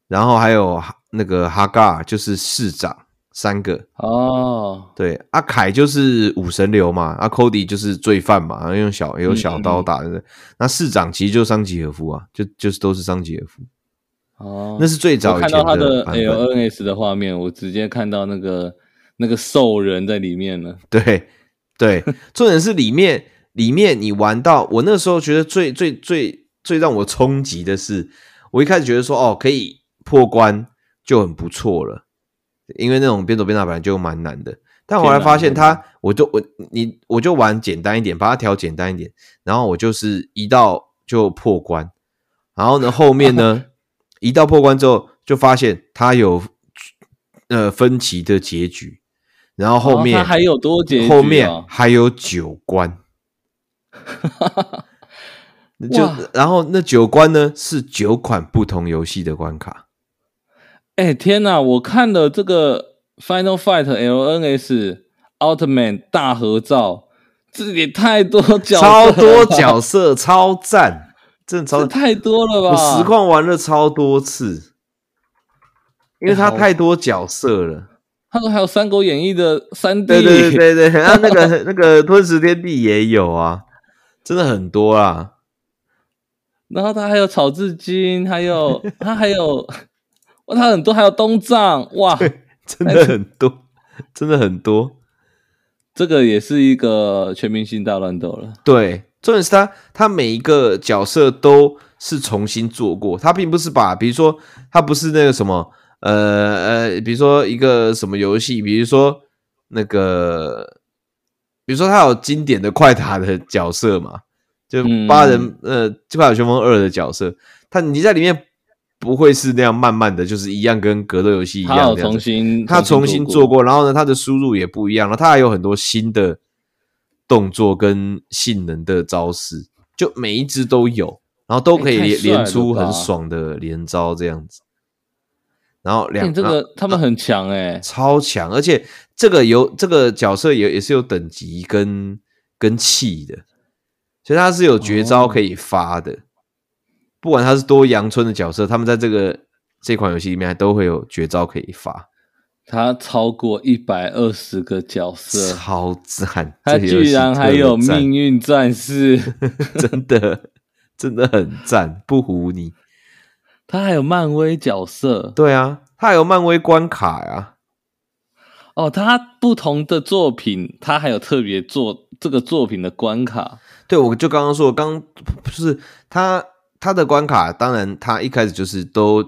Speaker 1: 然后还有哈那个哈嘎，就是市长三个，
Speaker 2: 哦，
Speaker 1: 对，阿、凯就是武神流嘛，阿、Cody 就是罪犯嘛，然后用小
Speaker 2: 嗯
Speaker 1: 用小刀打的，那市长其实就是桑吉和夫啊，就就是都是桑吉和夫，
Speaker 2: 哦，
Speaker 1: 那是最
Speaker 2: 我
Speaker 1: 早以
Speaker 2: 看
Speaker 1: 前
Speaker 2: 到他
Speaker 1: 的
Speaker 2: 的哎
Speaker 1: 版本，
Speaker 2: LNS 的画面，我直接看到那个那个兽人在里面了。
Speaker 1: 对对，重点是里面里面你玩到我那时候觉得最最最最让我冲击的是，我一开始觉得说哦可以破关就很不错了，因为那种边走边打本来就蛮难的，但我后来发现
Speaker 2: 偏难嗯
Speaker 1: 它，我就我你我就玩简单一点，把它调简单一点，然后我就是一到就破关，然后呢后面呢 一到破关之后就发现它有呃分歧的结局。然后后面、
Speaker 2: 哦他还有多结局
Speaker 1: 后面
Speaker 2: 哦
Speaker 1: 还有九 关，就
Speaker 2: 哇
Speaker 1: 然后那九关呢是九款不同游戏的关卡，
Speaker 2: 哎，天哪！我看了这个 Final Fight LNS 奥特曼大合照，这也太多角色
Speaker 1: 超
Speaker 2: 了
Speaker 1: 多角色，超赞，真的超
Speaker 2: 这
Speaker 1: 赞。
Speaker 2: 太多了吧？
Speaker 1: 我实况玩了超多次，因为
Speaker 2: 哎
Speaker 1: 它
Speaker 2: 好
Speaker 1: 太多角色了。
Speaker 2: 他说还有《三国演义》的三 D，
Speaker 1: 对对对对对，啊，那个那个吞食天地也有啊，真的很多啊。
Speaker 2: 然后他还有草字经，还有他还有哇，他很多，还有东藏哇，
Speaker 1: 真的很多，真的很多。
Speaker 2: 这个也是一个全明星大乱斗了。
Speaker 1: 对，重点是他他每一个角色都是重新做过，他并不是把，比如说他不是那个什么，呃呃，比如说一个什么游戏，比如说那个，比如说它有经典的快打的角色嘛，就
Speaker 2: 嗯
Speaker 1: 八人、呃《快打旋风二》的角色，它你在里面不会是那样慢慢的，就是一样跟格斗游戏一
Speaker 2: 他
Speaker 1: 样
Speaker 2: 有
Speaker 1: 这样
Speaker 2: 重
Speaker 1: 子。
Speaker 2: 新
Speaker 1: 他重新做
Speaker 2: 过，
Speaker 1: 过，然后呢，他的输入也不一样了，他还有很多新的动作跟性能的招式，就每一只都有，然后都可以
Speaker 2: 哎太
Speaker 1: 连
Speaker 2: 帅了
Speaker 1: 连出
Speaker 2: 吧
Speaker 1: 很爽的连招这样子。然后两啊
Speaker 2: 欸这
Speaker 1: 然后
Speaker 2: 个他们很强哎、
Speaker 1: 超强，而且这个有这个角色也也是有等级跟跟气的，所以他是有绝招
Speaker 2: 哦
Speaker 1: 可以发的。不管他是多阳春的角色，他们在这个这款游戏里面还都会有绝招可以发，
Speaker 2: 他超过一百二十个角色，
Speaker 1: 超赞！
Speaker 2: 他
Speaker 1: 这个游戏
Speaker 2: 居然还有
Speaker 1: 特赞
Speaker 2: 命运战士，
Speaker 1: 真的真的很赞，不唬你。
Speaker 2: 他还有漫威角色
Speaker 1: 对啊，他还有漫威关卡呀、
Speaker 2: 哦。他不同的作品，他还有特别做这个作品的关卡。
Speaker 1: 对，我就刚刚说，刚就是他他的关卡，当然他一开始就是都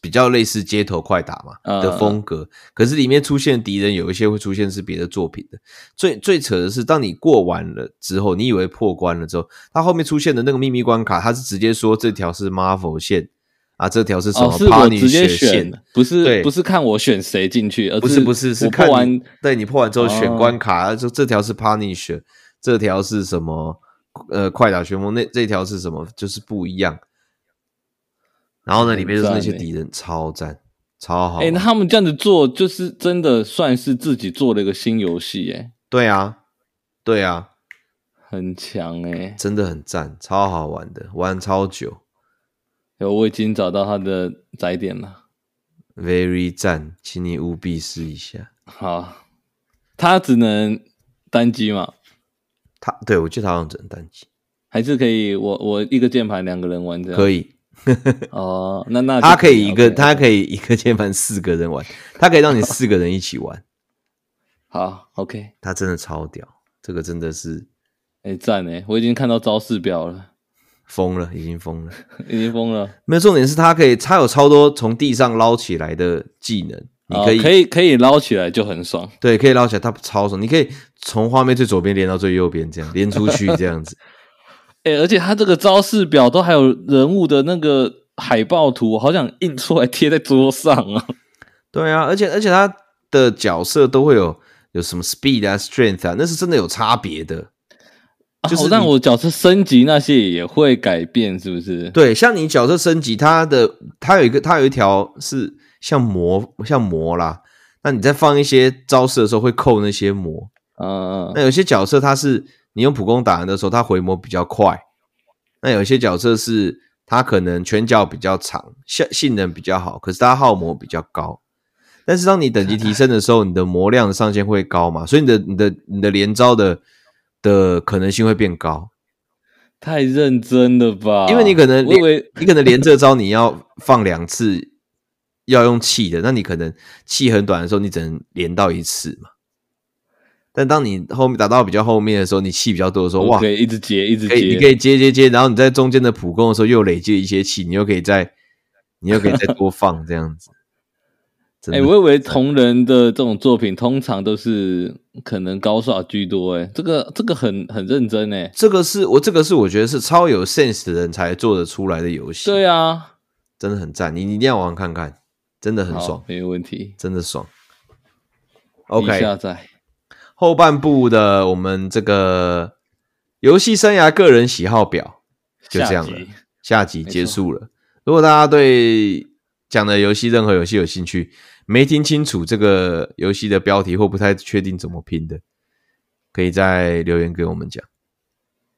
Speaker 1: 比较类似街头快打嘛
Speaker 2: 嗯
Speaker 1: 的风格，可是里面出现的敌人有一些会出现是别的作品的。最最扯的是，当你过完了之后，你以为破关了之后，他后面出现的那个秘密关卡，他是直接说这条是 Marvel 线啊，这条是什
Speaker 2: 哦
Speaker 1: 么，
Speaker 2: 是我
Speaker 1: Punisher
Speaker 2: 直接
Speaker 1: 线
Speaker 2: 选。，不
Speaker 1: 对
Speaker 2: 是不是看我选谁进去，而
Speaker 1: 不是不是，是
Speaker 2: 我
Speaker 1: 看
Speaker 2: 破
Speaker 1: 你
Speaker 2: 完
Speaker 1: 对你破完之后选
Speaker 2: 哦
Speaker 1: 关卡，就这条是 Punish，这条是什么？呃，快打旋风那这条是什么？就是不一样。然后呢，
Speaker 2: 很
Speaker 1: 里面就是那
Speaker 2: 赞
Speaker 1: 些
Speaker 2: 欸
Speaker 1: 敌人超赞，超好
Speaker 2: 哎、
Speaker 1: 玩。
Speaker 2: 那他们这样子做，就是真的算是自己做了一个新游戏，哎，
Speaker 1: 对啊，对啊，
Speaker 2: 很强哎、欸
Speaker 1: 真的很赞，超好玩的，玩超久
Speaker 2: 有我已经找到它的载点了。
Speaker 1: ，very 赞，请你务必试一下。
Speaker 2: 好，它只能单机嘛，
Speaker 1: 他对我记得他好像只能单机，
Speaker 2: 还是可以我我一个键盘两个人玩这样？
Speaker 1: 可
Speaker 2: 以
Speaker 1: 以，
Speaker 2: 哦，那啊那就
Speaker 1: 他可以一个，
Speaker 2: OK
Speaker 1: 他可以一个键盘四个人玩，他可以让你四个人一起玩。
Speaker 2: 好 OK，
Speaker 1: 他真的超屌，这个真的是
Speaker 2: 哎赞哎，我已经看到招式表了，
Speaker 1: 疯了，已经疯了。
Speaker 2: 已经疯了。
Speaker 1: 没有重点是他可以，他有超多从地上捞起来的技能，你
Speaker 2: 哦
Speaker 1: 可以,、
Speaker 2: 可以可以捞起来就很爽，
Speaker 1: 对可以捞起来，他超爽。你可以从画面最左边连到最右边，这样连出去这样子。
Speaker 2: 哎、而且它这个招式表都还有人物的那个海报图，我好想印出来贴在桌上啊！
Speaker 1: 对啊，而且而且他的角色都会有有什么 speed 啊、strength 啊，那是真的有差别的。 就是
Speaker 2: 啊、
Speaker 1: 你
Speaker 2: 让我角色升级那些也会改变，是不是？
Speaker 1: 对，像你角色升级，它的它有一个它有一条是像魔像魔啦，那你在放一些招式的时候会扣那些魔，
Speaker 2: 嗯，
Speaker 1: 那有些角色他是你用普攻打人的时候，他回魔比较快。那有些角色是他可能拳脚比较长，性性能比较好，可是他耗魔比较高。但是当你等级提升的时候，你的魔量的上限会高嘛，所以你的你的你的连招的的可能性会变高，
Speaker 2: 太认真了吧？
Speaker 1: 因为你可能
Speaker 2: 我以为
Speaker 1: 你可能连这招你要放两次，要用气的，那你可能气很短的时候，你只能连到一次嘛。但当你后面打到比较后面的时候，你气比较多的时候，
Speaker 2: 我
Speaker 1: 哇
Speaker 2: 可，以一直接，一直
Speaker 1: 可以，你
Speaker 2: 接，
Speaker 1: 可以接接接，然后你在中间的普攻的时候又累积一些气，你又可以再， 你又可以再多放这样子。真
Speaker 2: 哎、
Speaker 1: 的，
Speaker 2: 我以为同人的这种作品通常都是可能高刷居多、哎，这个这个很很认真哎、
Speaker 1: 这个是我这个是我觉得是超有 sense 的人才做得出来的游戏，
Speaker 2: 对啊，
Speaker 1: 真的很赞，你你一定要玩看看，真的很
Speaker 2: 好
Speaker 1: 爽，
Speaker 2: 没有问题。
Speaker 1: 真的爽。
Speaker 2: 一
Speaker 1: OK，
Speaker 2: 下载，
Speaker 1: 后半部的我们这个游戏生涯个人喜好表就这样了
Speaker 2: 下集。
Speaker 1: 下集
Speaker 2: 没
Speaker 1: 结
Speaker 2: 错
Speaker 1: 束了。如果大家对讲的游戏任何游戏有兴趣，没听清楚这个游戏的标题或不太确定怎么拼的，可以再留言给我们讲。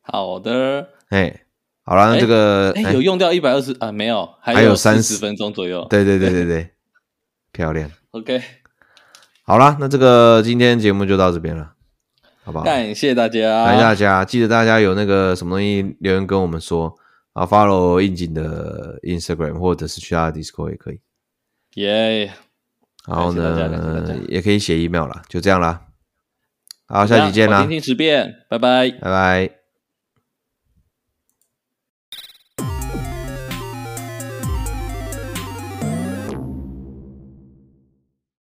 Speaker 2: 好的，
Speaker 1: 哎，好了，那
Speaker 2: 哎
Speaker 1: 这个
Speaker 2: 哎、
Speaker 1: 哎
Speaker 2: 有用掉一百二十啊？没有，
Speaker 1: 还
Speaker 2: 还
Speaker 1: 有
Speaker 2: 三
Speaker 1: 30
Speaker 2: 十分钟左右。
Speaker 1: 对对对对对，漂亮。
Speaker 2: ，OK，
Speaker 1: 好啦，那这个今天节目就到这边了，好不好？
Speaker 2: 感谢大家，
Speaker 1: 来大家记得大家有那个什么东西留言跟我们说啊，follow 应景的 Instagram 或者是去他的 Discord 也可以。
Speaker 2: 耶、
Speaker 1: 然后
Speaker 2: 感谢大家感谢大
Speaker 1: 呢
Speaker 2: 家，
Speaker 1: 也可以写 email 啦，就这样啦。好，下期见啊啦
Speaker 2: 我听，听十遍，拜拜。
Speaker 1: 拜拜。